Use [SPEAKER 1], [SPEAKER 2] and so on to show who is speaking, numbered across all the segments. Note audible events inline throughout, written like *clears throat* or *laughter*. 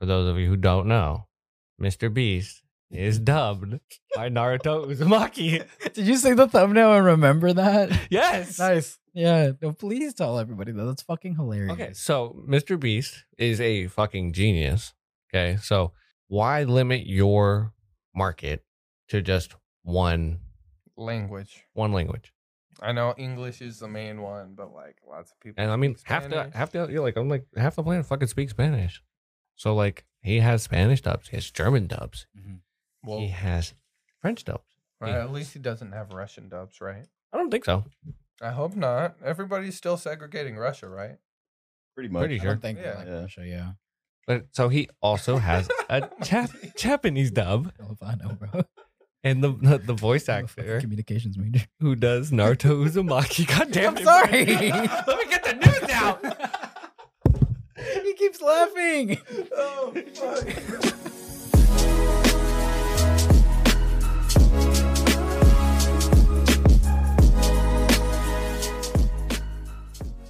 [SPEAKER 1] For those of you who don't know, Mr. Beast *laughs* is dubbed by Naruto Uzumaki.
[SPEAKER 2] Did you see the thumbnail and remember that?
[SPEAKER 1] *laughs* Yes.
[SPEAKER 2] Nice. Yeah. No, please tell everybody though. That's fucking hilarious.
[SPEAKER 1] Okay, so Mr. Beast is a fucking genius. Okay, so why limit your market to just one
[SPEAKER 3] Language.
[SPEAKER 1] one language?
[SPEAKER 3] I know English is the main one, but like lots of people.
[SPEAKER 1] And I mean,
[SPEAKER 3] speak
[SPEAKER 1] half the
[SPEAKER 3] Spanish.
[SPEAKER 1] half the you're like I'm like half the planet fucking speaks Spanish, so like he has Spanish dubs, he has German dubs,
[SPEAKER 3] Well,
[SPEAKER 1] he has French dubs.
[SPEAKER 3] right, at least he doesn't have Russian dubs, right?
[SPEAKER 1] I don't think so.
[SPEAKER 3] I hope not. Everybody's still segregating Russia, right?
[SPEAKER 4] Pretty much.
[SPEAKER 1] Pretty
[SPEAKER 2] I
[SPEAKER 1] sure.
[SPEAKER 2] don't think
[SPEAKER 3] Yeah.
[SPEAKER 2] like Russia, yeah.
[SPEAKER 1] But so he also has a Jap- *laughs* Japanese dub,
[SPEAKER 2] Hell if I know, bro.
[SPEAKER 1] and the the, the voice
[SPEAKER 2] I'm a fucking
[SPEAKER 1] actor
[SPEAKER 2] Communications major.
[SPEAKER 1] *laughs* who does Naruto Uzumaki. *laughs* God damn
[SPEAKER 2] I'm
[SPEAKER 1] it,
[SPEAKER 2] sorry. *laughs*
[SPEAKER 1] Brandon. Let me get the news out.
[SPEAKER 2] he keeps laughing.
[SPEAKER 3] Oh, fuck.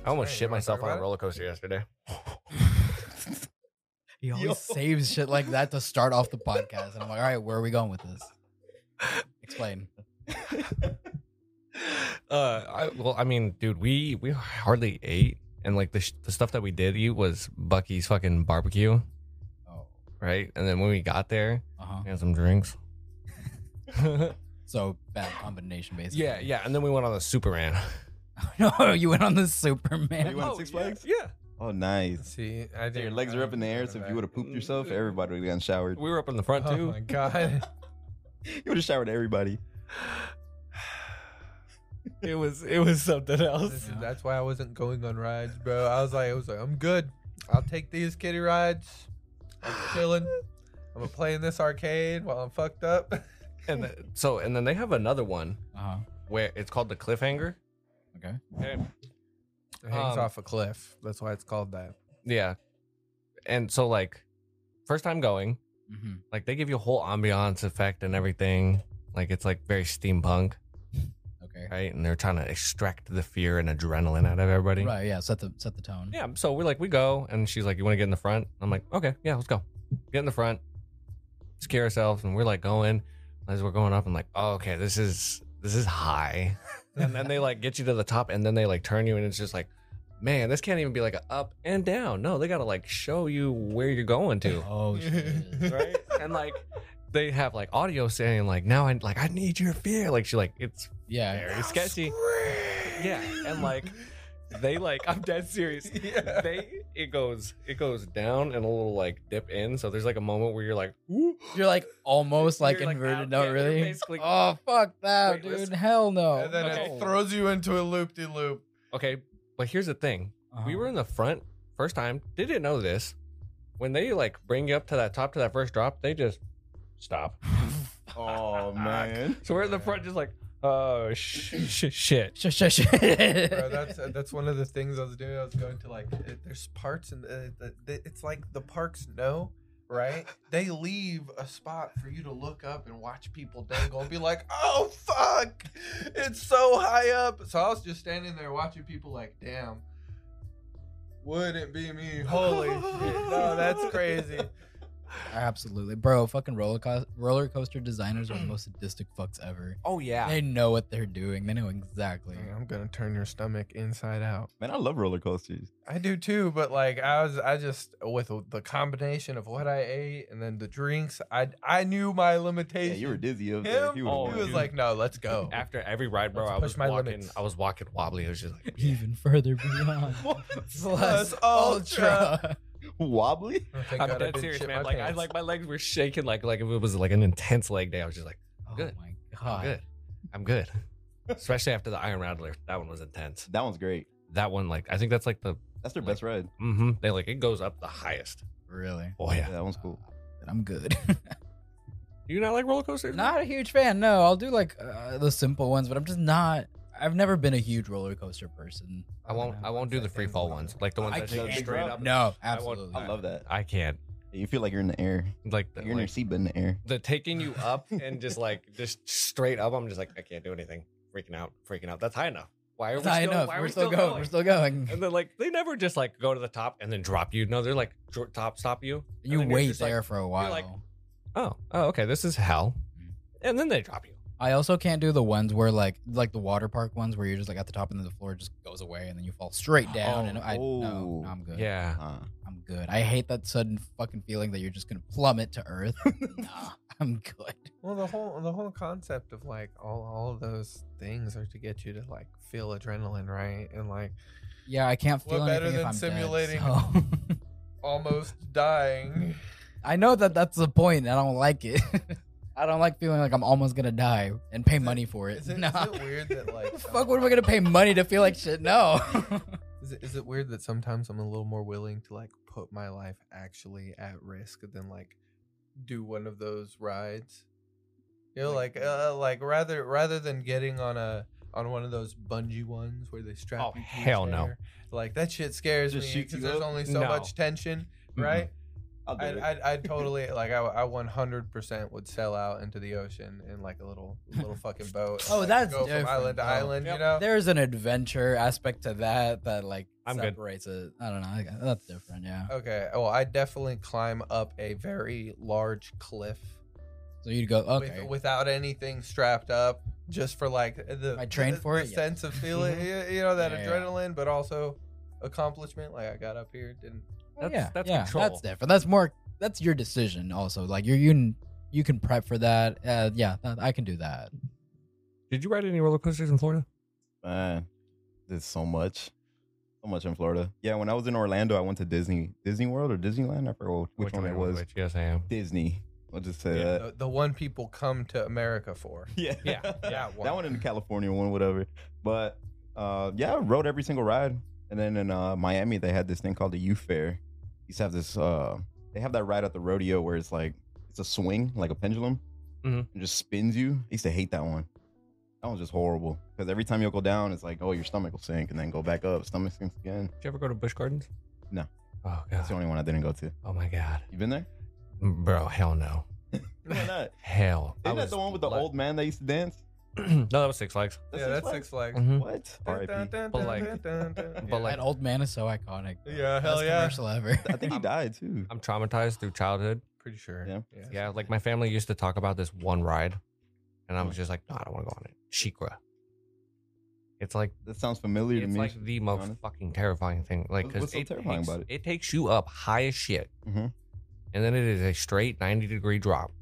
[SPEAKER 1] I almost
[SPEAKER 3] Hey, you
[SPEAKER 1] shit
[SPEAKER 3] wanna
[SPEAKER 1] myself
[SPEAKER 3] talk
[SPEAKER 1] on a
[SPEAKER 3] about it?
[SPEAKER 1] roller coaster yesterday.
[SPEAKER 2] He always
[SPEAKER 1] Yo.
[SPEAKER 2] saves shit like that to start off the podcast, and I'm like, all right, where are we going with this?
[SPEAKER 1] *laughs*
[SPEAKER 2] Explain.
[SPEAKER 1] Uh, I, well, I mean, dude, we we hardly ate, and like the sh- the stuff that we did eat was Bucky's fucking barbecue,
[SPEAKER 2] Oh,
[SPEAKER 1] right? And then when we got there,
[SPEAKER 2] uh huh.
[SPEAKER 1] we had some drinks. *laughs*
[SPEAKER 2] So bad combination, basically.
[SPEAKER 1] yeah, yeah, and then we went on the super ran.
[SPEAKER 2] *laughs* no, you went on the Superman.
[SPEAKER 4] You went to Six Flags?
[SPEAKER 1] Yeah,
[SPEAKER 4] Oh, nice.
[SPEAKER 3] See, I
[SPEAKER 4] So your
[SPEAKER 3] didn't-
[SPEAKER 4] legs
[SPEAKER 3] I
[SPEAKER 4] are up in the air,
[SPEAKER 3] didn't
[SPEAKER 4] so if
[SPEAKER 3] know
[SPEAKER 4] you would
[SPEAKER 3] that. *laughs*
[SPEAKER 4] have pooped yourself, everybody would have gotten showered.
[SPEAKER 1] we were up in the front
[SPEAKER 3] Oh
[SPEAKER 1] too.
[SPEAKER 3] my god.
[SPEAKER 4] *laughs*
[SPEAKER 1] *laughs*
[SPEAKER 4] You would have showered everybody.
[SPEAKER 1] It was it was something else.
[SPEAKER 3] This- That's why I wasn't going on rides, bro. I was like, I was like, I'm good. I'll take these kitty rides. I'm chilling. I'm gonna play in this arcade while I'm fucked up. *laughs*
[SPEAKER 1] And th- so and then they have another one
[SPEAKER 2] Uh huh.
[SPEAKER 1] where it's called the cliffhanger.
[SPEAKER 2] Okay.
[SPEAKER 1] And-
[SPEAKER 3] It hangs
[SPEAKER 1] Um,
[SPEAKER 3] off a cliff. That's why it's called that.
[SPEAKER 1] yeah, and so like first time going,
[SPEAKER 2] Mm-hmm.
[SPEAKER 1] like they give you a whole ambiance effect and everything. Like it's like very steampunk,
[SPEAKER 2] Okay.
[SPEAKER 1] right? And they're trying to extract the fear and adrenaline out of everybody.
[SPEAKER 2] Right. Yeah. Set the set the tone.
[SPEAKER 1] Yeah. So we're like, we go, and she's like, "You want to get in the front?" I'm like, "Okay, yeah, let's go." Get in the front, scare ourselves, and we're like going as we're going up. I'm like, oh, "Okay, this is this is high." *laughs* and then they like get you to the top, and then they like turn you, and it's just like, man, this can't even be like a up and down. No, they gotta like show you where you're going to
[SPEAKER 2] *laughs*
[SPEAKER 1] *laughs*
[SPEAKER 2] Oh
[SPEAKER 3] *laughs*
[SPEAKER 2] shit.
[SPEAKER 1] right? and like they have like audio saying like now I like I need your fear. Like she like it's
[SPEAKER 2] Yeah.
[SPEAKER 1] very sketchy. Yeah, and like they like I'm dead serious.
[SPEAKER 3] *laughs* Yeah.
[SPEAKER 1] They it goes it goes down and a little like dip in. So there's like a moment where you're like
[SPEAKER 2] You're like almost like
[SPEAKER 1] You're, like,
[SPEAKER 2] inverted.
[SPEAKER 1] out-
[SPEAKER 2] no,
[SPEAKER 1] yeah,
[SPEAKER 2] really.
[SPEAKER 1] you're basically-
[SPEAKER 2] oh fuck that,
[SPEAKER 1] Wait,
[SPEAKER 2] dude.
[SPEAKER 1] listen.
[SPEAKER 2] Hell no.
[SPEAKER 3] And then
[SPEAKER 1] Okay.
[SPEAKER 3] it throws you into a loop de loop.
[SPEAKER 1] okay, but here's the thing. We
[SPEAKER 2] Uh-huh.
[SPEAKER 1] were in
[SPEAKER 2] *laughs*
[SPEAKER 1] the front first time. They didn't know this. When they like bring you up to that top to that first drop, they just stop.
[SPEAKER 4] *laughs* Oh, man.
[SPEAKER 1] So we're in the front just like oh sh- sh- shit.
[SPEAKER 2] Shh, shh, shh.
[SPEAKER 3] Bro, that's uh, that's one of the things I was doing. I was going to like, it- there's parts and the, the, it's like the parks know, right? They leave a spot for you to look up and watch people dangle and be like, oh fuck, it's so high up. So I was just standing there watching people like, damn, wouldn't be me. Holy
[SPEAKER 1] *laughs*
[SPEAKER 3] shit, no, that's crazy.
[SPEAKER 2] *laughs* Absolutely, bro. Fucking roller co- roller coaster designers are the most sadistic fucks ever.
[SPEAKER 1] Oh yeah.
[SPEAKER 2] They know what they're doing. They know exactly.
[SPEAKER 3] I'm gonna turn your stomach inside out.
[SPEAKER 4] Man, I love roller coasters.
[SPEAKER 3] I do too, but like I was, I just with the combination of what I ate and then the drinks, I I knew my
[SPEAKER 4] Yeah,
[SPEAKER 3] limitations.
[SPEAKER 4] you were dizzy up there.
[SPEAKER 3] Him, he
[SPEAKER 4] You were
[SPEAKER 1] Oh,
[SPEAKER 4] dizzy.
[SPEAKER 3] was
[SPEAKER 1] dude.
[SPEAKER 3] like, "No, let's go."
[SPEAKER 1] *laughs*
[SPEAKER 3] *laughs*
[SPEAKER 1] After every ride, bro,
[SPEAKER 3] Let's
[SPEAKER 1] I was
[SPEAKER 3] push my
[SPEAKER 1] walking.
[SPEAKER 3] limits.
[SPEAKER 1] I was walking wobbly. I was just
[SPEAKER 3] *laughs*
[SPEAKER 1] like,
[SPEAKER 2] *laughs* Even further beyond.
[SPEAKER 1] *laughs*
[SPEAKER 3] Plus ultra.
[SPEAKER 4] *laughs* wobbly?
[SPEAKER 3] Oh, thank
[SPEAKER 1] I'm
[SPEAKER 3] God I
[SPEAKER 1] dead
[SPEAKER 3] didn't
[SPEAKER 1] serious,
[SPEAKER 3] shit
[SPEAKER 1] man.
[SPEAKER 3] my
[SPEAKER 1] Like, I
[SPEAKER 3] pants.
[SPEAKER 1] like my legs were shaking, like like if it was like an intense leg day. I was just like,
[SPEAKER 2] Oh
[SPEAKER 1] Good.
[SPEAKER 2] my
[SPEAKER 1] I'm
[SPEAKER 2] god.
[SPEAKER 1] good, I'm good. Especially after the Iron Rattler, that one was intense.
[SPEAKER 4] That one's great.
[SPEAKER 1] That one, like, I think that's like the.
[SPEAKER 4] That's their
[SPEAKER 1] Like-
[SPEAKER 4] best ride.
[SPEAKER 1] Mm-hmm, they like it goes up the highest.
[SPEAKER 2] Really?
[SPEAKER 1] Oh
[SPEAKER 4] Yeah,
[SPEAKER 1] yeah.
[SPEAKER 4] that one's cool.
[SPEAKER 2] I'm good. *laughs*
[SPEAKER 1] Do you not like roller coasters?
[SPEAKER 2] not a huge fan. No, I'll do like uh, the simple ones, but I'm just not. I've never been a huge roller coaster person.
[SPEAKER 1] I won't. I won't do the free fall ones, like the ones
[SPEAKER 2] I
[SPEAKER 1] that shoot
[SPEAKER 2] can't,
[SPEAKER 1] straight
[SPEAKER 4] bro.
[SPEAKER 1] up.
[SPEAKER 2] No,
[SPEAKER 1] I won't-
[SPEAKER 2] absolutely.
[SPEAKER 4] I love that.
[SPEAKER 1] I can't.
[SPEAKER 4] You feel like you're in the air.
[SPEAKER 1] Like the,
[SPEAKER 4] You're in your
[SPEAKER 1] like,
[SPEAKER 4] seatbelt in the air.
[SPEAKER 1] the taking you
[SPEAKER 2] *laughs*
[SPEAKER 1] up and just like just straight up. I'm just like I can't do anything. Freaking out, freaking out. That's high enough. Why are we
[SPEAKER 2] It's
[SPEAKER 1] still,
[SPEAKER 2] not enough.
[SPEAKER 1] why are
[SPEAKER 2] We're
[SPEAKER 1] we
[SPEAKER 2] still going. We're still going.
[SPEAKER 1] and then like they never just like go to the top and then drop you. No, they're like short top stop you. And
[SPEAKER 2] You
[SPEAKER 1] then you're
[SPEAKER 2] wait
[SPEAKER 1] just like,
[SPEAKER 2] there for a while.
[SPEAKER 1] like- oh, oh, okay. This is hell.
[SPEAKER 2] Mm-hmm.
[SPEAKER 1] And then they drop you.
[SPEAKER 2] I also can't do the ones where like like the water park ones where you're just like at the top and then the floor just goes away and then you fall straight down
[SPEAKER 4] Oh,
[SPEAKER 2] and I no,
[SPEAKER 4] oh.
[SPEAKER 2] no, I'm good.
[SPEAKER 1] Yeah.
[SPEAKER 4] Uh,
[SPEAKER 2] I'm good. I hate that sudden fucking feeling that you're just gonna plummet
[SPEAKER 1] *laughs*
[SPEAKER 2] to earth. *laughs* nah, I'm good.
[SPEAKER 3] Well, the whole the whole concept of like all all of those things are to get you to like feel adrenaline, right? And like
[SPEAKER 2] Yeah, I can't feel
[SPEAKER 3] What better
[SPEAKER 2] anything if
[SPEAKER 3] than
[SPEAKER 2] I'm
[SPEAKER 3] simulating-
[SPEAKER 2] Dead, so. *laughs*
[SPEAKER 3] almost dying.
[SPEAKER 2] I know that that's the point. I don't like it. *laughs* I don't like feeling like I'm almost gonna die and pay
[SPEAKER 3] Is it-
[SPEAKER 2] money for it.
[SPEAKER 3] Is
[SPEAKER 2] *laughs*
[SPEAKER 3] it,
[SPEAKER 2] no.
[SPEAKER 3] is it weird
[SPEAKER 2] *laughs*
[SPEAKER 3] that like
[SPEAKER 2] Fuck, what am I gonna pay money to feel like shit?
[SPEAKER 3] *laughs*
[SPEAKER 2] No.
[SPEAKER 3] Is it, is it weird that sometimes I'm a little more willing to like put my life actually at risk than like do one of those rides? You know, like uh, like rather rather than getting on a on one of those bungee ones where they strap
[SPEAKER 1] Oh,
[SPEAKER 3] you to a
[SPEAKER 1] hell no.
[SPEAKER 3] chair, Like that shit scares
[SPEAKER 4] Just
[SPEAKER 3] me
[SPEAKER 4] shoots
[SPEAKER 3] because
[SPEAKER 4] you
[SPEAKER 3] there's
[SPEAKER 4] up?
[SPEAKER 3] only so
[SPEAKER 1] No.
[SPEAKER 3] much tension, right?
[SPEAKER 4] I'll do
[SPEAKER 3] I'd,
[SPEAKER 4] it.
[SPEAKER 3] I'd, I'd totally like I, I 100% would sell out into the ocean in like a little little fucking boat. and,
[SPEAKER 2] Oh,
[SPEAKER 3] like,
[SPEAKER 2] that's
[SPEAKER 3] go
[SPEAKER 2] different,
[SPEAKER 3] from island to
[SPEAKER 2] though.
[SPEAKER 3] island,
[SPEAKER 1] Yep.
[SPEAKER 3] you know.
[SPEAKER 2] There's an adventure aspect to that that like
[SPEAKER 1] I'm good.
[SPEAKER 2] separates it. I don't know. I got- That's different. Yeah.
[SPEAKER 3] Okay. Well, I definitely climb up a very large cliff
[SPEAKER 2] So you'd go okay.
[SPEAKER 3] with, without anything strapped up, just for like the
[SPEAKER 2] I trained
[SPEAKER 3] the-
[SPEAKER 2] for
[SPEAKER 3] the
[SPEAKER 2] it, yeah. *laughs*
[SPEAKER 3] sense of feeling, y- you know, that
[SPEAKER 2] Yeah, yeah.
[SPEAKER 3] adrenaline, but also accomplishment. Like I got up here, didn't.
[SPEAKER 2] Oh,
[SPEAKER 1] That's
[SPEAKER 2] yeah,
[SPEAKER 1] that's
[SPEAKER 2] yeah,
[SPEAKER 1] control.
[SPEAKER 2] That's different. That's more. That's your decision. Also, like you're you can- you can prep for that. Uh, yeah, that, I can do that.
[SPEAKER 1] Did you ride any roller coasters in Florida?
[SPEAKER 4] Man, there's so much, so much in Florida. Yeah, when I was in Orlando, I went to Disney, Disney World or Disneyland. I forgot which, one it
[SPEAKER 1] you went
[SPEAKER 4] was.
[SPEAKER 1] with? Yes, I am.
[SPEAKER 4] Disney. I'll just say
[SPEAKER 1] Yeah.
[SPEAKER 4] that.
[SPEAKER 3] The, the one people come to
[SPEAKER 2] *laughs*
[SPEAKER 3] America for.
[SPEAKER 4] *laughs* Yeah,
[SPEAKER 1] Yeah, yeah.
[SPEAKER 3] That one.
[SPEAKER 4] that one in the California one, whatever. But uh, yeah, I rode every single ride. And then in uh, Miami, they had this thing called the U Fair. You used to have this. Uh, they have that ride at the rodeo where it's like it's a swing, like a pendulum,
[SPEAKER 1] Mhm.
[SPEAKER 4] and just spins you. I used to hate that one. That one's just horrible because every time you'll go down, it's like, oh, your stomach will sink, and then go back up, stomach sinks again.
[SPEAKER 1] Did you ever go to Busch Gardens?
[SPEAKER 4] No.
[SPEAKER 1] Oh
[SPEAKER 4] That's
[SPEAKER 1] god.
[SPEAKER 4] the only one I didn't go to.
[SPEAKER 1] Oh my god.
[SPEAKER 4] You
[SPEAKER 1] *laughs*
[SPEAKER 4] been there?
[SPEAKER 1] Bro, hell no.
[SPEAKER 4] Why not?
[SPEAKER 1] Hell. I
[SPEAKER 4] Isn't that
[SPEAKER 1] was
[SPEAKER 4] the one with the
[SPEAKER 1] blood-
[SPEAKER 4] old man that used to dance?
[SPEAKER 1] *clears throat* no, that was Six Flags.
[SPEAKER 3] yeah, that's Six Flags.
[SPEAKER 1] Mhm.
[SPEAKER 4] What? R.I.P.
[SPEAKER 1] But like-
[SPEAKER 2] *laughs*
[SPEAKER 1] but like-
[SPEAKER 2] That old man is so iconic. bro.
[SPEAKER 3] Yeah, hell
[SPEAKER 2] Best
[SPEAKER 3] yeah.
[SPEAKER 2] Commercial
[SPEAKER 3] *laughs*
[SPEAKER 2] ever.
[SPEAKER 4] I think he died too.
[SPEAKER 1] I'm traumatized through childhood.
[SPEAKER 3] pretty sure.
[SPEAKER 4] Yeah.
[SPEAKER 3] *laughs*
[SPEAKER 1] Yeah, like my family used to talk about this one ride, and I
[SPEAKER 4] Mm.
[SPEAKER 1] was just like, no, I don't want to go on it. Shikra. It's like
[SPEAKER 4] That sounds familiar to
[SPEAKER 1] it's
[SPEAKER 4] me. *laughs*
[SPEAKER 1] like the most
[SPEAKER 4] honest.
[SPEAKER 1] fucking terrifying thing. Like,
[SPEAKER 4] What-
[SPEAKER 1] because
[SPEAKER 4] what's so
[SPEAKER 1] it,
[SPEAKER 4] terrifying
[SPEAKER 1] takes,
[SPEAKER 4] about it?
[SPEAKER 1] it takes you up high as shit,
[SPEAKER 4] Mhm.
[SPEAKER 1] and then it is a straight ninety degree drop.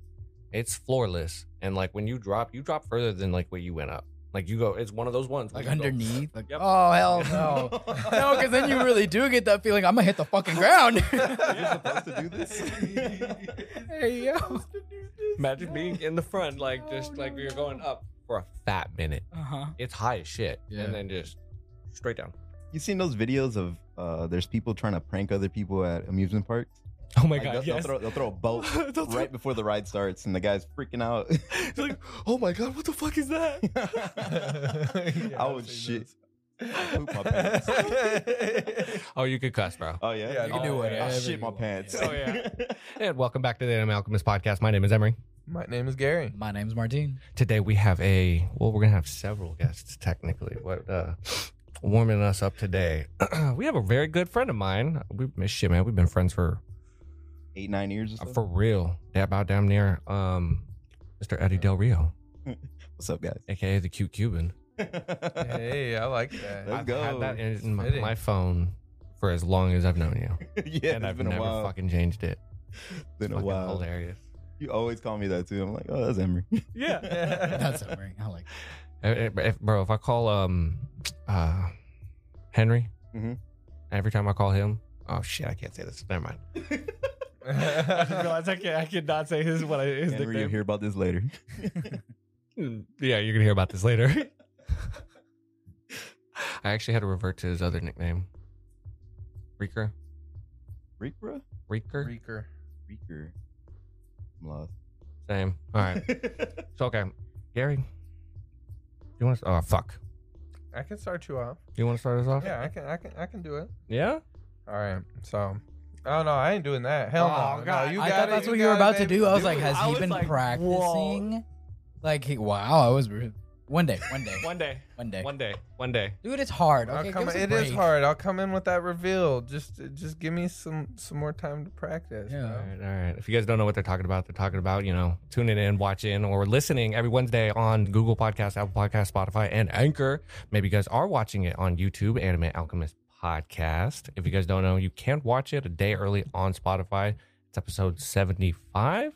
[SPEAKER 1] It's floorless, and like when you drop, you drop further than like where you went up. Like you go, it's one of those ones where
[SPEAKER 2] like
[SPEAKER 1] you go- *laughs*
[SPEAKER 2] underneath. Like
[SPEAKER 1] Yep.
[SPEAKER 2] oh hell *laughs*
[SPEAKER 3] *laughs*
[SPEAKER 2] no. No, because then you really do get that feeling. I'm gonna hit the fucking
[SPEAKER 4] *laughs*
[SPEAKER 2] ground.
[SPEAKER 4] supposed to do this? *laughs*
[SPEAKER 2] hey yo.
[SPEAKER 1] Imagine being in the front, like just
[SPEAKER 2] No,
[SPEAKER 1] like
[SPEAKER 2] no,
[SPEAKER 1] you're
[SPEAKER 2] no.
[SPEAKER 1] going up for a fat minute.
[SPEAKER 2] Uh
[SPEAKER 3] Uh-huh.
[SPEAKER 2] huh.
[SPEAKER 1] It's high as shit,
[SPEAKER 2] Yeah.
[SPEAKER 1] and then just straight down.
[SPEAKER 4] You seen those videos of uh, there's people trying to prank other people at amusement parks?
[SPEAKER 1] Oh my
[SPEAKER 4] Like, they'll, they'll
[SPEAKER 1] *laughs*
[SPEAKER 4] throw, *laughs* they'll throw a boat
[SPEAKER 1] They'll throw-
[SPEAKER 4] right before the ride starts, and the guy's freaking out.
[SPEAKER 1] *laughs*
[SPEAKER 4] *laughs*
[SPEAKER 1] It's like, oh my god, what the fuck is that? *laughs*
[SPEAKER 4] I would shit. *laughs* I poop my
[SPEAKER 3] pants.
[SPEAKER 1] *laughs* oh, you could cuss, bro.
[SPEAKER 4] Oh yeah,
[SPEAKER 3] Yeah, You can do
[SPEAKER 4] Oh,
[SPEAKER 3] whatever
[SPEAKER 4] I
[SPEAKER 2] you
[SPEAKER 4] shit my
[SPEAKER 2] want.
[SPEAKER 4] pants.
[SPEAKER 1] Oh, yeah. *laughs* And welcome back to the Anime Alchemist podcast. My name is Emery.
[SPEAKER 3] My name is Gary.
[SPEAKER 4] *laughs*
[SPEAKER 2] My name's Martine.
[SPEAKER 1] Today we have a well, we're gonna have several guests technically. What uh warming us up today? *clears throat* we have a very good friend of mine. We shit, man. We've been friends for uh,
[SPEAKER 4] Eight nine years or so.
[SPEAKER 1] for real. Yeah, about damn near um Mr. Eddie Del Rio,
[SPEAKER 4] What's up, *laughs* guys?
[SPEAKER 1] aka the cute Cuban.
[SPEAKER 3] Hey, I like that.
[SPEAKER 4] Let's
[SPEAKER 1] I've
[SPEAKER 4] go.
[SPEAKER 1] had that in, my,
[SPEAKER 3] Fitting.
[SPEAKER 1] my phone for as long as I've known you.
[SPEAKER 4] yeah,
[SPEAKER 1] and
[SPEAKER 4] it's
[SPEAKER 1] I've
[SPEAKER 4] been a
[SPEAKER 1] never
[SPEAKER 4] while.
[SPEAKER 1] fucking changed it.
[SPEAKER 4] been a
[SPEAKER 1] Fucking
[SPEAKER 4] while.
[SPEAKER 1] hilarious.
[SPEAKER 4] You always call me that too. I'm like, oh, that's Emery.
[SPEAKER 2] That's summary. I like.
[SPEAKER 1] If, if- bro, if I call um uh Henry,
[SPEAKER 4] Mhm.
[SPEAKER 1] every time I call him, oh shit, I can't say this. Never mind. I can't. I cannot say his what I, his
[SPEAKER 4] Emery, you'll hear about this later. *laughs*
[SPEAKER 1] Yeah, you're gonna hear about this later. *laughs* I actually had to revert to his other nickname, Reeker.
[SPEAKER 4] Reek, bro?
[SPEAKER 1] Reeker.
[SPEAKER 3] Reeker.
[SPEAKER 4] Reeker. I'm lost.
[SPEAKER 1] Same. All right. *laughs* It's okay. Gary, you want to? Oh fuck.
[SPEAKER 3] I can start you off.
[SPEAKER 1] You want to start us off?
[SPEAKER 3] Yeah, I can. I can. I can do it.
[SPEAKER 1] Yeah.
[SPEAKER 3] All right. So, oh no, I ain't doing that. Hell
[SPEAKER 1] Oh,
[SPEAKER 3] no. no.
[SPEAKER 1] God.
[SPEAKER 3] you
[SPEAKER 2] I
[SPEAKER 3] got
[SPEAKER 2] thought
[SPEAKER 3] it,
[SPEAKER 2] that's what
[SPEAKER 3] you
[SPEAKER 2] you were
[SPEAKER 3] got it,
[SPEAKER 2] about to
[SPEAKER 3] baby.
[SPEAKER 2] do. I was
[SPEAKER 1] Dude,
[SPEAKER 2] like, has
[SPEAKER 1] I
[SPEAKER 2] he
[SPEAKER 1] was
[SPEAKER 2] been
[SPEAKER 1] like, whoa.
[SPEAKER 2] practicing? Like, he, wow, I was re- One day, one day,
[SPEAKER 1] One day,
[SPEAKER 2] one day.
[SPEAKER 1] one day, one day.
[SPEAKER 2] Dude, it's hard.
[SPEAKER 3] I'll
[SPEAKER 2] Okay,
[SPEAKER 3] come
[SPEAKER 2] give us
[SPEAKER 3] in-
[SPEAKER 2] a
[SPEAKER 3] It is
[SPEAKER 2] break.
[SPEAKER 3] hard. I'll come in with that reveal. Just just give me some some more time to practice.
[SPEAKER 2] Yeah.
[SPEAKER 1] All
[SPEAKER 3] bro.
[SPEAKER 1] right, all right. If you guys don't know what they're talking about, they're talking about, you know, tuning in, watching, or listening every Wednesday on Google Podcasts, Apple Podcasts, Spotify, and Anchor. Maybe you guys are watching it on YouTube, Anime Alchemist Podcast. If you guys don't know, you can watch it a day early on Spotify. It's episode 75.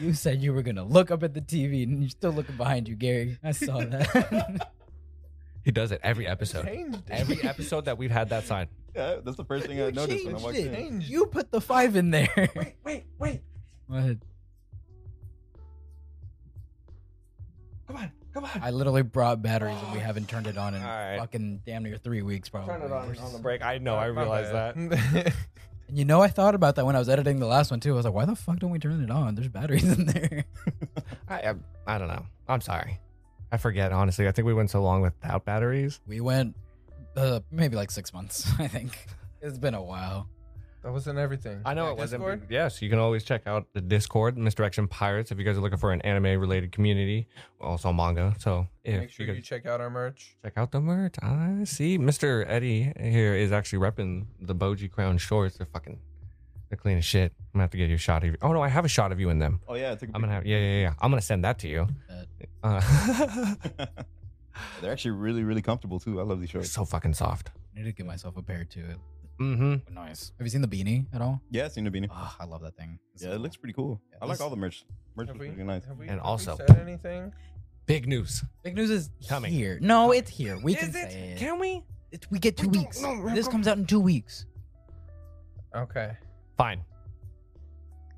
[SPEAKER 2] You said you were gonna look up at the TV, and you're still looking behind you, Gary. I saw that.
[SPEAKER 1] *laughs* he does it every episode.
[SPEAKER 3] Changed it. *laughs*
[SPEAKER 1] Every episode that we've had that sign.
[SPEAKER 4] *laughs* Yeah, that's the first thing *laughs* I
[SPEAKER 2] You
[SPEAKER 4] noticed when I
[SPEAKER 2] changed
[SPEAKER 4] walked
[SPEAKER 2] it.
[SPEAKER 4] in.
[SPEAKER 3] Changed
[SPEAKER 2] you put the five in there.
[SPEAKER 3] Wait, wait, wait.
[SPEAKER 2] What?
[SPEAKER 3] Come on, come on.
[SPEAKER 2] I literally brought batteries,
[SPEAKER 1] Oh.
[SPEAKER 2] and we haven't turned it on in
[SPEAKER 1] All right.
[SPEAKER 2] fucking damn near three weeks, probably.
[SPEAKER 1] break. I know.
[SPEAKER 3] *laughs* that.
[SPEAKER 2] And You know, I thought about that when I was editing the last one too. I was like, why the fuck don't we turn it on? There's batteries *laughs* in there.
[SPEAKER 1] I, I I don't know. I'm sorry. I forget honestly. I think we went so long without batteries.
[SPEAKER 2] We went uh, maybe like six months, *laughs* I think. It's been a while.
[SPEAKER 3] that wasn't everything.
[SPEAKER 1] I know
[SPEAKER 3] Yeah,
[SPEAKER 1] it wasn't.
[SPEAKER 3] Discord?
[SPEAKER 1] big- Yes, you can always check out the Discord, Misdirection Pirates, if you guys are looking for an anime related community, also manga. So if
[SPEAKER 3] Make sure
[SPEAKER 1] you
[SPEAKER 3] you,
[SPEAKER 1] guys
[SPEAKER 3] check out our merch.
[SPEAKER 1] check out the merch, I see Mr. Eddie here is actually repping the Boji Crown shorts. They're fucking, they're clean as shit. I'm gonna have to get you a shot of you. Oh no, I have a shot of you in them.
[SPEAKER 4] Oh yeah, I took a
[SPEAKER 1] I'm gonna have yeah yeah yeah. I'm gonna send that to you.
[SPEAKER 2] Bet.
[SPEAKER 1] Uh, *laughs*
[SPEAKER 4] picture. They're actually really, really comfortable too. I love these shorts.
[SPEAKER 1] so fucking soft.
[SPEAKER 2] I need to get myself a pair too.
[SPEAKER 1] Mm-hmm.
[SPEAKER 2] Nice. Have you seen the beanie at all?
[SPEAKER 4] Yeah, it's seen to be new.
[SPEAKER 2] Ah, I love that thing. It's
[SPEAKER 4] Yeah, it
[SPEAKER 2] cool.
[SPEAKER 4] looks pretty cool.
[SPEAKER 2] Yeah,
[SPEAKER 4] I like
[SPEAKER 2] these-
[SPEAKER 4] all the merch. Merch
[SPEAKER 3] Have
[SPEAKER 4] is
[SPEAKER 3] we,
[SPEAKER 4] really nice.
[SPEAKER 3] have we,
[SPEAKER 1] And
[SPEAKER 3] have we
[SPEAKER 1] also-
[SPEAKER 3] said anything?
[SPEAKER 1] Big news.
[SPEAKER 2] Big news is
[SPEAKER 1] Coming.
[SPEAKER 2] here. No, Oh, it's here. We can
[SPEAKER 1] Is it?
[SPEAKER 2] say it.
[SPEAKER 1] Can we?
[SPEAKER 2] It's- we get two
[SPEAKER 1] We don't
[SPEAKER 2] weeks.
[SPEAKER 1] know.
[SPEAKER 2] This comes out in two weeks.
[SPEAKER 3] Okay.
[SPEAKER 1] Fine.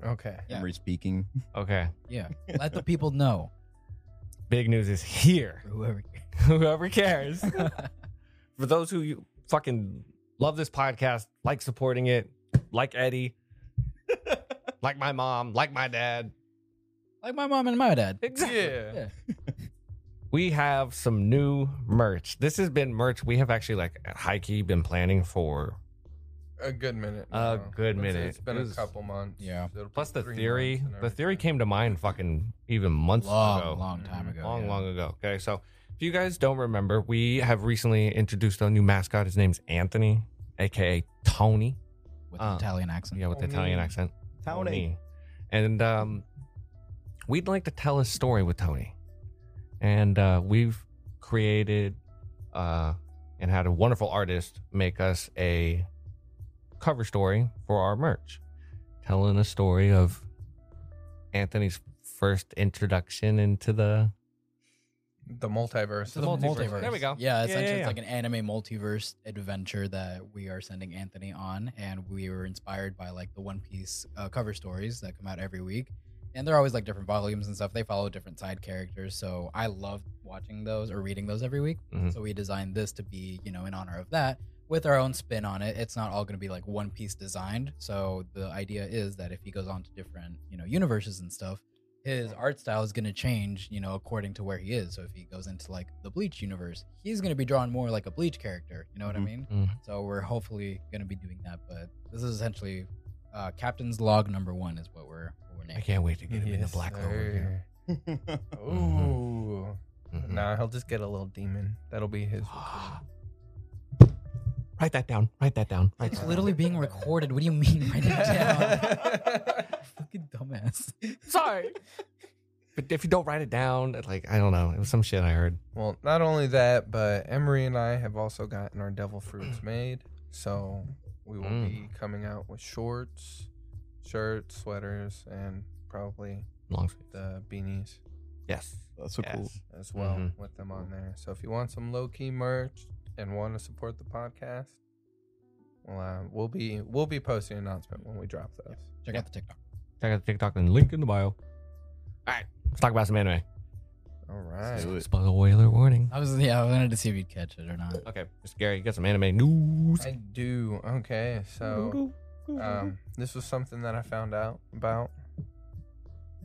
[SPEAKER 3] Okay.
[SPEAKER 2] Yeah.
[SPEAKER 4] Emery speaking.
[SPEAKER 1] Okay.
[SPEAKER 2] Yeah. Let the people know. *laughs*
[SPEAKER 1] Big news is here.
[SPEAKER 2] or Whoever.
[SPEAKER 1] *laughs* Whoever
[SPEAKER 2] *laughs*
[SPEAKER 1] cares. For those who you fucking love this podcast, like supporting it, like Eddie,
[SPEAKER 2] *laughs*
[SPEAKER 1] like my mom, like my dad.
[SPEAKER 2] like my mom and my dad.
[SPEAKER 3] Yeah.
[SPEAKER 2] Yeah.
[SPEAKER 1] *laughs* We have some new merch. This has been merch we have actually like high key been planning for.
[SPEAKER 3] A good minute.
[SPEAKER 1] A
[SPEAKER 3] now.
[SPEAKER 1] good
[SPEAKER 3] It's-
[SPEAKER 1] minute.
[SPEAKER 3] It's been
[SPEAKER 1] It
[SPEAKER 3] a
[SPEAKER 1] was-
[SPEAKER 3] couple months.
[SPEAKER 2] Yeah.
[SPEAKER 3] It'll be
[SPEAKER 1] Plus the
[SPEAKER 3] three
[SPEAKER 1] theory,
[SPEAKER 3] months and
[SPEAKER 1] the theory
[SPEAKER 3] everything.
[SPEAKER 1] came to mind fucking even months ago.
[SPEAKER 2] Long, long time ago.
[SPEAKER 1] Mm, long,
[SPEAKER 2] yeah.
[SPEAKER 1] long ago. Okay, so if you guys don't remember, we have recently introduced a new mascot. His name's Anthony, aka Tony.
[SPEAKER 2] With an
[SPEAKER 1] Uh,
[SPEAKER 2] Italian accent.
[SPEAKER 1] Yeah, with the
[SPEAKER 3] Oh, Tony.
[SPEAKER 1] Italian accent.
[SPEAKER 4] Tony.
[SPEAKER 1] And um, we'd like to tell a story with Tony. And uh, we've created uh, and had a wonderful artist make us a cover story for our merch, telling a story of Anthony's first introduction into the
[SPEAKER 3] The multiverse.
[SPEAKER 2] So
[SPEAKER 1] The multiverse. There we go.
[SPEAKER 2] Yeah,
[SPEAKER 1] Yeah,
[SPEAKER 2] essentially,
[SPEAKER 1] yeah, yeah.
[SPEAKER 2] it's like an anime multiverse adventure that we are sending Anthony on, and we were inspired by like the One Piece uh, cover stories that come out every week, and they're always like different volumes and stuff. They follow different side characters, so I love watching those or reading those every week.
[SPEAKER 1] Mhm.
[SPEAKER 2] So we designed this to be, you know, in honor of that with our own spin on it. It's not all going to be like One Piece designed. So the idea is that if he goes on to different, you know, universes and stuff his art style is going to change, you know, according to where he is. So if he goes into like the Bleach universe, he's going to be drawn more like a Bleach character. You know what
[SPEAKER 4] Mhm.
[SPEAKER 2] I mean?
[SPEAKER 1] Mhm.
[SPEAKER 2] So we're hopefully going to be doing that. But this is essentially uh, Captain's Log number one is what we're what we're
[SPEAKER 1] I
[SPEAKER 2] naming.
[SPEAKER 1] can't wait to get him in the
[SPEAKER 3] Yes,
[SPEAKER 1] black hole.
[SPEAKER 3] sir.
[SPEAKER 4] *laughs*
[SPEAKER 3] Ooh.
[SPEAKER 1] Mm-hmm.
[SPEAKER 3] Nah, he'll just get a little demon. That'll be
[SPEAKER 1] *laughs*
[SPEAKER 3] his.
[SPEAKER 1] *sighs* write that down. Write that down. Write
[SPEAKER 2] It's
[SPEAKER 1] that
[SPEAKER 2] literally being recorded. What do you mean? Write it
[SPEAKER 1] *laughs*
[SPEAKER 2] down. *laughs* Fucking dumbass.
[SPEAKER 1] Sorry. *laughs* But if you don't write it down, it, like I don't know, it was some shit I heard.
[SPEAKER 3] *laughs* well, not only that, but Emery and I have also gotten our
[SPEAKER 1] *clears throat*
[SPEAKER 3] devil fruits made. So we will
[SPEAKER 1] Mm.
[SPEAKER 3] be coming out with shorts, shirts, sweaters, and probably
[SPEAKER 1] Long sleeve.
[SPEAKER 3] the beanies
[SPEAKER 1] Yes.
[SPEAKER 4] That's so cool.
[SPEAKER 1] Yes.
[SPEAKER 3] as well
[SPEAKER 4] Mm-hmm.
[SPEAKER 1] Mhm.
[SPEAKER 3] with them on there. So if you want some low key merch and want to support the podcast, well, uh, we'll be we'll be posting an announcement when we drop those.
[SPEAKER 2] Check out the TikTok.
[SPEAKER 1] Check out the TikTok and link in the bio. All right, let's talk about some anime.
[SPEAKER 3] All right.
[SPEAKER 4] Do it.
[SPEAKER 1] Spoiler warning.
[SPEAKER 2] I was yeah, I wanted to see if you'd catch it or not.
[SPEAKER 1] Okay, Mr. Gary, you got some anime news.
[SPEAKER 3] I do. Okay, so
[SPEAKER 1] Mm-hmm.
[SPEAKER 3] um, this was something that I found out about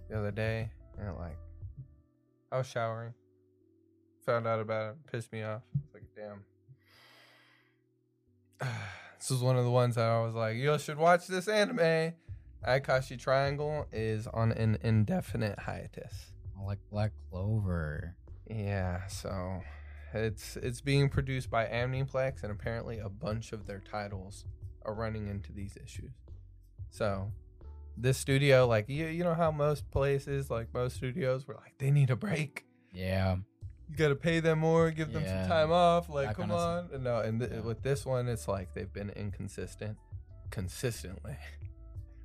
[SPEAKER 3] the other day, and it, like I was showering, found out about it, pissed me off. It's like, damn. *sighs* This is one of the ones that I was like, you should watch this anime. Aikashi Triangle is on an indefinite hiatus.
[SPEAKER 2] Oh like Black Clover.
[SPEAKER 3] Yeah, so it's it's being produced by Amniplex, and apparently a bunch of their titles are running into these issues. So this studio, like you, you know how most places, like most studios, were like they need a break.
[SPEAKER 2] Yeah,
[SPEAKER 3] You got to pay them more, give them
[SPEAKER 2] Yeah.
[SPEAKER 3] some time off. Like,
[SPEAKER 2] That
[SPEAKER 3] come
[SPEAKER 2] kinda
[SPEAKER 3] on,
[SPEAKER 2] stuff.
[SPEAKER 3] And no. And th-
[SPEAKER 2] Yeah.
[SPEAKER 3] with this one, it's like they've been inconsistent, consistently. *laughs*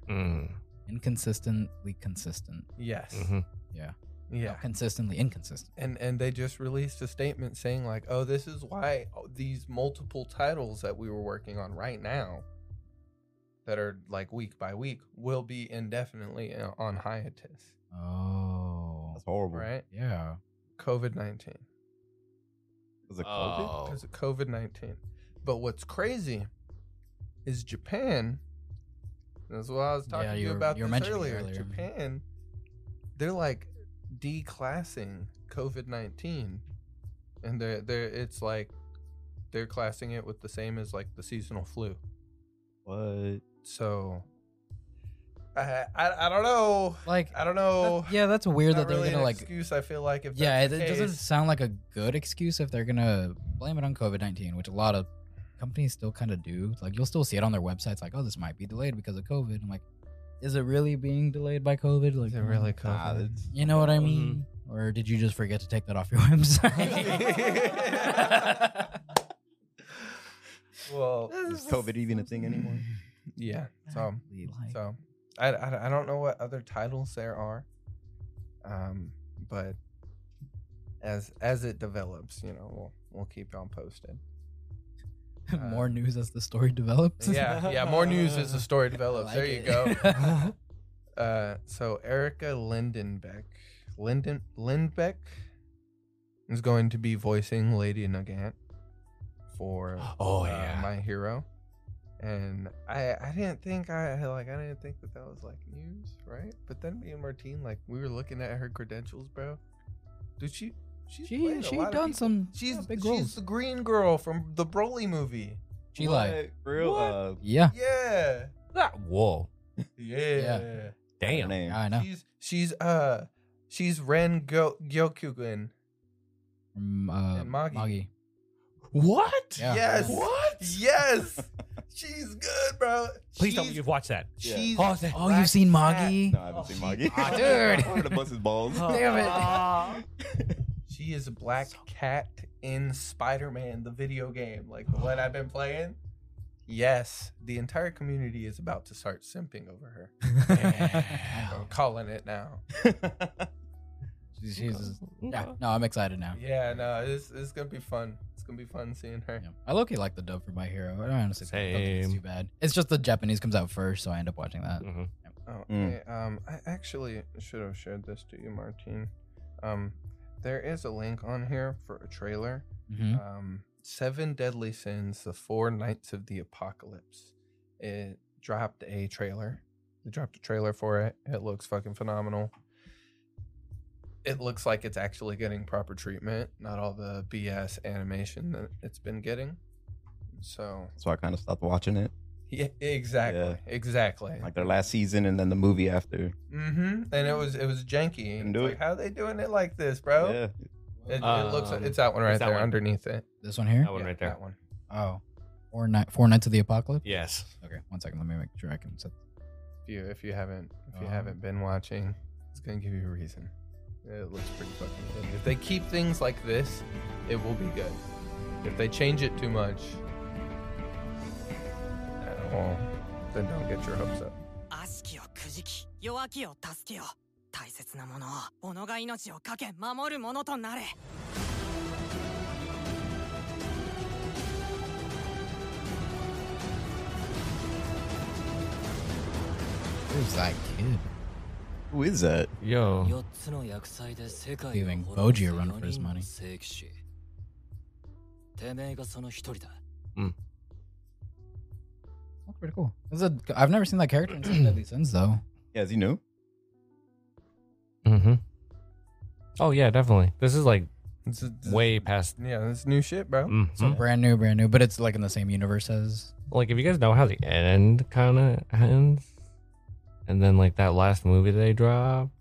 [SPEAKER 1] Mm.
[SPEAKER 2] inconsistently consistent.
[SPEAKER 3] Yes,
[SPEAKER 2] Mm-hmm.
[SPEAKER 1] mhm.
[SPEAKER 2] Yeah,
[SPEAKER 3] yeah.
[SPEAKER 2] Not consistently inconsistent.
[SPEAKER 3] and and they just released a statement saying like oh this is why these multiple titles that we were working on right now that are like week by week will be indefinitely uh, on hiatus
[SPEAKER 2] Oh,
[SPEAKER 4] That's horrible.
[SPEAKER 3] right
[SPEAKER 2] yeah.
[SPEAKER 3] covid-19
[SPEAKER 4] Was it COVID?
[SPEAKER 1] Oh.
[SPEAKER 3] because of covid-19 but what's crazy is japan that's what i was talking
[SPEAKER 2] Yeah,
[SPEAKER 3] to
[SPEAKER 2] you
[SPEAKER 3] you
[SPEAKER 2] were-
[SPEAKER 3] about
[SPEAKER 2] you were
[SPEAKER 3] this
[SPEAKER 2] mentioning it
[SPEAKER 3] earlier.
[SPEAKER 2] earlier.
[SPEAKER 3] japan they're like declassing covid-19 and they're they're it's like they're classing it with the same as like the seasonal flu
[SPEAKER 4] What?
[SPEAKER 3] so i i, I don't know
[SPEAKER 2] Like,
[SPEAKER 3] i don't know
[SPEAKER 2] that- yeah, that's weird
[SPEAKER 3] Not
[SPEAKER 2] that they're
[SPEAKER 3] Oh. really
[SPEAKER 2] gonna
[SPEAKER 3] an
[SPEAKER 2] like.
[SPEAKER 3] excuse i feel like if
[SPEAKER 2] Yeah, it,
[SPEAKER 3] that's the
[SPEAKER 2] it doesn't
[SPEAKER 3] case-
[SPEAKER 2] sound like a good excuse if they're gonna blame it on COVID nineteen, which a lot of companies still kind of do. Like, you'll still see it on their websites, like, "Oh, this might be delayed because of COVID." I'm like, is it really being delayed by COVID? Like, "Mm,
[SPEAKER 3] Is it really
[SPEAKER 4] Nah,
[SPEAKER 3] COVID?
[SPEAKER 4] that's-
[SPEAKER 2] You know what I mean?
[SPEAKER 3] Mm-hmm.
[SPEAKER 2] Or did you just forget to take that off your *laughs*
[SPEAKER 3] *laughs*
[SPEAKER 2] website?
[SPEAKER 3] well
[SPEAKER 4] Is COVID even a thing anymore?
[SPEAKER 3] yeah so
[SPEAKER 2] Exactly, like-
[SPEAKER 3] So I, I, I don't know what other titles there are, um, but as as it develops, you know, we'll we'll keep y'all posted.
[SPEAKER 2] *laughs* more news as the story develops.
[SPEAKER 3] uh,
[SPEAKER 2] *laughs*
[SPEAKER 3] Yeah, yeah. More news as the story
[SPEAKER 2] I
[SPEAKER 3] develops.
[SPEAKER 2] like
[SPEAKER 3] there you
[SPEAKER 2] it.
[SPEAKER 3] go.
[SPEAKER 2] *laughs*
[SPEAKER 3] *laughs* Uh, so Erica Lindenbeck, Linden Lindbeck, is going to be voicing Lady Nugent for
[SPEAKER 1] Oh,
[SPEAKER 3] uh,
[SPEAKER 1] yeah.
[SPEAKER 3] My Hero, and I I didn't think I like I didn't think that that was like news, right? But then me and Martine like we were looking at her credentials, bro. Dude, she she's
[SPEAKER 2] she
[SPEAKER 3] played a
[SPEAKER 2] she
[SPEAKER 3] lot of
[SPEAKER 2] done
[SPEAKER 3] people.
[SPEAKER 2] some
[SPEAKER 3] She's
[SPEAKER 2] yeah, big
[SPEAKER 3] she's
[SPEAKER 2] roles.
[SPEAKER 3] the green girl from the
[SPEAKER 2] *laughs*
[SPEAKER 3] Broly movie.
[SPEAKER 2] She lied.
[SPEAKER 4] What? For real?
[SPEAKER 3] What?
[SPEAKER 4] Uh,
[SPEAKER 2] Yeah,
[SPEAKER 3] Yeah,
[SPEAKER 1] Ah, Whoa.
[SPEAKER 3] yeah.
[SPEAKER 1] Damn.
[SPEAKER 4] name.
[SPEAKER 2] *laughs* I know.
[SPEAKER 3] She's she's uh she's Ren Go- Gyokugan.
[SPEAKER 2] From, uh,
[SPEAKER 3] And Magi.
[SPEAKER 2] Magi.
[SPEAKER 1] What?
[SPEAKER 2] Yeah.
[SPEAKER 3] Yes.
[SPEAKER 1] What?
[SPEAKER 2] *laughs*
[SPEAKER 3] Yes. she's good, bro.
[SPEAKER 1] Please
[SPEAKER 3] she's,
[SPEAKER 1] tell me you've watched that.
[SPEAKER 4] Yeah.
[SPEAKER 3] she's
[SPEAKER 1] Oh, that-
[SPEAKER 2] Oh, you've seen Magi?
[SPEAKER 4] No, I haven't seen Moggy. *laughs*
[SPEAKER 1] Ah,
[SPEAKER 2] dude.
[SPEAKER 4] I'm gonna bust his balls.
[SPEAKER 1] Oh.
[SPEAKER 2] Damn it.
[SPEAKER 3] She is a black cat in Spider-Man the video game, like the one I've been playing. Yes, the entire community is about to start simping over
[SPEAKER 2] *laughs*
[SPEAKER 3] her. I'm *laughs* calling it now.
[SPEAKER 2] She's- she's just- yeah, no, I'm excited now.
[SPEAKER 3] Yeah, no, it's it's gonna be fun. It's gonna be fun seeing her.
[SPEAKER 2] Yeah. I low-key like the dub for My Hero. I honestly don't think it's
[SPEAKER 1] Same.
[SPEAKER 2] too bad. It's just the Japanese comes out first, so I end up watching that.
[SPEAKER 1] Mhm.
[SPEAKER 3] Oh,
[SPEAKER 4] Mm.
[SPEAKER 3] hey, um, I actually should have shared this to you, Martine. Um, there is a link on here for a trailer.
[SPEAKER 2] hmm
[SPEAKER 3] Um, Seven Deadly Sins: The Four Knights of the Apocalypse. It dropped a trailer. They dropped a trailer for it. It looks fucking phenomenal. It looks like it's actually getting proper treatment, not all the BS animation that it's been getting. So, *laughs*
[SPEAKER 4] So I kind of stopped watching it,
[SPEAKER 3] yeah, exactly, exactly.
[SPEAKER 4] like their last season and then the movie after.
[SPEAKER 3] Mm-hmm. And it
[SPEAKER 1] Mm.
[SPEAKER 3] was it was janky.
[SPEAKER 4] Didn't do
[SPEAKER 3] It's like,
[SPEAKER 4] it.
[SPEAKER 3] how they doing it like this, bro?
[SPEAKER 4] Yeah.
[SPEAKER 3] It, it looks
[SPEAKER 1] Um,
[SPEAKER 3] it's that one
[SPEAKER 1] it's
[SPEAKER 3] right
[SPEAKER 1] that
[SPEAKER 3] there
[SPEAKER 1] one.
[SPEAKER 3] underneath it.
[SPEAKER 2] Uh, This one here.
[SPEAKER 1] That one right there.
[SPEAKER 3] That one.
[SPEAKER 2] Oh, four night, four nights of the apocalypse.
[SPEAKER 1] Yes.
[SPEAKER 2] Okay, one second. Let me make sure I can set.
[SPEAKER 3] If you if you haven't if
[SPEAKER 1] Uh-huh.
[SPEAKER 3] you
[SPEAKER 2] Um,
[SPEAKER 3] haven't been watching, it's gonna give you a reason. It looks pretty fucking good. If they keep things like this, it will be good. If they change it too much, uh, well, then don't get your hopes up.
[SPEAKER 5] 悪しきをくじき弱きを助けよ大切なものを己が命を懸け守るものとなれ
[SPEAKER 2] Who's that kid?
[SPEAKER 4] Who is that?
[SPEAKER 1] Yo.
[SPEAKER 6] 4つの厄災で世界
[SPEAKER 2] Giving
[SPEAKER 6] を滅
[SPEAKER 2] Boji a
[SPEAKER 6] ぼす
[SPEAKER 2] run for his
[SPEAKER 6] 4人の
[SPEAKER 2] money.
[SPEAKER 6] 聖騎士てめえがその一人だ
[SPEAKER 2] That's pretty cool. This is a, I've never seen that character in Seven Deadly Sins though.
[SPEAKER 4] Yeah, is he new?
[SPEAKER 1] Mm-hmm. Oh yeah, definitely. This is like
[SPEAKER 3] This is, this-
[SPEAKER 1] way past.
[SPEAKER 3] yeah, this is new shit, bro.
[SPEAKER 1] Mhm.
[SPEAKER 2] So brand new, brand new, but it's like in the same universe as.
[SPEAKER 1] Like if you guys know how the end kind of ends, and then like that last movie they dropped,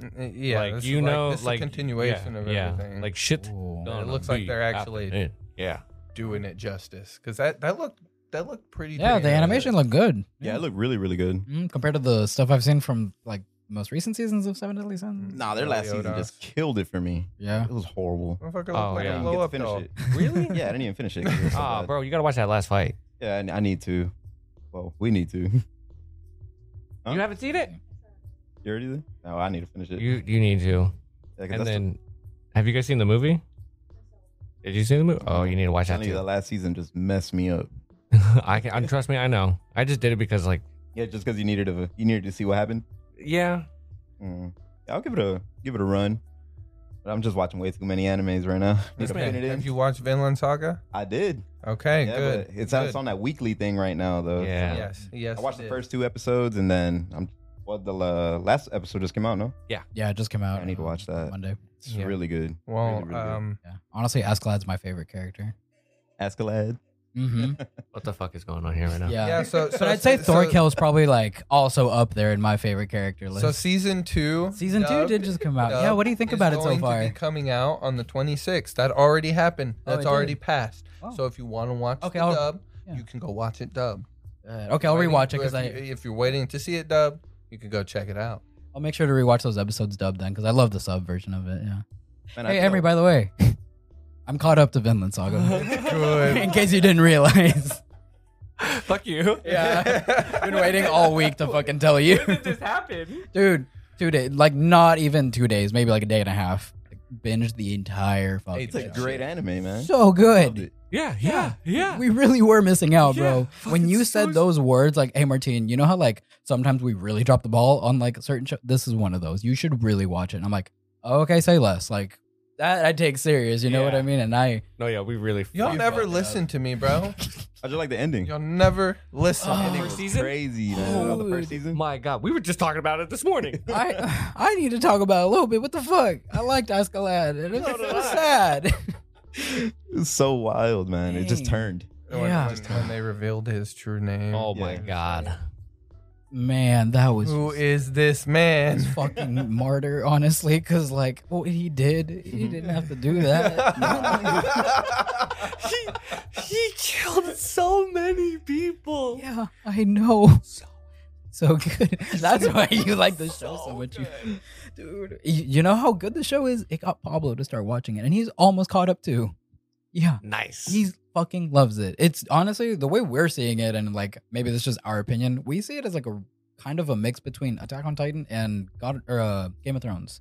[SPEAKER 3] Mm, Yeah,
[SPEAKER 1] like
[SPEAKER 3] this
[SPEAKER 1] you
[SPEAKER 3] is
[SPEAKER 1] know,
[SPEAKER 3] this is a
[SPEAKER 1] like
[SPEAKER 3] continuation
[SPEAKER 1] yeah,
[SPEAKER 3] of
[SPEAKER 1] yeah,
[SPEAKER 3] everything.
[SPEAKER 1] like shit.
[SPEAKER 2] Ooh.
[SPEAKER 3] No.
[SPEAKER 1] gonna
[SPEAKER 3] looks like
[SPEAKER 1] be
[SPEAKER 3] they're actually-
[SPEAKER 1] happening.
[SPEAKER 3] *laughs*
[SPEAKER 1] yeah.
[SPEAKER 3] doing it justice because that that looked that looked pretty.
[SPEAKER 2] Yeah,
[SPEAKER 3] damn
[SPEAKER 2] the
[SPEAKER 3] good.
[SPEAKER 2] animation looked good.
[SPEAKER 4] Yeah, it looked really, really good.
[SPEAKER 2] Mm, compared to the stuff I've seen from like most recent seasons of Seven Deadly Sins.
[SPEAKER 4] Nah, their last season
[SPEAKER 3] Yoda.
[SPEAKER 4] just killed it for me.
[SPEAKER 2] Yeah.
[SPEAKER 4] It was horrible.
[SPEAKER 3] Motherfucker looked
[SPEAKER 1] Oh,
[SPEAKER 3] like
[SPEAKER 1] yeah.
[SPEAKER 3] a
[SPEAKER 1] You
[SPEAKER 3] blow up
[SPEAKER 4] get to
[SPEAKER 3] doll.
[SPEAKER 4] finish it.
[SPEAKER 3] *laughs* Really?
[SPEAKER 4] Yeah, I didn't even finish
[SPEAKER 3] *laughs*
[SPEAKER 4] it. 'cause it was so
[SPEAKER 1] Ah,
[SPEAKER 4] bad.
[SPEAKER 1] bro, you gotta watch that last fight.
[SPEAKER 4] Yeah, I, I need to. Well, we need to. *laughs* Huh?
[SPEAKER 1] You haven't seen it?
[SPEAKER 4] You already there? No, I need to finish it.
[SPEAKER 1] You you need to.
[SPEAKER 4] Yeah, 'cause
[SPEAKER 1] And
[SPEAKER 4] that's
[SPEAKER 1] then, have you guys seen the movie? Did you see the movie? Oh, you need to
[SPEAKER 4] the,
[SPEAKER 1] watch that
[SPEAKER 4] telling you, that
[SPEAKER 1] too.
[SPEAKER 4] last season just messed me up.
[SPEAKER 1] *laughs* I can. I, trust me, I know. I just did it because, like,
[SPEAKER 4] Yeah, just because you needed to, you needed to see what happened.
[SPEAKER 1] yeah,
[SPEAKER 4] Mm. I'll give it a give it a run. But I'm just watching way too many animes right now. *laughs* Need
[SPEAKER 1] This
[SPEAKER 4] to
[SPEAKER 1] man-
[SPEAKER 4] pin it in.
[SPEAKER 3] Have you watched Vinland Saga?
[SPEAKER 4] I did.
[SPEAKER 3] Okay,
[SPEAKER 4] yeah,
[SPEAKER 3] good.
[SPEAKER 4] but it's,
[SPEAKER 3] good.
[SPEAKER 4] it's on that weekly thing right now though.
[SPEAKER 1] Yeah.
[SPEAKER 4] So,
[SPEAKER 3] Yes, yes.
[SPEAKER 4] I watched
[SPEAKER 3] it
[SPEAKER 4] the
[SPEAKER 3] is.
[SPEAKER 4] first two episodes and then I'm well the uh, last episode just came out, no?
[SPEAKER 2] *laughs* Yeah, it just came out.
[SPEAKER 4] I need to
[SPEAKER 2] uh,
[SPEAKER 4] watch that.
[SPEAKER 2] Monday.
[SPEAKER 4] It's
[SPEAKER 1] Yeah.
[SPEAKER 4] really good.
[SPEAKER 3] Well,
[SPEAKER 4] really, really good.
[SPEAKER 3] um,
[SPEAKER 2] Yeah. Honestly, Askeladd's my favorite character.
[SPEAKER 4] Askeladd.
[SPEAKER 2] Mm-hmm.
[SPEAKER 3] hmm?
[SPEAKER 4] *laughs*
[SPEAKER 1] what the fuck is going on here right now?
[SPEAKER 2] Yeah.
[SPEAKER 3] yeah. So, so
[SPEAKER 2] But I'd say
[SPEAKER 3] so-
[SPEAKER 2] Thorkel is probably like also up there in my favorite character list.
[SPEAKER 3] So season two,
[SPEAKER 2] Season two
[SPEAKER 3] dubbed,
[SPEAKER 2] did just come out. Yeah,
[SPEAKER 3] dubbed,
[SPEAKER 2] what do you think
[SPEAKER 3] is
[SPEAKER 2] about it so
[SPEAKER 3] going to
[SPEAKER 2] far?
[SPEAKER 3] be coming out on the 26th. That already happened.
[SPEAKER 2] Oh, it
[SPEAKER 3] That's
[SPEAKER 2] did?
[SPEAKER 3] already passed.
[SPEAKER 2] Wow.
[SPEAKER 3] So if you want to watch
[SPEAKER 2] Okay,
[SPEAKER 3] the
[SPEAKER 2] I'll-
[SPEAKER 3] dub,
[SPEAKER 2] yeah.
[SPEAKER 3] you can go watch it dub.
[SPEAKER 2] Uh, okay, I'll
[SPEAKER 3] Waiting-
[SPEAKER 2] rewatch it because
[SPEAKER 3] if you-
[SPEAKER 2] I
[SPEAKER 3] if you're waiting to see it dub, you can go check
[SPEAKER 2] *laughs*
[SPEAKER 3] it out.
[SPEAKER 2] I'll make sure to rewatch those episodes dubbed then because I love the sub version of it. Yeah.
[SPEAKER 4] Man, I
[SPEAKER 2] Hey,
[SPEAKER 4] feel-
[SPEAKER 2] Emery, by the way, *laughs* I'm caught up to Vinland Saga.
[SPEAKER 3] *laughs* Good.
[SPEAKER 2] in case you didn't realize.
[SPEAKER 1] Fuck you.
[SPEAKER 2] Yeah. Been waiting
[SPEAKER 1] *laughs*
[SPEAKER 2] all week to fucking tell you.
[SPEAKER 1] this happened.
[SPEAKER 2] Dude, two days, like not even two days, maybe like a day and a half. Like, binged the entire fucking
[SPEAKER 3] It's
[SPEAKER 4] It's a
[SPEAKER 3] Yeah.
[SPEAKER 2] show.
[SPEAKER 4] great anime, man.
[SPEAKER 2] So
[SPEAKER 4] Loved
[SPEAKER 2] good.
[SPEAKER 4] it.
[SPEAKER 1] Yeah, yeah, yeah.
[SPEAKER 2] We really were missing out, bro.
[SPEAKER 1] Yeah,
[SPEAKER 2] when
[SPEAKER 1] fucking
[SPEAKER 2] you
[SPEAKER 1] so
[SPEAKER 2] said
[SPEAKER 1] s-
[SPEAKER 2] those words, like, hey, Martine, you know how, like, sometimes we really drop the ball on, like, certain show? This is one of those. You should really watch it. And I'm like, okay, say less. Like, that I take serious. You know what
[SPEAKER 1] Yeah.
[SPEAKER 2] I mean? And I,
[SPEAKER 1] No, yeah, we really.
[SPEAKER 3] *laughs* Y'all
[SPEAKER 1] fucked
[SPEAKER 3] never
[SPEAKER 1] up.
[SPEAKER 3] listen to me, bro.
[SPEAKER 4] I just like the ending.
[SPEAKER 2] *laughs*
[SPEAKER 3] Y'all never listen.
[SPEAKER 2] Oh,
[SPEAKER 4] ending
[SPEAKER 1] first
[SPEAKER 4] was
[SPEAKER 1] season?
[SPEAKER 4] crazy, man. Oh, the first season.
[SPEAKER 1] My God, we were just talking about it this
[SPEAKER 2] *laughs*
[SPEAKER 1] morning.
[SPEAKER 2] I I need to talk about it a little bit. What the fuck? I liked Escalade. and It
[SPEAKER 1] So
[SPEAKER 2] was
[SPEAKER 1] did
[SPEAKER 2] so
[SPEAKER 1] I.
[SPEAKER 2] sad. *laughs*
[SPEAKER 4] It was so wild, man. It just
[SPEAKER 2] Dang.
[SPEAKER 4] turned.
[SPEAKER 3] when,
[SPEAKER 2] Yeah.
[SPEAKER 3] when, when they revealed his true name.
[SPEAKER 1] oh my
[SPEAKER 4] Yeah.
[SPEAKER 1] God.
[SPEAKER 2] Man, that was
[SPEAKER 3] Who
[SPEAKER 2] just-
[SPEAKER 3] is this man?
[SPEAKER 2] this fucking martyr, honestly, because like what he did,
[SPEAKER 1] Mm-hmm.
[SPEAKER 2] he didn't have to do that.
[SPEAKER 1] *laughs* he he killed so many people.
[SPEAKER 2] yeah, I know.
[SPEAKER 1] *laughs*
[SPEAKER 2] So good. That's why you like the show so
[SPEAKER 1] So
[SPEAKER 2] much, you, dude. You, you know how good the show is. It got Pablo to start watching it, and he's almost caught up too. Yeah.
[SPEAKER 1] Nice.
[SPEAKER 2] He fucking loves it. It's honestly the way we're seeing it, and like maybe this is just our opinion. We see it as like a kind of a mix between Attack on Titan and God or uh, Game of Thrones.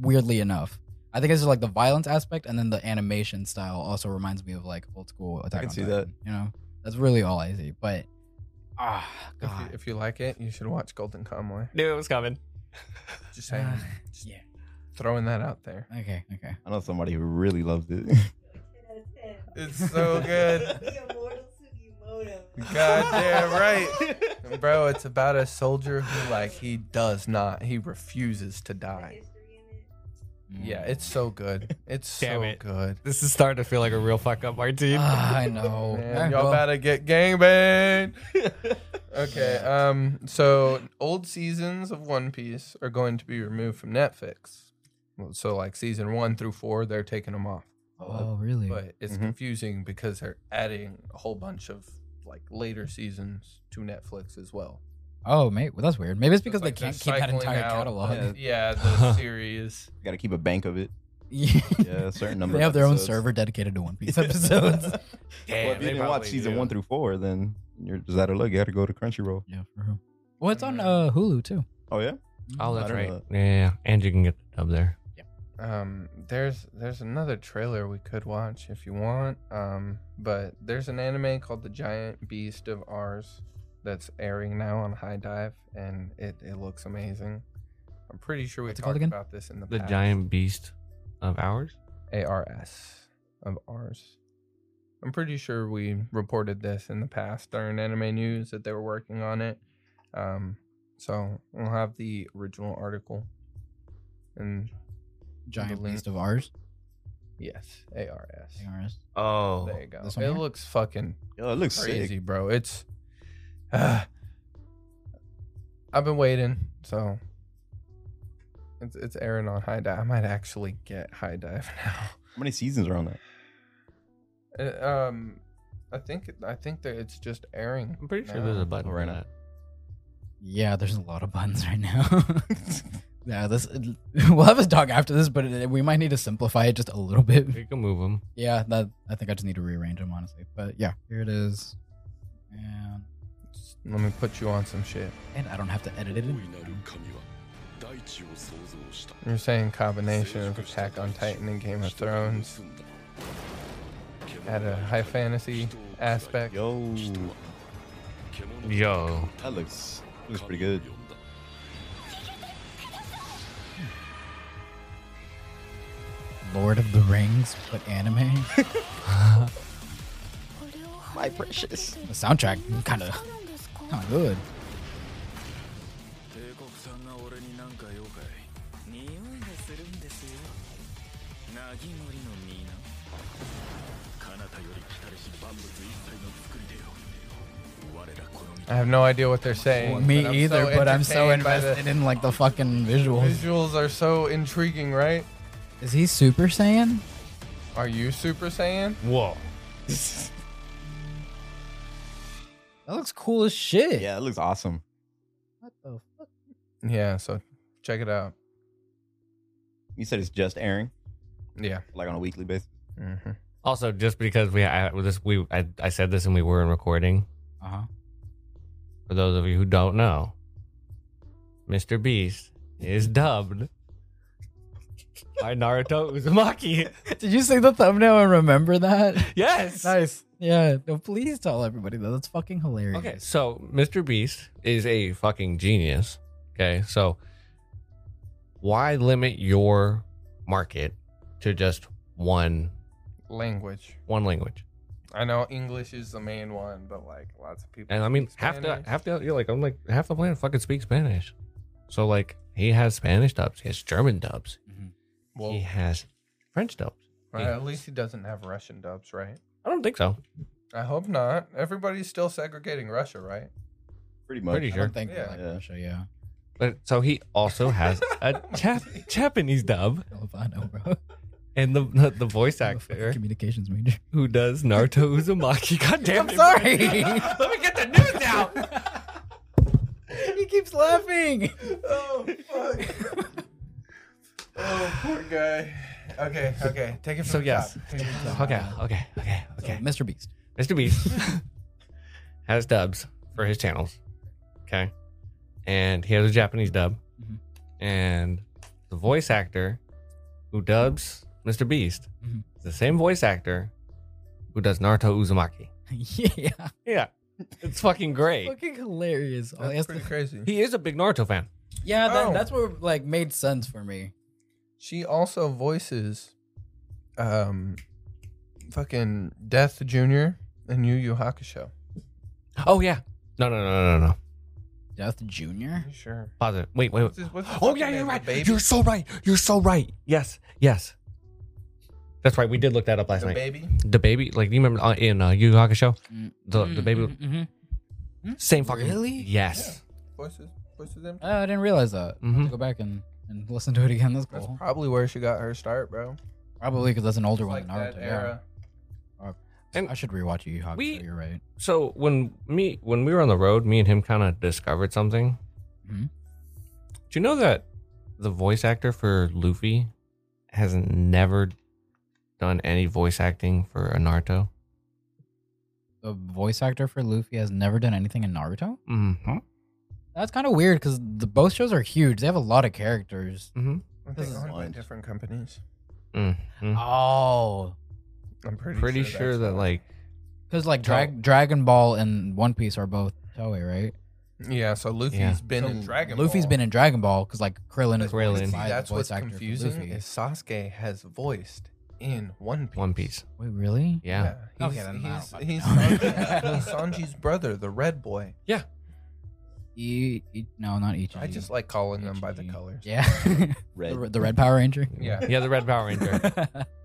[SPEAKER 2] Weirdly enough, I think it's just like the violence aspect, and then the animation style also reminds me of like old school Attack
[SPEAKER 4] can
[SPEAKER 2] on
[SPEAKER 4] see
[SPEAKER 2] Titan.
[SPEAKER 4] that.
[SPEAKER 2] You know, that's really all I see. But ah,
[SPEAKER 3] If
[SPEAKER 2] god,
[SPEAKER 3] you, if you like it, you should watch Golden Kamuy.
[SPEAKER 1] knew it was coming.
[SPEAKER 3] Just saying.
[SPEAKER 2] Ah,
[SPEAKER 3] Just
[SPEAKER 2] yeah.
[SPEAKER 3] Throwing that out there.
[SPEAKER 2] okay, okay.
[SPEAKER 4] I know somebody who really loved it.
[SPEAKER 3] It's *laughs* so good.
[SPEAKER 7] The immortal Sugimoto. *laughs*
[SPEAKER 3] God damn right. Bro, it's about a soldier who like he does not, he refuses to
[SPEAKER 7] The
[SPEAKER 3] die.
[SPEAKER 7] history in it.
[SPEAKER 3] Yeah,
[SPEAKER 2] Mm.
[SPEAKER 3] it's so good. It's
[SPEAKER 1] Damn
[SPEAKER 3] so
[SPEAKER 1] it.
[SPEAKER 3] good.
[SPEAKER 1] *laughs* This is starting to feel like a real fuck up, Martine.
[SPEAKER 2] Ah, *sighs* I know. Well,
[SPEAKER 3] Man, y'all about to get gangbanged. okay, um, so old seasons of One Piece are going to be removed from Netflix. Well, So like season one through four, they're taking them off.
[SPEAKER 2] Oh, really?
[SPEAKER 3] But it's
[SPEAKER 4] Mhm.
[SPEAKER 3] confusing because they're adding a whole bunch of like later seasons to Netflix as well.
[SPEAKER 2] Oh, mate, well, that's weird. Maybe it's because
[SPEAKER 3] It's like
[SPEAKER 2] they can't
[SPEAKER 3] they're
[SPEAKER 2] keep that
[SPEAKER 3] cycling
[SPEAKER 2] entire
[SPEAKER 3] out,
[SPEAKER 2] catalog.
[SPEAKER 3] uh, Yeah, the series.
[SPEAKER 4] Got to keep a bank of it.
[SPEAKER 2] *laughs* Yeah.
[SPEAKER 4] Yeah, a certain number.
[SPEAKER 2] They
[SPEAKER 4] of
[SPEAKER 2] have their own
[SPEAKER 4] episodes. *laughs*
[SPEAKER 2] server dedicated to One Piece *laughs* episodes.
[SPEAKER 1] Damn,
[SPEAKER 4] well, if
[SPEAKER 1] they
[SPEAKER 4] you didn't watch
[SPEAKER 1] probably
[SPEAKER 4] season
[SPEAKER 1] do.
[SPEAKER 4] one through four, then you're just out of luck. You had to go to Crunchyroll.
[SPEAKER 2] yeah, for real. Well, it's on uh, Hulu too.
[SPEAKER 4] Oh yeah,
[SPEAKER 1] Oh,
[SPEAKER 4] I
[SPEAKER 1] that's
[SPEAKER 4] don't
[SPEAKER 1] right.
[SPEAKER 4] know.
[SPEAKER 1] Yeah, yeah, yeah. and you can get the dub there.
[SPEAKER 3] Um, there's there's another trailer we could watch if you want. Um, but there's an anime called The Giant Beast of Ours that's airing now on High Dive, and it, it looks amazing. I'm pretty sure we
[SPEAKER 2] What's it called
[SPEAKER 3] talked
[SPEAKER 2] again?
[SPEAKER 3] about this in the
[SPEAKER 1] The
[SPEAKER 3] past.
[SPEAKER 1] giant beast of ours.
[SPEAKER 3] A R S of ours. I'm pretty sure we reported this in the past during anime news that they were working on it. Um, so we'll have the original article. And
[SPEAKER 2] Giant
[SPEAKER 3] link.
[SPEAKER 2] Beast of Ours.
[SPEAKER 3] yes, A R S.
[SPEAKER 2] ARS.
[SPEAKER 1] Oh,
[SPEAKER 3] There you go. It
[SPEAKER 2] this one here?
[SPEAKER 3] looks fucking
[SPEAKER 4] yo, it looks
[SPEAKER 3] crazy,
[SPEAKER 4] sick.
[SPEAKER 3] bro. It's. ah. I've been waiting, so It's, it's Aaron on high dive. I might actually get high dive *laughs* now.
[SPEAKER 4] How many seasons are on that?
[SPEAKER 3] Uh, um, I think I think that it's just airing.
[SPEAKER 1] I'm pretty sure
[SPEAKER 3] now.
[SPEAKER 1] there's a button right
[SPEAKER 4] Right now.
[SPEAKER 1] that.
[SPEAKER 2] Yeah, there's a lot of buttons right now. *laughs* yeah, this *laughs* we'll have a talk after this, but it, we might need to simplify it just a little bit.
[SPEAKER 1] You can move them.
[SPEAKER 2] *laughs* Yeah, that I think I just need to rearrange them honestly. But yeah, here it is, and
[SPEAKER 3] Just Let me put you on some shit.
[SPEAKER 2] and I don't have to edit it. in.
[SPEAKER 8] なる神は大地を創造した
[SPEAKER 3] You're saying combination of Attack on Titan and Game of Thrones at a high fantasy aspect.
[SPEAKER 4] Yo,
[SPEAKER 1] Yo.
[SPEAKER 4] that looks looks pretty good.
[SPEAKER 2] Lord of the Rings, but anime.
[SPEAKER 4] My precious.
[SPEAKER 2] The soundtrack kind of kind of good.
[SPEAKER 6] 帝国さんが俺になんか用かい匂いがするんですよナギモリの実な彼方より来たるし万物一切の作り手よ我らこの身
[SPEAKER 3] I have no idea what they're saying.
[SPEAKER 2] Me
[SPEAKER 3] but I'm so
[SPEAKER 2] either, but I'm so
[SPEAKER 3] entertained by the-
[SPEAKER 2] invested in like the fucking
[SPEAKER 3] *laughs*
[SPEAKER 2] visuals.
[SPEAKER 3] Visuals are so intriguing, right?
[SPEAKER 2] Is he Super Saiyan?
[SPEAKER 3] Are you Super Saiyan?
[SPEAKER 1] Whoa.
[SPEAKER 2] That looks cool as shit.
[SPEAKER 4] Yeah, it looks awesome.
[SPEAKER 2] What the fuck?
[SPEAKER 3] Yeah, so check it out.
[SPEAKER 4] You said it's just airing,
[SPEAKER 3] Yeah.
[SPEAKER 4] like on a weekly basis.
[SPEAKER 3] Mm-hmm.
[SPEAKER 1] Also, just because we I, with this we I, I said this and we were in recording.
[SPEAKER 2] Uh
[SPEAKER 3] Uh-huh.
[SPEAKER 2] huh.
[SPEAKER 1] For those of you who don't know, Mr. Beast is dubbed by Naruto Uzumaki.
[SPEAKER 2] *laughs*
[SPEAKER 1] *laughs*
[SPEAKER 2] Did you see the thumbnail and remember
[SPEAKER 3] *laughs*
[SPEAKER 2] that?
[SPEAKER 1] Yes.
[SPEAKER 2] nice. Yeah. No, please tell everybody that. That's fucking hilarious.
[SPEAKER 1] Okay, so Mr. Beast is a fucking genius. Okay, so why limit your market to just one
[SPEAKER 3] Language.
[SPEAKER 1] one language?
[SPEAKER 3] I know English is the main one, but like lots of people.
[SPEAKER 1] And I mean,
[SPEAKER 3] speak
[SPEAKER 1] half the
[SPEAKER 3] Spanish.
[SPEAKER 1] half the you're like I'm like half the planet fucking speaks Spanish, so like he has Spanish dubs, he has German dubs,
[SPEAKER 3] Well,
[SPEAKER 1] he has French dubs.
[SPEAKER 3] right, at least he doesn't have Russian dubs, right?
[SPEAKER 1] I don't think so.
[SPEAKER 3] I hope not. Everybody's still segregating Russia, right?
[SPEAKER 4] Pretty much.
[SPEAKER 1] Pretty
[SPEAKER 2] I
[SPEAKER 1] sure.
[SPEAKER 2] don't think
[SPEAKER 3] Yeah.
[SPEAKER 2] like
[SPEAKER 4] Yeah.
[SPEAKER 2] Russia, yeah.
[SPEAKER 1] But so he also has a Jap- Japanese dub,
[SPEAKER 2] Hell if I know,
[SPEAKER 3] *laughs*
[SPEAKER 2] bro.
[SPEAKER 1] and the the, the voice
[SPEAKER 2] I'm a fucking
[SPEAKER 1] actor
[SPEAKER 2] Communications major.
[SPEAKER 1] who does Naruto Uzumaki. God damn
[SPEAKER 2] I'm
[SPEAKER 1] it, *laughs*
[SPEAKER 2] sorry.
[SPEAKER 1] Let me get the news out.
[SPEAKER 2] he keeps *laughs* laughing.
[SPEAKER 3] *laughs* Oh fuck! oh poor guy. Okay, okay, take it from
[SPEAKER 1] So
[SPEAKER 3] the
[SPEAKER 1] yes.
[SPEAKER 3] top. Take it from the top.
[SPEAKER 1] Okay, okay, okay, okay.
[SPEAKER 2] Mr. Beast. *laughs*
[SPEAKER 1] Mr. Beast has dubs for his channels. Okay. And he has a Japanese dub.
[SPEAKER 2] Mhm.
[SPEAKER 1] And the voice actor who dubs Mr. Beast
[SPEAKER 2] Mhm.
[SPEAKER 1] is the same voice actor who does Naruto Uzumaki.
[SPEAKER 2] yeah.
[SPEAKER 1] Yeah. It's fucking great.
[SPEAKER 2] Fucking hilarious. Oh,
[SPEAKER 3] That's
[SPEAKER 2] that's
[SPEAKER 3] pretty
[SPEAKER 2] the-
[SPEAKER 3] crazy.
[SPEAKER 1] He is a big Naruto fan.
[SPEAKER 2] yeah, that,
[SPEAKER 3] Oh.
[SPEAKER 2] that's what like made sense for me.
[SPEAKER 3] She also voices, um, fucking Death Junior in Yu Yu Hakusho.
[SPEAKER 1] Oh yeah. No, no, no, no, no, no.
[SPEAKER 2] Death Junior.
[SPEAKER 3] You sure?
[SPEAKER 1] Positive. Wait, wait,
[SPEAKER 3] What's
[SPEAKER 1] wait.
[SPEAKER 3] his- what's his
[SPEAKER 1] Oh
[SPEAKER 3] fucking
[SPEAKER 1] yeah, you're
[SPEAKER 3] name, the
[SPEAKER 1] right.
[SPEAKER 3] Baby?
[SPEAKER 1] You're so right. You're so right. Yes, yes. That's right. We did look that up last
[SPEAKER 3] the
[SPEAKER 1] night.
[SPEAKER 3] baby.
[SPEAKER 1] the baby, like you remember uh, in uh, Yu Yu Hakusho,
[SPEAKER 2] Mm.
[SPEAKER 1] the the baby,
[SPEAKER 3] mm-hmm.
[SPEAKER 2] mm-hmm.
[SPEAKER 1] same fucking.
[SPEAKER 2] Really?
[SPEAKER 1] Yes.
[SPEAKER 3] Voices. Voices him.
[SPEAKER 2] Oh, I didn't realize that. I have
[SPEAKER 1] Mhm.
[SPEAKER 2] to Go back and, and listen to it again. That's
[SPEAKER 3] That's
[SPEAKER 2] cool.
[SPEAKER 3] probably where she got her start, bro.
[SPEAKER 2] Probably because that's an older one
[SPEAKER 3] Like
[SPEAKER 2] than Naruto.
[SPEAKER 3] that
[SPEAKER 2] yeah.
[SPEAKER 3] era.
[SPEAKER 1] And-
[SPEAKER 2] I should rewatch Yu Yu Hakusho.
[SPEAKER 1] We-
[SPEAKER 2] You're right.
[SPEAKER 1] So when me when we were on the road, me and him kind of discovered something.
[SPEAKER 3] Mm-hmm.
[SPEAKER 2] Mhm.
[SPEAKER 1] Do you know that the voice actor for Luffy has never done any voice acting for a Naruto?
[SPEAKER 2] The voice actor for Luffy has never done anything in Naruto.
[SPEAKER 1] Mm-hmm.
[SPEAKER 2] That's kind of weird because the both shows are huge. They have a lot of characters.
[SPEAKER 3] I
[SPEAKER 2] This
[SPEAKER 3] think
[SPEAKER 2] is
[SPEAKER 3] owned by
[SPEAKER 4] wild.
[SPEAKER 3] different companies.
[SPEAKER 1] Mm-hmm.
[SPEAKER 2] Oh,
[SPEAKER 3] I'm pretty,
[SPEAKER 1] Pretty sure,
[SPEAKER 3] that's
[SPEAKER 1] that
[SPEAKER 3] why.
[SPEAKER 1] like
[SPEAKER 2] because like
[SPEAKER 1] Tell-
[SPEAKER 2] Drag- Dragon Ball and One Piece are both Toei, right?
[SPEAKER 3] yeah. So Luffy's
[SPEAKER 1] Yeah.
[SPEAKER 3] been in
[SPEAKER 4] So
[SPEAKER 3] Dragon.
[SPEAKER 2] Luffy's
[SPEAKER 3] Ball.
[SPEAKER 2] been in Dragon Ball because like Krillin is
[SPEAKER 1] Krillin.
[SPEAKER 2] voiced
[SPEAKER 1] See,
[SPEAKER 3] See,
[SPEAKER 2] by the
[SPEAKER 3] that's
[SPEAKER 2] voice
[SPEAKER 3] what's
[SPEAKER 2] actor for
[SPEAKER 3] confusing
[SPEAKER 2] Luffy.
[SPEAKER 3] is Sasuke has voiced in One Piece.
[SPEAKER 1] One Piece.
[SPEAKER 2] Wait, really?
[SPEAKER 1] Yeah.
[SPEAKER 3] He's,
[SPEAKER 2] Okay, then I don't
[SPEAKER 3] he's,
[SPEAKER 2] fucking
[SPEAKER 3] he's,
[SPEAKER 2] know.
[SPEAKER 3] Sanji- he's Sanji's brother, the red boy.
[SPEAKER 2] E- E- no, not each.
[SPEAKER 3] I just like calling them by the colors.
[SPEAKER 2] Yeah, *laughs*
[SPEAKER 4] Red. *laughs*
[SPEAKER 2] the, the Red Power Ranger.
[SPEAKER 3] Yeah.
[SPEAKER 1] Yeah, the Red Power Ranger.
[SPEAKER 2] *laughs* *sighs*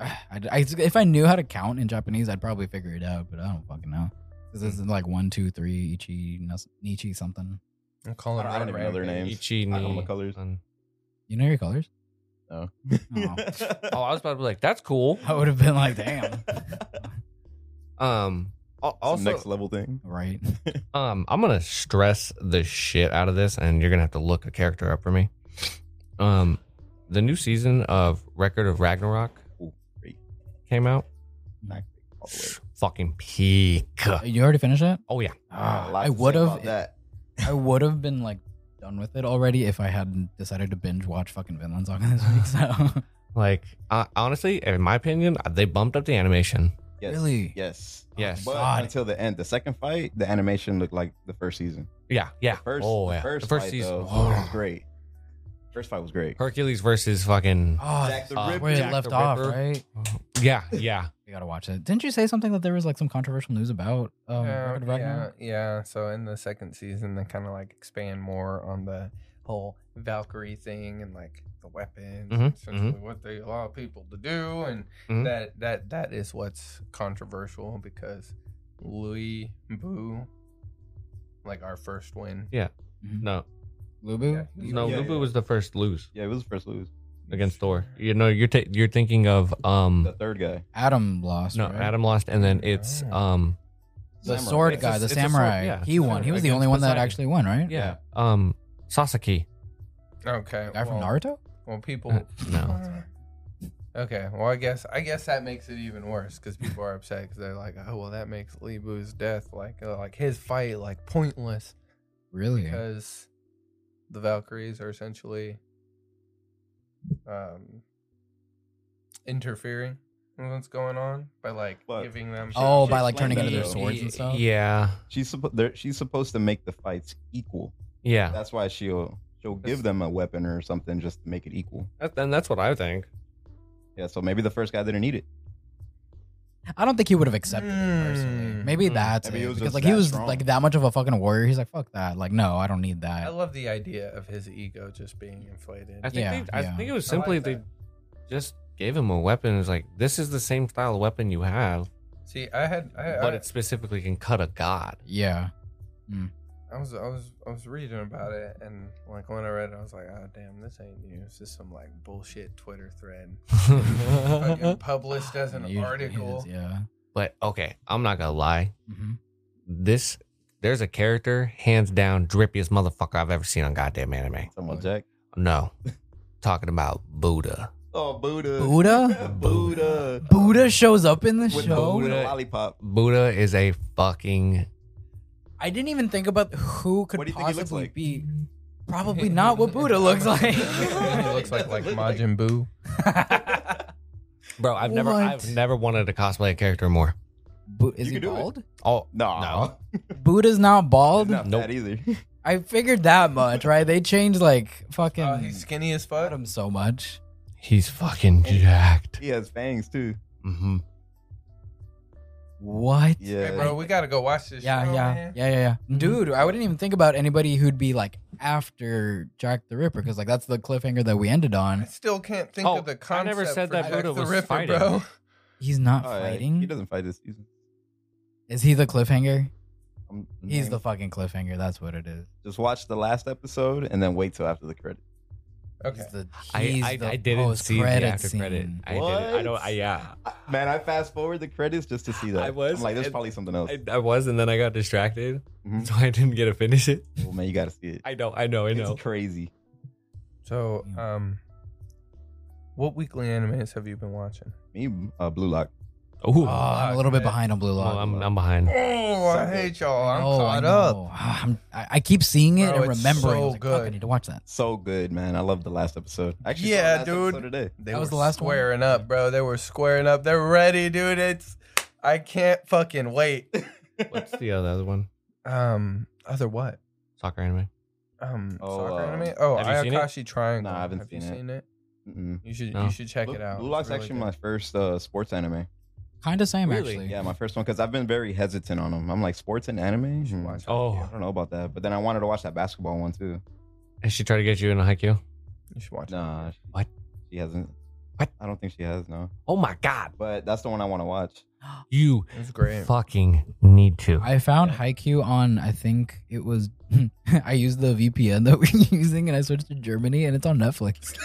[SPEAKER 2] Ah, I, I- if I knew how to count in Japanese, I'd probably figure it out, but I don't fucking know. 'Cause This is like one, two, three, ichi, nas- nichi, something.
[SPEAKER 3] I'm calling
[SPEAKER 4] I
[SPEAKER 3] Red
[SPEAKER 4] don't even know their
[SPEAKER 3] Rampage.
[SPEAKER 4] names.
[SPEAKER 1] Ichi
[SPEAKER 4] I don't know
[SPEAKER 1] ni.
[SPEAKER 4] the colors.
[SPEAKER 1] Sun.
[SPEAKER 2] You know your colors?
[SPEAKER 4] No.
[SPEAKER 2] *laughs* Oh.
[SPEAKER 1] Oh, I was about to be like, that's cool.
[SPEAKER 2] I would have been like, damn.
[SPEAKER 1] Um, al-
[SPEAKER 4] Also,
[SPEAKER 1] also,
[SPEAKER 4] next level *sighs* thing.
[SPEAKER 2] right.
[SPEAKER 1] Um, I'm gonna stress the shit out of this, and you're gonna have to look a character up for me. Um, the new season of Record of Ragnarok
[SPEAKER 4] Ooh, great.
[SPEAKER 1] came out.
[SPEAKER 4] All the
[SPEAKER 1] Fucking peak.
[SPEAKER 2] You already finished it?
[SPEAKER 1] Oh yeah,
[SPEAKER 4] way. A lot
[SPEAKER 2] I
[SPEAKER 4] to say
[SPEAKER 2] would
[SPEAKER 4] about
[SPEAKER 2] have.
[SPEAKER 4] that.
[SPEAKER 2] I would have been like done with it already if I hadn't decided to binge watch fucking Vinland Saga this week. So
[SPEAKER 1] like uh, honestly, in my opinion, they bumped up the animation.
[SPEAKER 4] Yes.
[SPEAKER 2] really,
[SPEAKER 4] Yes.
[SPEAKER 1] Yes.
[SPEAKER 4] But
[SPEAKER 2] God.
[SPEAKER 4] until the end, the second fight, the animation looked like the first season.
[SPEAKER 1] Yeah, yeah.
[SPEAKER 4] First,
[SPEAKER 1] oh
[SPEAKER 4] the
[SPEAKER 1] yeah.
[SPEAKER 4] first,
[SPEAKER 1] the first
[SPEAKER 4] fight,
[SPEAKER 1] season. Oh,
[SPEAKER 4] though, was great. First fight was great.
[SPEAKER 1] Hercules versus fucking. uh,
[SPEAKER 2] Oh,
[SPEAKER 4] Jack the
[SPEAKER 2] that's
[SPEAKER 4] Ripper.
[SPEAKER 2] where it
[SPEAKER 1] Jack
[SPEAKER 2] left
[SPEAKER 1] the
[SPEAKER 2] off,
[SPEAKER 1] Ripper.
[SPEAKER 2] right?
[SPEAKER 1] Yeah, yeah.
[SPEAKER 2] You gotta watch it. Didn't you say something that there was like some controversial news about um,
[SPEAKER 3] yeah,
[SPEAKER 2] Record of
[SPEAKER 3] yeah,
[SPEAKER 2] Ragnarok?
[SPEAKER 3] yeah. So in the second season, they kind of like expand more on the whole Valkyrie thing and like the weapons,
[SPEAKER 2] Mm-hmm,
[SPEAKER 1] Mhm,
[SPEAKER 3] and essentially what they allow people to do, and
[SPEAKER 1] Mhm.
[SPEAKER 3] that that that is what's controversial because Louis Boo, like our first win,
[SPEAKER 1] Yeah. No,
[SPEAKER 2] Lubu.
[SPEAKER 3] Yeah, he
[SPEAKER 1] no.
[SPEAKER 4] Yeah,
[SPEAKER 1] Lubu
[SPEAKER 4] yeah.
[SPEAKER 1] was the first lose
[SPEAKER 4] Yeah, it was the first lose.
[SPEAKER 1] against Thor. You know, you're ta- you're thinking of
[SPEAKER 4] The
[SPEAKER 1] um.
[SPEAKER 4] third guy.
[SPEAKER 2] Adam lost.
[SPEAKER 1] No,
[SPEAKER 2] right?
[SPEAKER 1] Adam lost, and then it's
[SPEAKER 3] Oh.
[SPEAKER 1] um.
[SPEAKER 2] the
[SPEAKER 4] Samurai.
[SPEAKER 2] sword
[SPEAKER 1] It's a-
[SPEAKER 2] guy, the
[SPEAKER 1] it's a sword,
[SPEAKER 2] samurai.
[SPEAKER 1] yeah.
[SPEAKER 2] He won. He was the
[SPEAKER 1] Against
[SPEAKER 2] only one that
[SPEAKER 1] Poseidon.
[SPEAKER 2] actually won, right?
[SPEAKER 1] Yeah. Um, Sasaki.
[SPEAKER 3] Okay,
[SPEAKER 2] The guy from Uh-huh.
[SPEAKER 3] well-
[SPEAKER 2] Naruto.
[SPEAKER 3] Well,
[SPEAKER 1] Uh,
[SPEAKER 3] people.
[SPEAKER 1] no.
[SPEAKER 3] Okay, well, I guess I guess that makes it even worse because people are upset because they're like, oh, well, that makes Lee Boo's death like uh, like his fight like pointless
[SPEAKER 2] Really?
[SPEAKER 3] because the Valkyries are essentially um interfering with what's going on by like
[SPEAKER 4] But-
[SPEAKER 3] giving them
[SPEAKER 2] Oh,
[SPEAKER 4] She
[SPEAKER 2] by like
[SPEAKER 4] explained
[SPEAKER 2] turning into
[SPEAKER 4] that,
[SPEAKER 2] their
[SPEAKER 4] though.
[SPEAKER 2] swords and stuff.
[SPEAKER 1] Yeah.
[SPEAKER 4] She's suppo- they're- she's supposed to make the fights equal.
[SPEAKER 1] Yeah.
[SPEAKER 4] That's why she'll she'll give them a weapon or something just to make it equal.
[SPEAKER 1] That, and that's what I think.
[SPEAKER 4] Yeah, so maybe the first guy didn't need it.
[SPEAKER 2] I don't think he would have accepted it personally.
[SPEAKER 3] Mm.
[SPEAKER 2] Maybe
[SPEAKER 1] Mm.
[SPEAKER 2] that's
[SPEAKER 4] Maybe he
[SPEAKER 2] it.
[SPEAKER 4] was
[SPEAKER 2] because
[SPEAKER 4] just
[SPEAKER 2] like he
[SPEAKER 4] that
[SPEAKER 2] was
[SPEAKER 4] strong.
[SPEAKER 2] like that much of a fucking warrior. He's like, fuck that. Like, no, I don't need
[SPEAKER 3] I
[SPEAKER 2] that.
[SPEAKER 3] love the idea of his ego just being inflated.
[SPEAKER 1] I think
[SPEAKER 2] Yeah,
[SPEAKER 1] they, I
[SPEAKER 2] yeah.
[SPEAKER 1] think it was
[SPEAKER 3] I like
[SPEAKER 1] simply they
[SPEAKER 3] that.
[SPEAKER 1] just gave him a weapon. It's like this is the same style of weapon you have,
[SPEAKER 3] See, I had I,
[SPEAKER 1] but
[SPEAKER 3] I,
[SPEAKER 1] it specifically can cut a god.
[SPEAKER 2] Yeah.
[SPEAKER 3] I was I was I was reading about it and like when I read it I was like, oh damn, this ain't news. This is some like bullshit Twitter
[SPEAKER 2] *laughs*
[SPEAKER 3] thread. Fucking published as an
[SPEAKER 2] Usually
[SPEAKER 3] article.
[SPEAKER 2] is, yeah.
[SPEAKER 1] *laughs* but okay, I'm not gonna lie.
[SPEAKER 2] hmm
[SPEAKER 1] This there's a character hands down drippiest motherfucker I've ever seen on goddamn anime.
[SPEAKER 4] Someone
[SPEAKER 2] What?
[SPEAKER 4] Jack.
[SPEAKER 1] No, *laughs* talking about Buddha.
[SPEAKER 4] Oh, Buddha.
[SPEAKER 2] Buddha?
[SPEAKER 4] Buddha.
[SPEAKER 2] Buddha shows up in
[SPEAKER 3] *laughs*
[SPEAKER 2] the
[SPEAKER 4] With the
[SPEAKER 2] show.
[SPEAKER 4] Buddha
[SPEAKER 1] Buddha.
[SPEAKER 4] lollipop.
[SPEAKER 1] Buddha is a fucking
[SPEAKER 2] I didn't even think about who could
[SPEAKER 4] What do you think he
[SPEAKER 2] possibly
[SPEAKER 4] looks like?
[SPEAKER 2] be. *laughs* Probably not what Buddha
[SPEAKER 3] *laughs*
[SPEAKER 2] looks
[SPEAKER 4] *laughs*
[SPEAKER 2] like.
[SPEAKER 3] he looks like like
[SPEAKER 4] Doesn't look like-
[SPEAKER 3] Majin Buu.
[SPEAKER 1] bro. I've never
[SPEAKER 2] What?
[SPEAKER 1] I've never wanted to cosplay a character more.
[SPEAKER 2] Bu- is he
[SPEAKER 4] You can do it.
[SPEAKER 2] bald?
[SPEAKER 1] Oh
[SPEAKER 4] *laughs* No.
[SPEAKER 1] No.
[SPEAKER 2] Buddha's not bald.
[SPEAKER 4] It's not
[SPEAKER 1] Nope.
[SPEAKER 4] that either. *laughs*
[SPEAKER 2] I figured that much, right? They changed like *laughs* fucking
[SPEAKER 4] Uh,
[SPEAKER 3] Oh, he's skinny as
[SPEAKER 2] cut
[SPEAKER 3] fuck.
[SPEAKER 2] him so much.
[SPEAKER 1] He's fucking jacked.
[SPEAKER 4] He has fangs too.
[SPEAKER 1] Mm-hmm.
[SPEAKER 2] What?
[SPEAKER 4] Yeah.
[SPEAKER 3] Hey, bro, we gotta go watch this.
[SPEAKER 2] Yeah,
[SPEAKER 3] show,
[SPEAKER 2] yeah,
[SPEAKER 3] man.
[SPEAKER 2] yeah, yeah, yeah.
[SPEAKER 4] Mm-hmm.
[SPEAKER 2] Dude, I wouldn't even think about anybody who'd be like after Jack the Ripper because like that's the cliffhanger that we ended
[SPEAKER 3] I
[SPEAKER 2] on.
[SPEAKER 3] still can't think
[SPEAKER 1] Oh,
[SPEAKER 3] of
[SPEAKER 1] I
[SPEAKER 3] the concept.
[SPEAKER 1] never said
[SPEAKER 3] for
[SPEAKER 1] that
[SPEAKER 3] Jack
[SPEAKER 1] Buddha
[SPEAKER 3] the
[SPEAKER 1] was
[SPEAKER 3] Ripper,
[SPEAKER 1] fighting.
[SPEAKER 3] Bro.
[SPEAKER 2] He's not
[SPEAKER 4] Oh, yeah,
[SPEAKER 2] fighting.
[SPEAKER 4] He doesn't fight this season.
[SPEAKER 2] Is he the cliffhanger?
[SPEAKER 4] I'm- I'm
[SPEAKER 2] He's the
[SPEAKER 4] saying-
[SPEAKER 2] fucking cliffhanger. That's what it is.
[SPEAKER 4] Just watch the last episode and then wait till after the credits.
[SPEAKER 3] *laughs* Okay.
[SPEAKER 2] He's the,
[SPEAKER 1] I,
[SPEAKER 2] he's
[SPEAKER 1] I,
[SPEAKER 2] the
[SPEAKER 1] I didn't see the
[SPEAKER 2] post-credit
[SPEAKER 1] after credit.
[SPEAKER 2] scene.
[SPEAKER 1] I didn't. I don't. I, yeah.
[SPEAKER 4] Man, I fast forward the credits just to see that.
[SPEAKER 1] Ah. I was-
[SPEAKER 4] I'm like, there's
[SPEAKER 1] and-
[SPEAKER 4] probably something else.
[SPEAKER 1] I, I was, and then I got distracted,
[SPEAKER 4] Mhm.
[SPEAKER 1] so I didn't get to finish it.
[SPEAKER 4] Oh man, you gotta see it.
[SPEAKER 1] I know. I know. *laughs* I know.
[SPEAKER 4] It's crazy.
[SPEAKER 3] So, um, what weekly animes have you been watching?
[SPEAKER 4] Me, uh, Blue Lock.
[SPEAKER 1] Ooh.
[SPEAKER 2] Oh, I'm a little bit behind on Blue
[SPEAKER 1] Well,
[SPEAKER 2] Lock.
[SPEAKER 1] I'm, I'm behind.
[SPEAKER 3] Oh, I
[SPEAKER 4] Suck it.
[SPEAKER 3] hate y'all. I'm
[SPEAKER 2] Oh, I
[SPEAKER 3] caught up.
[SPEAKER 2] know. I'm, I, I keep seeing it
[SPEAKER 3] Bro,
[SPEAKER 2] and
[SPEAKER 3] it's
[SPEAKER 2] remembering. I
[SPEAKER 3] so
[SPEAKER 2] was like, Fuck, I
[SPEAKER 3] good.
[SPEAKER 2] need to watch that.
[SPEAKER 4] So good, man. I love the last episode. Actually, saw
[SPEAKER 3] Yeah,
[SPEAKER 4] the last episode
[SPEAKER 3] dude.
[SPEAKER 4] Today.
[SPEAKER 3] They
[SPEAKER 2] That was
[SPEAKER 3] were
[SPEAKER 2] the last one?
[SPEAKER 3] squaring up, bro. They were squaring up. They're ready, dude. It's I can't fucking
[SPEAKER 4] *laughs*
[SPEAKER 3] wait.
[SPEAKER 1] What's the other one?
[SPEAKER 3] Um, other what?
[SPEAKER 1] Soccer anime.
[SPEAKER 3] Um,
[SPEAKER 4] Oh,
[SPEAKER 3] soccer
[SPEAKER 4] uh,
[SPEAKER 3] anime. Oh,
[SPEAKER 1] have you seen it?
[SPEAKER 3] Ayakashi Triangle.
[SPEAKER 4] Nah, I haven't
[SPEAKER 3] have you
[SPEAKER 4] seen it.
[SPEAKER 3] seen it.
[SPEAKER 4] Mm-mm.
[SPEAKER 3] You should
[SPEAKER 1] No.
[SPEAKER 3] you should check
[SPEAKER 4] Blue,
[SPEAKER 3] it out.
[SPEAKER 4] Blue
[SPEAKER 3] It's
[SPEAKER 4] Lock's
[SPEAKER 3] really
[SPEAKER 4] actually
[SPEAKER 3] good.
[SPEAKER 4] my first uh, sports anime.
[SPEAKER 2] Kind of same,
[SPEAKER 1] Really?
[SPEAKER 2] actually.
[SPEAKER 4] Yeah, my first one because I've been very hesitant on them. I'm like sports and anime. Hmm,
[SPEAKER 3] watch it.
[SPEAKER 1] Oh,
[SPEAKER 4] I don't know about that, but then I wanted to watch that basketball one too.
[SPEAKER 1] has she tried to get you in a haiku?
[SPEAKER 3] You should watch. it.
[SPEAKER 4] Nah,
[SPEAKER 1] What?
[SPEAKER 4] she hasn't.
[SPEAKER 1] What?
[SPEAKER 4] I don't think she has no.
[SPEAKER 1] Oh my god.
[SPEAKER 4] But that's the one I want to watch.
[SPEAKER 1] You
[SPEAKER 3] It was great.
[SPEAKER 1] fucking need to.
[SPEAKER 2] I found Haikyuu on I think it was *laughs* I used the VPN that *laughs* we're using and I switched to Germany and it's on
[SPEAKER 3] *laughs*
[SPEAKER 2] Netflix.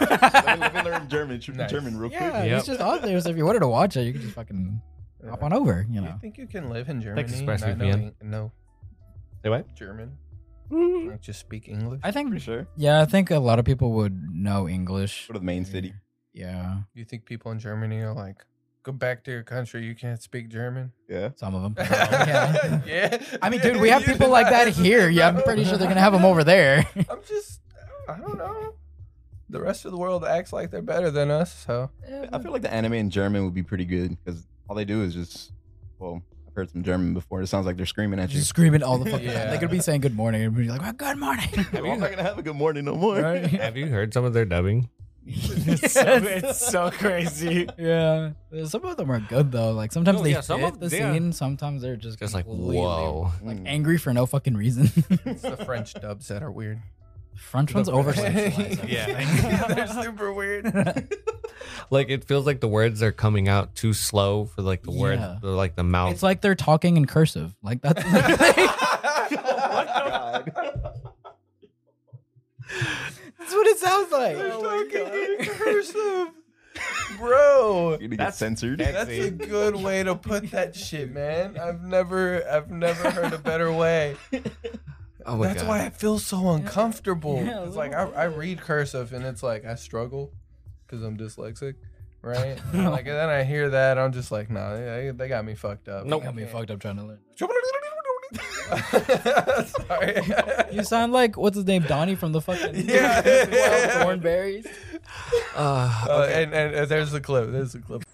[SPEAKER 4] let, me, let me learn German, tr-
[SPEAKER 3] Nice.
[SPEAKER 4] German real
[SPEAKER 2] yeah,
[SPEAKER 4] quick.
[SPEAKER 1] Yep.
[SPEAKER 2] it's just on there. So if you wanted to watch it, you could just fucking hop on over. You
[SPEAKER 3] You
[SPEAKER 2] know,
[SPEAKER 3] think you can live in Germany?
[SPEAKER 1] Express
[SPEAKER 3] and not
[SPEAKER 1] VPN.
[SPEAKER 3] know,
[SPEAKER 1] Say what?
[SPEAKER 3] no German.
[SPEAKER 2] Mm-hmm.
[SPEAKER 3] Like just speak English.
[SPEAKER 2] I think
[SPEAKER 4] Pretty sure.
[SPEAKER 2] yeah, I think a lot of people would know English.
[SPEAKER 4] Go to the main city.
[SPEAKER 2] Yeah,
[SPEAKER 3] You think people in Germany are like, go back to your country, you can't speak German?
[SPEAKER 4] Yeah.
[SPEAKER 2] some of them. Oh, yeah.
[SPEAKER 3] *laughs* yeah.
[SPEAKER 2] I mean, dude, we have people like that here. Yeah, I'm pretty sure they're gonna have them over there. *laughs*
[SPEAKER 3] I'm just, I don't know. The rest of the world acts like they're better than us, so.
[SPEAKER 4] I feel like the anime in German would be pretty good because all they do is just, well, I've heard some German before. It sounds like they're screaming at you. *laughs*
[SPEAKER 2] Just screaming all the fuck.
[SPEAKER 3] Yeah.
[SPEAKER 2] They could be saying good morning and be like, oh, "Good
[SPEAKER 1] *laughs*
[SPEAKER 2] morning."
[SPEAKER 4] Well, I'm not gonna have a good morning no more. *laughs*
[SPEAKER 2] Right?
[SPEAKER 1] Have you heard some of their dubbing?
[SPEAKER 2] *laughs* it's, so, crazy. Yeah, some of them are good though. Like sometimes
[SPEAKER 1] Oh,
[SPEAKER 2] they
[SPEAKER 1] yeah,
[SPEAKER 2] fit
[SPEAKER 1] some of-
[SPEAKER 2] the
[SPEAKER 1] yeah. Hmm.
[SPEAKER 2] scene. Sometimes they're just
[SPEAKER 1] Just like,
[SPEAKER 2] completely
[SPEAKER 1] whoa.
[SPEAKER 2] like
[SPEAKER 4] Hmm.
[SPEAKER 2] angry for no fucking reason. *laughs*
[SPEAKER 3] It's the French dubs that are weird.
[SPEAKER 2] French *laughs* ones over
[SPEAKER 1] *laughs*
[SPEAKER 2] sexualized.
[SPEAKER 3] *laughs* They're super weird.
[SPEAKER 1] Like it feels like the words are coming out too slow for like the word,
[SPEAKER 2] Yeah.
[SPEAKER 1] the- like the mouth.
[SPEAKER 2] *laughs* It's like they're talking in cursive.
[SPEAKER 1] *laughs*
[SPEAKER 2] Like that's *laughs* that's what it sounds like.
[SPEAKER 3] Oh *laughs* Bro.
[SPEAKER 4] You're gonna get censored.
[SPEAKER 3] That's a good way to put that shit, man. I've never I've never heard a better way.
[SPEAKER 1] oh
[SPEAKER 3] That's why I feel so uncomfortable.
[SPEAKER 2] Yeah, a
[SPEAKER 3] it's like I,
[SPEAKER 2] little
[SPEAKER 3] I read cursive and it's like I struggle because I'm dyslexic, right? And like and then I hear that I'm just like, nah, they, they got me fucked up.
[SPEAKER 1] Nope.
[SPEAKER 2] Got me fucked up trying to learn.
[SPEAKER 3] Sorry.
[SPEAKER 2] You sound like what's his name, Donnie from
[SPEAKER 1] *laughs*
[SPEAKER 2] the fucking
[SPEAKER 3] Yeah.
[SPEAKER 2] *laughs* Wild Thornberries.
[SPEAKER 1] Mm-hmm. Uh,
[SPEAKER 3] Uh, and, and and there's the clip. There's the clip.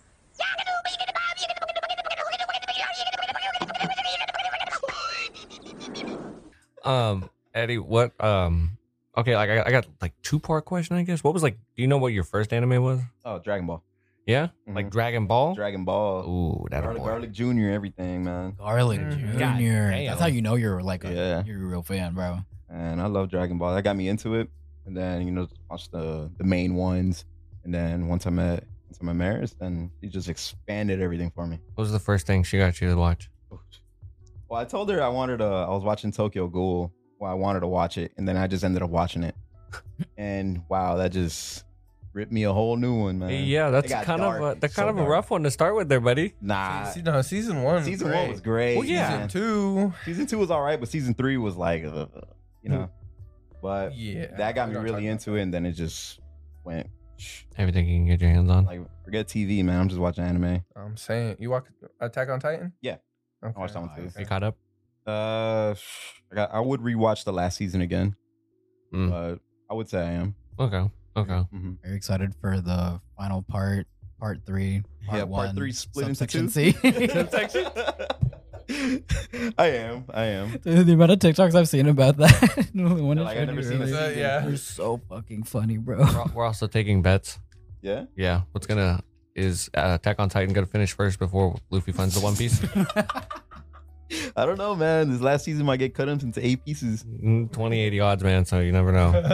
[SPEAKER 1] um, Eddie, what? Um, okay, like I, got- I got like two part question, I guess. What was like? Do you know what your first anime was?
[SPEAKER 4] Oh, Dragon Ball.
[SPEAKER 1] Yeah, like
[SPEAKER 4] Mhm.
[SPEAKER 1] Dragon Ball.
[SPEAKER 4] Dragon Ball.
[SPEAKER 1] Ooh, that
[SPEAKER 4] Garlic, Garlic Jr. Everything, man.
[SPEAKER 2] Garlic
[SPEAKER 3] Mhm.
[SPEAKER 1] God
[SPEAKER 2] Junior.
[SPEAKER 1] damn.
[SPEAKER 2] That's how you know you're like a,
[SPEAKER 4] Yeah.
[SPEAKER 2] you're a real fan, bro.
[SPEAKER 4] And I love Dragon Ball. That got me into it. And then you know, just watch the the main ones. And then once I met once I met Maris, then she just expanded everything for me.
[SPEAKER 1] What was the first thing she got you to watch?
[SPEAKER 4] Well, I told her I wanted to. I was watching Tokyo Ghoul. Well, I wanted to watch it, and then I just ended up
[SPEAKER 3] *laughs*
[SPEAKER 4] watching it. and wow, that just ripped me a whole new one, man.
[SPEAKER 1] yeah, that's
[SPEAKER 4] got
[SPEAKER 1] kind
[SPEAKER 4] dark.
[SPEAKER 1] of a, that
[SPEAKER 4] So
[SPEAKER 1] kind of a
[SPEAKER 4] dark.
[SPEAKER 1] rough one to start with, there, buddy.
[SPEAKER 4] Nah.
[SPEAKER 3] See, no, season one.
[SPEAKER 4] Season
[SPEAKER 3] great.
[SPEAKER 4] one was great.
[SPEAKER 1] Well, yeah.
[SPEAKER 4] man.
[SPEAKER 3] Season two.
[SPEAKER 4] Season two was all right, but season three was like, uh,
[SPEAKER 3] *laughs*
[SPEAKER 4] you know. But
[SPEAKER 3] Yeah.
[SPEAKER 4] that got
[SPEAKER 3] we
[SPEAKER 4] me
[SPEAKER 3] don't
[SPEAKER 4] really
[SPEAKER 3] talk
[SPEAKER 4] into it, and then it just went
[SPEAKER 1] Everything you can get your hands on.
[SPEAKER 4] like forget TV, man. I'm just watching anime.
[SPEAKER 3] about- I'm saying you watch Attack on Titan.
[SPEAKER 4] Yeah.
[SPEAKER 3] Okay.
[SPEAKER 4] I watched that one too.
[SPEAKER 3] *laughs*
[SPEAKER 1] you caught up?
[SPEAKER 4] Uh, I, got, I would rewatch the last season again,
[SPEAKER 1] Mm.
[SPEAKER 4] but I would say I am.
[SPEAKER 1] Okay, okay.
[SPEAKER 4] Mhm.
[SPEAKER 2] Very excited for the final part, part three. Part
[SPEAKER 4] Yeah, part
[SPEAKER 2] one,
[SPEAKER 4] three split into
[SPEAKER 2] subsection
[SPEAKER 4] two. *laughs*
[SPEAKER 2] C. *laughs*
[SPEAKER 4] I am. I am.
[SPEAKER 2] Dude, the amount of TikToks I've seen about that. *laughs* The one
[SPEAKER 4] Yeah, like, I've
[SPEAKER 2] showed
[SPEAKER 4] never
[SPEAKER 2] you
[SPEAKER 4] seen this
[SPEAKER 2] earlier.
[SPEAKER 3] either. Yeah.
[SPEAKER 2] They're so fucking funny,
[SPEAKER 4] *laughs*
[SPEAKER 2] bro.
[SPEAKER 1] We're, al- we're also taking bets.
[SPEAKER 4] Yeah.
[SPEAKER 1] Yeah, what's gonna is uh, Attack on Titan gonna finish first before Luffy finds the One Piece?
[SPEAKER 4] I don't know, man. This last season might get cut up into eight pieces.
[SPEAKER 1] Mm, 2080 odds, man. So you never know.
[SPEAKER 2] And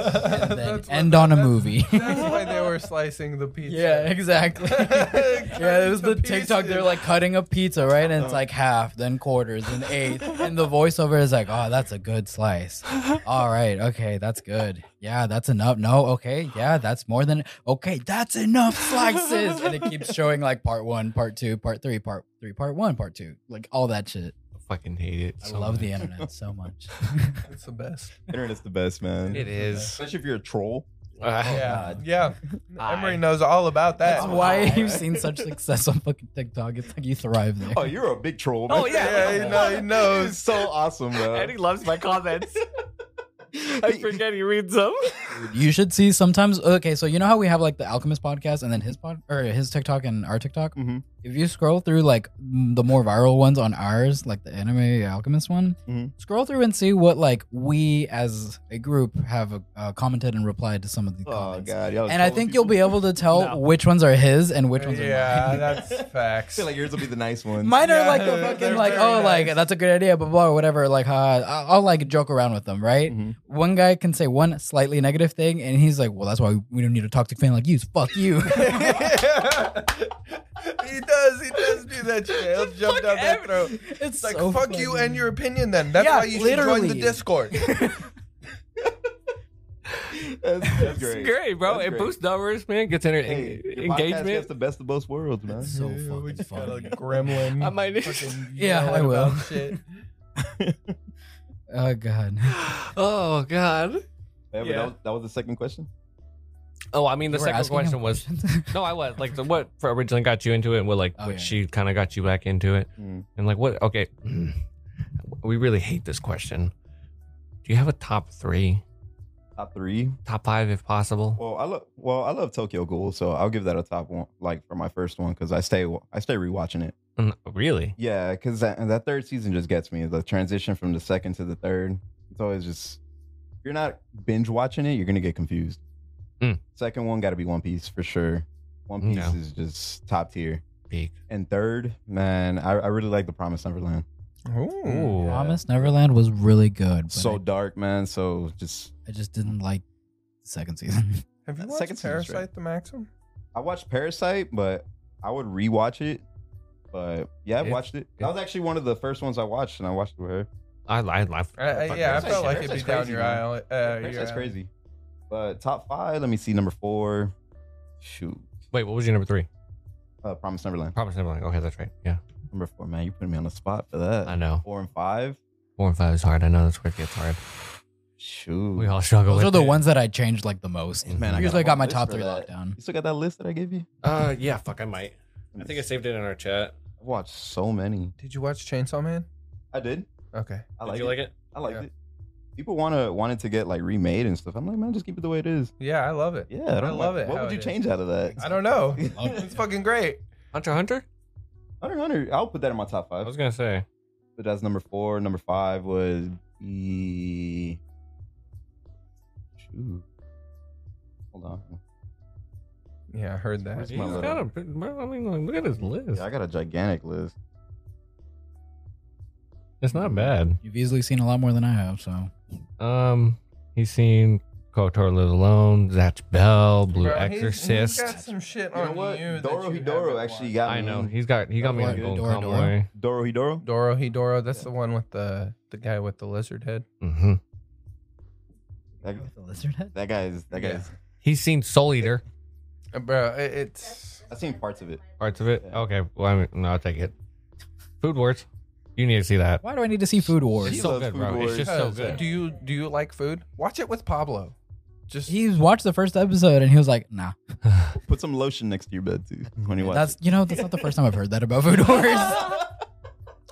[SPEAKER 2] then
[SPEAKER 3] That's what-
[SPEAKER 2] end on a
[SPEAKER 3] that's-
[SPEAKER 4] *laughs*
[SPEAKER 2] movie.
[SPEAKER 3] That's why
[SPEAKER 2] *laughs*
[SPEAKER 3] they were slicing the pizza.
[SPEAKER 2] Yeah, exactly. yeah, it was the
[SPEAKER 3] Cut into
[SPEAKER 2] TikTok. They're
[SPEAKER 3] pieces.
[SPEAKER 2] like cutting a pizza, right? And it's like half, then quarters, then eight. And the voiceover is like, oh, that's a good slice. All right. Okay. That's good. Yeah, that's enough. No. Okay. Yeah, that's more than. Okay. That's enough slices. And it keeps showing like part one, part two, part three, part three, part one, part two. Like all that shit.
[SPEAKER 1] I fucking hate it.
[SPEAKER 2] I
[SPEAKER 1] so
[SPEAKER 2] love the
[SPEAKER 1] much.
[SPEAKER 2] internet so much.
[SPEAKER 3] It's
[SPEAKER 2] *laughs*
[SPEAKER 3] the best.
[SPEAKER 4] Internet's the best, man.
[SPEAKER 1] It is.
[SPEAKER 4] Especially if you're a troll.
[SPEAKER 1] Uh,
[SPEAKER 4] Ah.
[SPEAKER 3] yeah,
[SPEAKER 2] Oh, God.
[SPEAKER 3] yeah.
[SPEAKER 1] I-
[SPEAKER 3] Emery knows all about that.
[SPEAKER 2] That's why you've seen such success on fucking TikTok. It's like you thrive there.
[SPEAKER 4] Oh, you're a big troll. Man.
[SPEAKER 1] Oh
[SPEAKER 4] *laughs*
[SPEAKER 1] yeah.
[SPEAKER 3] Yeah, he, know, he knows.
[SPEAKER 4] It's so awesome,
[SPEAKER 1] And he
[SPEAKER 4] man.
[SPEAKER 1] loves my
[SPEAKER 4] *laughs*
[SPEAKER 1] comments. I forget he reads them.
[SPEAKER 2] You should see sometimes. Okay, so you know how we have like the Alchemist podcast and then his pod or his TikTok and our TikTok.
[SPEAKER 4] Mhm.
[SPEAKER 2] If you scroll through like m- the more viral ones on ours, like the anime Alchemist one,
[SPEAKER 4] Mhm.
[SPEAKER 2] scroll through and see what like we as a group have uh, commented and replied to some of the
[SPEAKER 4] Oh
[SPEAKER 2] comments.
[SPEAKER 4] god. y'all
[SPEAKER 2] And I
[SPEAKER 4] trolling
[SPEAKER 2] think you'll be
[SPEAKER 4] people.
[SPEAKER 2] able to tell
[SPEAKER 1] No.
[SPEAKER 2] which ones are his and which ones are
[SPEAKER 3] Yeah,
[SPEAKER 2] mine. *laughs*
[SPEAKER 3] that's
[SPEAKER 4] I
[SPEAKER 3] facts. *laughs*
[SPEAKER 4] feel like *laughs* yours will be the nice ones.
[SPEAKER 2] Mine are like the
[SPEAKER 3] Yeah,
[SPEAKER 2] fucking
[SPEAKER 3] they're
[SPEAKER 2] like
[SPEAKER 3] very
[SPEAKER 2] oh like
[SPEAKER 3] nice.
[SPEAKER 2] that's a good idea blah blah, blah or whatever like uh, I'll, I'll like joke around with them right
[SPEAKER 4] Mhm.
[SPEAKER 2] one guy can say one slightly negative negative thing, and he's like, "Well, that's why we don't need a toxic fan like you. so Fuck
[SPEAKER 3] *laughs*
[SPEAKER 2] you." *laughs*
[SPEAKER 3] he does. He does do that shit. He'll jump down their throat. It's,
[SPEAKER 2] It's
[SPEAKER 3] like
[SPEAKER 2] so
[SPEAKER 3] fuck you
[SPEAKER 2] funny.
[SPEAKER 3] and your opinion. Then that's
[SPEAKER 2] Yeah,
[SPEAKER 3] why you should join
[SPEAKER 2] literally.
[SPEAKER 3] the Discord.
[SPEAKER 1] *laughs*
[SPEAKER 4] *laughs* That's, that's
[SPEAKER 1] It's
[SPEAKER 4] great.
[SPEAKER 1] great, bro.
[SPEAKER 4] That's
[SPEAKER 1] it
[SPEAKER 4] great.
[SPEAKER 1] boosts numbers, man. Gets inter-
[SPEAKER 4] Hey, your podcast gets
[SPEAKER 1] engagement.
[SPEAKER 4] the best of both worlds,
[SPEAKER 1] *laughs*
[SPEAKER 4] man.
[SPEAKER 2] It's *laughs* so
[SPEAKER 3] Yeah, we
[SPEAKER 2] fucking
[SPEAKER 3] just got a
[SPEAKER 2] funny.
[SPEAKER 3] gremlin.
[SPEAKER 1] I might need-
[SPEAKER 3] fucking
[SPEAKER 2] *laughs* Yeah,
[SPEAKER 3] yelling
[SPEAKER 2] I will. *laughs*
[SPEAKER 3] about Shit.
[SPEAKER 2] Oh god.
[SPEAKER 1] *gasps* oh god.
[SPEAKER 4] Yeah, but
[SPEAKER 1] Yeah.
[SPEAKER 4] That, was, that was the second question.
[SPEAKER 1] Oh, I mean, the
[SPEAKER 2] You *laughs* were
[SPEAKER 1] second
[SPEAKER 2] asking him
[SPEAKER 1] question was
[SPEAKER 3] *laughs*
[SPEAKER 2] questions? *laughs*
[SPEAKER 1] no, I was like the, what originally got you into it, and what like
[SPEAKER 2] Oh,
[SPEAKER 1] what
[SPEAKER 2] yeah,
[SPEAKER 1] she kind of got you back into it,
[SPEAKER 4] Mm.
[SPEAKER 1] and like what? Okay, *clears throat* we really hate this question. Do you have a top three,
[SPEAKER 4] Top three.
[SPEAKER 1] top five, if possible?
[SPEAKER 4] Well, I love well, I love Tokyo Ghoul, so I'll give that a top one, like for my first one, because I stay I stay rewatching it.
[SPEAKER 1] Mm, really?
[SPEAKER 4] Yeah, because that, that third season just gets me. The transition from the second to the third, it's always just if you're not binge watching it, you're gonna get confused.
[SPEAKER 1] Mm.
[SPEAKER 4] Second one got to be One Piece for sure. One Piece
[SPEAKER 1] Hmm. Yeah.
[SPEAKER 4] is just top tier.
[SPEAKER 1] Big.
[SPEAKER 4] And third, man, I, I really like The Promised Neverland.
[SPEAKER 3] Ooh.
[SPEAKER 1] Ooh.
[SPEAKER 2] Promise Neverland was really good, but
[SPEAKER 4] So
[SPEAKER 2] I,
[SPEAKER 4] dark, man. So just
[SPEAKER 2] I just didn't like the second
[SPEAKER 3] *laughs*
[SPEAKER 2] season.
[SPEAKER 3] Have you
[SPEAKER 4] That
[SPEAKER 3] watched
[SPEAKER 4] second season's
[SPEAKER 3] Parasite
[SPEAKER 4] right.
[SPEAKER 3] the Maxim?
[SPEAKER 4] I watched Parasite, but I would rewatch it. But yeah, I
[SPEAKER 1] It-
[SPEAKER 4] watched it.
[SPEAKER 1] it-
[SPEAKER 4] That was actually one of the first ones I watched, and I watched it with her.
[SPEAKER 1] I, I, I,
[SPEAKER 3] I, I, yeah, I
[SPEAKER 4] Parasite-
[SPEAKER 3] felt like it'd be
[SPEAKER 4] Parasite's
[SPEAKER 3] down
[SPEAKER 4] crazy,
[SPEAKER 3] your
[SPEAKER 4] man.
[SPEAKER 3] aisle. Uh, your
[SPEAKER 4] Parasite's
[SPEAKER 3] alley.
[SPEAKER 4] crazy. But top five, let me see. Number four, shoot,
[SPEAKER 1] wait, what was your number three?
[SPEAKER 4] uh, Promise Neverland.
[SPEAKER 1] Promise Neverland. Okay, that's right. Yeah,
[SPEAKER 4] Number four, man, you putting me on the spot for that.
[SPEAKER 1] I know.
[SPEAKER 4] Four and five,
[SPEAKER 1] Four and five is hard. I know that's where it gets hard.
[SPEAKER 4] shoot.
[SPEAKER 1] We all struggle.
[SPEAKER 2] Those
[SPEAKER 1] with
[SPEAKER 2] are the
[SPEAKER 1] it.
[SPEAKER 2] ones that I changed like the most.
[SPEAKER 3] Mm-hmm.
[SPEAKER 4] Man, I
[SPEAKER 2] I usually
[SPEAKER 4] got a
[SPEAKER 2] got my
[SPEAKER 4] list
[SPEAKER 2] top
[SPEAKER 4] for
[SPEAKER 2] three
[SPEAKER 4] that.
[SPEAKER 2] lockdown.
[SPEAKER 4] You still got that list that I gave you?
[SPEAKER 1] Uh, yeah. Fuck, I might. I think I
[SPEAKER 4] I've
[SPEAKER 1] saved it in our chat.
[SPEAKER 4] watched so many.
[SPEAKER 3] Did you watch Chainsaw Man?
[SPEAKER 4] I did.
[SPEAKER 3] Okay.
[SPEAKER 4] I
[SPEAKER 1] Did
[SPEAKER 4] like
[SPEAKER 1] you
[SPEAKER 4] it.
[SPEAKER 1] like it?
[SPEAKER 4] I liked
[SPEAKER 3] Yeah.
[SPEAKER 4] it. People wanna wanted to get like remade and stuff. I'm like, man, just keep it the way it is.
[SPEAKER 3] Yeah, I love it.
[SPEAKER 4] Yeah, I, don't like-
[SPEAKER 3] love it
[SPEAKER 4] What
[SPEAKER 3] how
[SPEAKER 4] would
[SPEAKER 3] it
[SPEAKER 4] you
[SPEAKER 3] is.
[SPEAKER 4] change out of that?
[SPEAKER 3] I don't
[SPEAKER 4] *laughs*
[SPEAKER 3] know. Oh, *laughs*
[SPEAKER 2] Love it.
[SPEAKER 3] it's fucking great.
[SPEAKER 1] Hunter Hunter.
[SPEAKER 4] Hunter Hunter. I'll put that in my top
[SPEAKER 1] I
[SPEAKER 4] five.
[SPEAKER 1] was gonna say.
[SPEAKER 4] But that's number four. Number five was e. Shoot. Hold on.
[SPEAKER 3] Yeah, I heard that.
[SPEAKER 4] Where's
[SPEAKER 1] He's
[SPEAKER 4] my little-
[SPEAKER 1] got a. big- bro, I mean, like, look at his list.
[SPEAKER 4] Yeah, I got a gigantic list.
[SPEAKER 1] It's not bad.
[SPEAKER 2] You've easily seen a lot more than I have, so
[SPEAKER 1] Um, he's seen Kotor Lives Alone, Zatch Bell, Blue
[SPEAKER 3] Bro, he's-
[SPEAKER 1] Exorcist.
[SPEAKER 3] He's got some shit
[SPEAKER 4] You know
[SPEAKER 3] on
[SPEAKER 4] what?
[SPEAKER 3] you. that
[SPEAKER 4] Doro
[SPEAKER 3] you
[SPEAKER 4] Hidoro
[SPEAKER 3] haven't
[SPEAKER 4] actually
[SPEAKER 3] watched.
[SPEAKER 4] got me.
[SPEAKER 1] I know he's got he got me
[SPEAKER 4] That's
[SPEAKER 1] on
[SPEAKER 4] like
[SPEAKER 1] Golden
[SPEAKER 2] Dora Dora.
[SPEAKER 1] Kamuy.
[SPEAKER 4] Doro Hidoro.
[SPEAKER 3] Doro Hidoro. That's the one with the the guy with the lizard head.
[SPEAKER 1] hmm
[SPEAKER 4] That,
[SPEAKER 2] the lizard head.
[SPEAKER 4] that guy's. That
[SPEAKER 3] Yeah.
[SPEAKER 4] guy's.
[SPEAKER 1] He's seen Soul Eater
[SPEAKER 3] Uh, bro, it, it's
[SPEAKER 4] I've seen parts of it.
[SPEAKER 1] parts of it.
[SPEAKER 4] Yeah.
[SPEAKER 1] Okay, well I mean, no, I'll take it. Food Wars, you need to see that.
[SPEAKER 2] Why do I need to see Food Wars?
[SPEAKER 1] It's
[SPEAKER 4] He
[SPEAKER 1] so
[SPEAKER 4] loves
[SPEAKER 1] good,
[SPEAKER 4] Food
[SPEAKER 1] bro.
[SPEAKER 4] Wars.
[SPEAKER 1] It's just so
[SPEAKER 3] Cuz,
[SPEAKER 1] good.
[SPEAKER 3] Do you do you like food? Watch it with Pablo. Just
[SPEAKER 2] He watched the first episode and he was like, "Nah,
[SPEAKER 4] Put some lotion next to your bed too when you watch.
[SPEAKER 2] that's you know that's not the first time I've heard that about
[SPEAKER 3] *laughs*
[SPEAKER 2] Food Wars."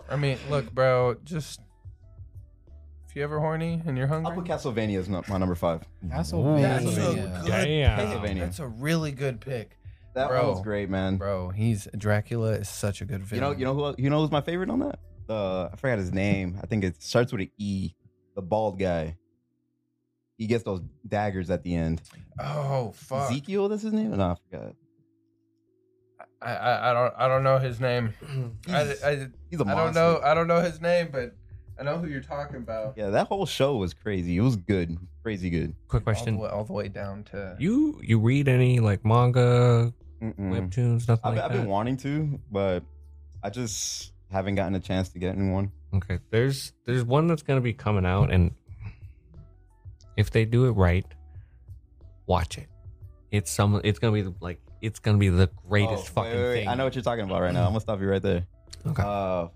[SPEAKER 3] I mean, look, bro, just if you ever horny and you're
[SPEAKER 4] it. I'll put
[SPEAKER 3] hungry.
[SPEAKER 4] Castlevania's nu- my number five.
[SPEAKER 2] Castlevania.
[SPEAKER 3] That's a
[SPEAKER 2] Yeah.
[SPEAKER 3] good
[SPEAKER 1] Damn.
[SPEAKER 4] Castlevania.
[SPEAKER 3] That's a really good pick.
[SPEAKER 4] That
[SPEAKER 3] Bro.
[SPEAKER 4] one was great, man.
[SPEAKER 3] Bro, he's Dracula is such a good
[SPEAKER 4] You
[SPEAKER 3] villain.
[SPEAKER 4] know, you know who uh, you know who's my favorite on that? Uh, I forgot his name. I think it starts with an E. The bald guy. He gets those daggers at the end.
[SPEAKER 3] Oh fuck.
[SPEAKER 4] Ezekiel, that's his name. No, I forgot.
[SPEAKER 3] I, I I don't I don't know his
[SPEAKER 4] *clears throat*
[SPEAKER 3] name. I,
[SPEAKER 4] He's-
[SPEAKER 3] I,
[SPEAKER 4] He's a
[SPEAKER 3] I
[SPEAKER 4] monster.
[SPEAKER 3] don't know I don't know his name, but I know who you're talking about.
[SPEAKER 4] Yeah, that whole show was crazy. It was good, crazy good.
[SPEAKER 1] Quick
[SPEAKER 3] All the,
[SPEAKER 4] Oh,
[SPEAKER 1] question:
[SPEAKER 4] uh,
[SPEAKER 3] way, all the way down to
[SPEAKER 1] You you read any like manga,
[SPEAKER 4] Mm-mm.
[SPEAKER 1] webtoons, nothing
[SPEAKER 4] Mm-hmm. I've,
[SPEAKER 1] like that?
[SPEAKER 4] I've been wanting to, but I just haven't gotten a chance to get anyone.
[SPEAKER 1] Okay, there's there's one that's gonna be coming out, and if they do it right, watch it. It's some. It's gonna be like it's gonna be the greatest
[SPEAKER 4] Oh, wait,
[SPEAKER 1] fucking
[SPEAKER 4] wait, wait.
[SPEAKER 1] thing.
[SPEAKER 4] I know what you're talking about right now. I'm gonna stop you right there.
[SPEAKER 1] Okay.
[SPEAKER 4] Uh,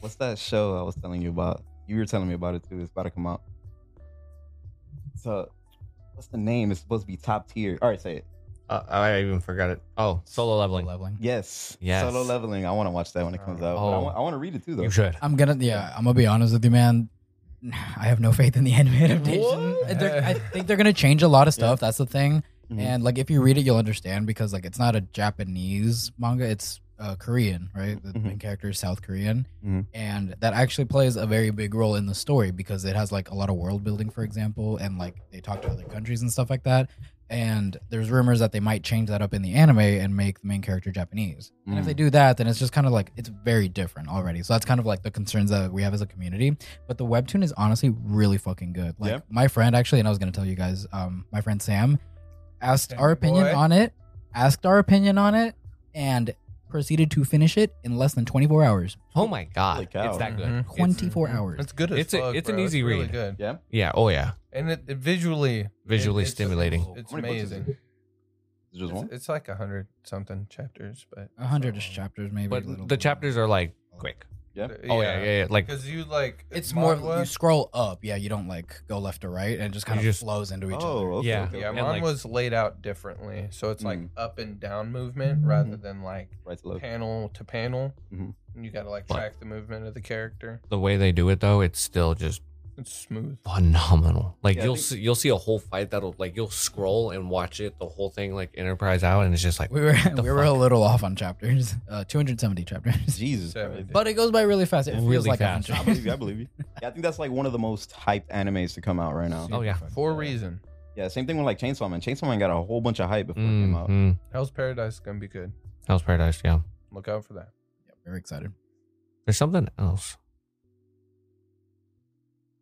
[SPEAKER 4] what's that show I was telling you about? You were telling me about it too. It's about to come out. So, what's the name? It's supposed to be top tier. All right, say it.
[SPEAKER 1] Uh, I even forgot it. Oh, solo leveling.
[SPEAKER 2] Leveling.
[SPEAKER 4] Yes.
[SPEAKER 1] Yes.
[SPEAKER 4] Solo leveling. I want to watch that when it comes out. But I
[SPEAKER 1] Oh.
[SPEAKER 4] wa- I want to read it too, though.
[SPEAKER 1] You should.
[SPEAKER 2] I'm gonna yeah. I'm gonna be honest with you, man. *sighs* I have no faith in the *laughs* anime adaptation.
[SPEAKER 3] What?
[SPEAKER 2] They're- I think they're gonna change a lot of
[SPEAKER 4] Yeah.
[SPEAKER 2] stuff. That's the thing.
[SPEAKER 4] Mhm.
[SPEAKER 2] And like if you read it, you'll understand because like it's not a Japanese manga. It's uh, Korean, right? The
[SPEAKER 4] Mhm.
[SPEAKER 2] main character is South Korean,
[SPEAKER 4] Mhm.
[SPEAKER 2] and that actually plays a very big role in the story because it has like a lot of world building, for example, and like they talk to other countries and stuff like that. and there's rumors that they might change that up in the anime and make the main character Japanese. And if
[SPEAKER 4] Mm.
[SPEAKER 2] they do that, then it's just kind of like it's very different already. So that's kind of like the concerns that we have as a community. But the webtoon is honestly really fucking good. Like
[SPEAKER 4] Yeah.
[SPEAKER 2] my friend actually, and I was gonna tell you guys, um, my friend Sam asked
[SPEAKER 3] Sammy
[SPEAKER 2] our opinion
[SPEAKER 3] boy.
[SPEAKER 2] on it, asked our opinion on it, and proceeded to finish it in less than 24 hours.
[SPEAKER 1] Oh my god,
[SPEAKER 4] Holy cow.
[SPEAKER 1] it's that good.
[SPEAKER 3] Mhm.
[SPEAKER 2] Mm-hmm.
[SPEAKER 1] It's- mm-hmm.
[SPEAKER 2] 24 hours.
[SPEAKER 3] It's good as
[SPEAKER 1] It's a-
[SPEAKER 3] fuck,
[SPEAKER 1] it's an
[SPEAKER 3] bro.
[SPEAKER 1] easy
[SPEAKER 3] really
[SPEAKER 1] read.
[SPEAKER 3] good.
[SPEAKER 4] Yeah.
[SPEAKER 1] yeah. Oh yeah.
[SPEAKER 3] And it, it visually
[SPEAKER 1] Visually
[SPEAKER 3] it- it's-
[SPEAKER 1] stimulating.
[SPEAKER 3] It's
[SPEAKER 4] How many books is it?
[SPEAKER 3] amazing.
[SPEAKER 4] It's just
[SPEAKER 3] It's,
[SPEAKER 4] one.
[SPEAKER 3] it's like a hundred something chapters, but
[SPEAKER 2] A hundredish chapters, maybe. a little
[SPEAKER 1] But the
[SPEAKER 2] bit.
[SPEAKER 1] chapters are like quick. Oh yeah, yeah, yeah. Like
[SPEAKER 3] Because you like
[SPEAKER 2] It's more you
[SPEAKER 3] manhwa-
[SPEAKER 2] scroll up, yeah. You don't like go left to right, and it just kind
[SPEAKER 1] You
[SPEAKER 2] of
[SPEAKER 1] just-
[SPEAKER 2] flows into each
[SPEAKER 4] Oh,
[SPEAKER 2] other.
[SPEAKER 4] okay.
[SPEAKER 1] Yeah.
[SPEAKER 4] okay,
[SPEAKER 3] Yeah,
[SPEAKER 1] and,
[SPEAKER 4] okay.
[SPEAKER 3] mine
[SPEAKER 1] like-
[SPEAKER 3] was laid out differently, so it's like
[SPEAKER 4] Mm.
[SPEAKER 3] up and down movement rather
[SPEAKER 1] Mm-hmm.
[SPEAKER 3] than like
[SPEAKER 4] Right to left.
[SPEAKER 3] panel to panel.
[SPEAKER 4] Mhm.
[SPEAKER 3] And you got to like
[SPEAKER 1] But-
[SPEAKER 3] track the movement of the character.
[SPEAKER 1] the way they do it though, it's still just
[SPEAKER 3] It's smooth.
[SPEAKER 1] phenomenal. Like
[SPEAKER 4] Yeah, I
[SPEAKER 1] you'll
[SPEAKER 4] think-
[SPEAKER 1] see, you'll see a whole fight that'll like you'll scroll and watch it the whole thing like enterprise out, and it's just like
[SPEAKER 2] We were
[SPEAKER 1] the
[SPEAKER 2] we were a
[SPEAKER 1] fuck?
[SPEAKER 2] little off on chapters, *laughs* uh, 270 chapters, *laughs*
[SPEAKER 4] Jesus
[SPEAKER 3] Seven.
[SPEAKER 4] Christ.
[SPEAKER 2] but it goes by really fast. It feels
[SPEAKER 1] Really
[SPEAKER 2] like
[SPEAKER 1] fast.
[SPEAKER 4] *laughs* I
[SPEAKER 2] 100.
[SPEAKER 4] believe you. I believe you. Yeah, I think that's like one of the most hyped animes to come out right
[SPEAKER 2] *laughs*
[SPEAKER 4] now.
[SPEAKER 1] Oh, yeah.
[SPEAKER 3] For a reason.
[SPEAKER 4] Yeah, same thing with like Chainsaw Man. Chainsaw Man got a whole bunch of hype before it came out.
[SPEAKER 1] mm
[SPEAKER 3] Hell's Paradise is gonna be good.
[SPEAKER 1] Hell's Paradise. Yeah,
[SPEAKER 3] Look out for that.
[SPEAKER 2] Yeah, very excited.
[SPEAKER 1] there's something else.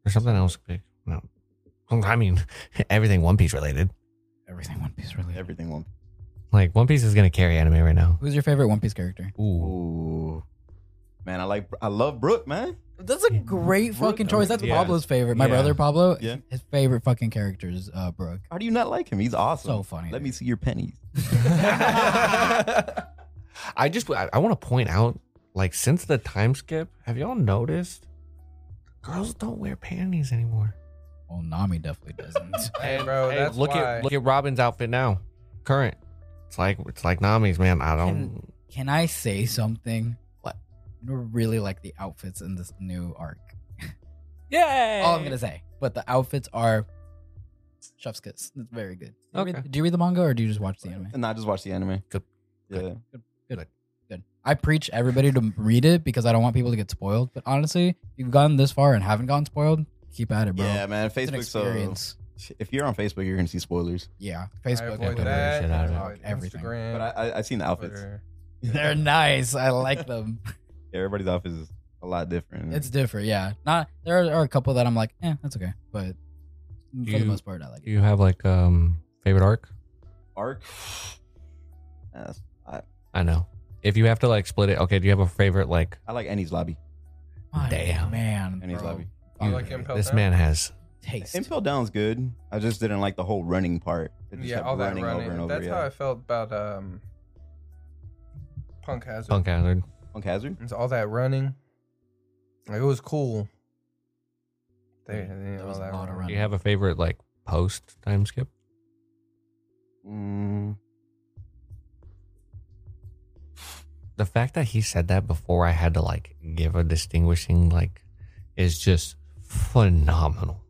[SPEAKER 1] There's something else big. No, I mean *laughs* everything One Piece related.
[SPEAKER 2] Everything One Piece really.
[SPEAKER 4] Everything won.
[SPEAKER 1] Like One Piece is gonna carry anime right now.
[SPEAKER 2] Who's your favorite One Piece character?
[SPEAKER 1] Ooh,
[SPEAKER 4] Ooh. Man, I like I love Brooke, man.
[SPEAKER 2] That's a great
[SPEAKER 4] Brooke,
[SPEAKER 2] fucking choice. That's
[SPEAKER 1] yeah.
[SPEAKER 2] Pablo's favorite. My
[SPEAKER 1] Yeah.
[SPEAKER 2] brother Pablo.
[SPEAKER 4] Yeah.
[SPEAKER 2] His favorite fucking character is uh, Brooke.
[SPEAKER 4] How do you not like him? He's awesome.
[SPEAKER 2] So funny.
[SPEAKER 4] Let me see your pennies.
[SPEAKER 1] I just I, I want to point out like since the time skip, have y'all noticed girls don't wear panties anymore?
[SPEAKER 2] Well, Nami definitely doesn't.
[SPEAKER 3] *laughs* Hey, bro, that's
[SPEAKER 1] look
[SPEAKER 3] why-
[SPEAKER 1] at look at Robin's outfit now, current. It's like it's like Nami's man. I don't.
[SPEAKER 2] Can I say something?
[SPEAKER 1] What?
[SPEAKER 2] I really like the outfits in this new arc. *laughs*
[SPEAKER 1] Yeah.
[SPEAKER 2] All I'm gonna say, but the outfits are chef's kiss. It's very good. Do you,
[SPEAKER 1] Okay.
[SPEAKER 2] read, do you read the manga or do you just watch the anime?
[SPEAKER 4] And I just watched the anime.
[SPEAKER 1] Good.
[SPEAKER 4] Yeah.
[SPEAKER 2] Good. I preach everybody to read it because I don't want people to get spoiled. But honestly, if you've gotten this far and haven't gotten spoiled, keep at it, bro.
[SPEAKER 4] Yeah, man.
[SPEAKER 2] it's an
[SPEAKER 4] Facebook so
[SPEAKER 2] experience.
[SPEAKER 4] if you're on Facebook, you're gonna see spoilers.
[SPEAKER 2] Yeah,
[SPEAKER 3] I
[SPEAKER 2] Facebook.
[SPEAKER 3] avoid
[SPEAKER 1] yeah,
[SPEAKER 3] that.
[SPEAKER 1] shit out of it.
[SPEAKER 3] I avoid
[SPEAKER 2] Everything.
[SPEAKER 3] Instagram,
[SPEAKER 4] But I, I I've seen the outfits.
[SPEAKER 3] Twitter.
[SPEAKER 2] They're nice. I like them.
[SPEAKER 4] Everybody's outfits is a lot different.
[SPEAKER 2] it's different. Yeah, not there are a couple that I'm like, eh, that's okay. But for the
[SPEAKER 1] You-
[SPEAKER 2] most part, I like
[SPEAKER 1] Do
[SPEAKER 2] it.
[SPEAKER 1] you have like um favorite arc?
[SPEAKER 4] arc. Yes. I,
[SPEAKER 1] I know. If you have to like split it, okay. Do you have a favorite like?
[SPEAKER 4] I like Annie's lobby.
[SPEAKER 2] My
[SPEAKER 1] Damn.
[SPEAKER 2] man,
[SPEAKER 4] Annie's
[SPEAKER 2] bro.
[SPEAKER 4] lobby.
[SPEAKER 3] You
[SPEAKER 2] Fuck.
[SPEAKER 3] like Impel
[SPEAKER 1] this
[SPEAKER 3] Down?
[SPEAKER 1] man has.
[SPEAKER 2] taste.
[SPEAKER 4] Impel Down's good. I just didn't like the whole running part. It just
[SPEAKER 3] Yeah,
[SPEAKER 4] kept
[SPEAKER 3] all that
[SPEAKER 4] running,
[SPEAKER 3] running.
[SPEAKER 4] over and over.
[SPEAKER 3] that's
[SPEAKER 4] yeah.
[SPEAKER 3] how I felt about um, Punk Hazard.
[SPEAKER 1] Punk hazard.
[SPEAKER 4] Punk Hazard.
[SPEAKER 3] It's all that running. Like, it was cool. They, they-
[SPEAKER 2] There
[SPEAKER 3] all
[SPEAKER 2] was a
[SPEAKER 3] that
[SPEAKER 2] lot of
[SPEAKER 1] Do
[SPEAKER 3] running.
[SPEAKER 1] you have a favorite like post time skip?
[SPEAKER 4] Mm,
[SPEAKER 1] The fact that he said that before I had to like give a distinguishing like is just phenomenal.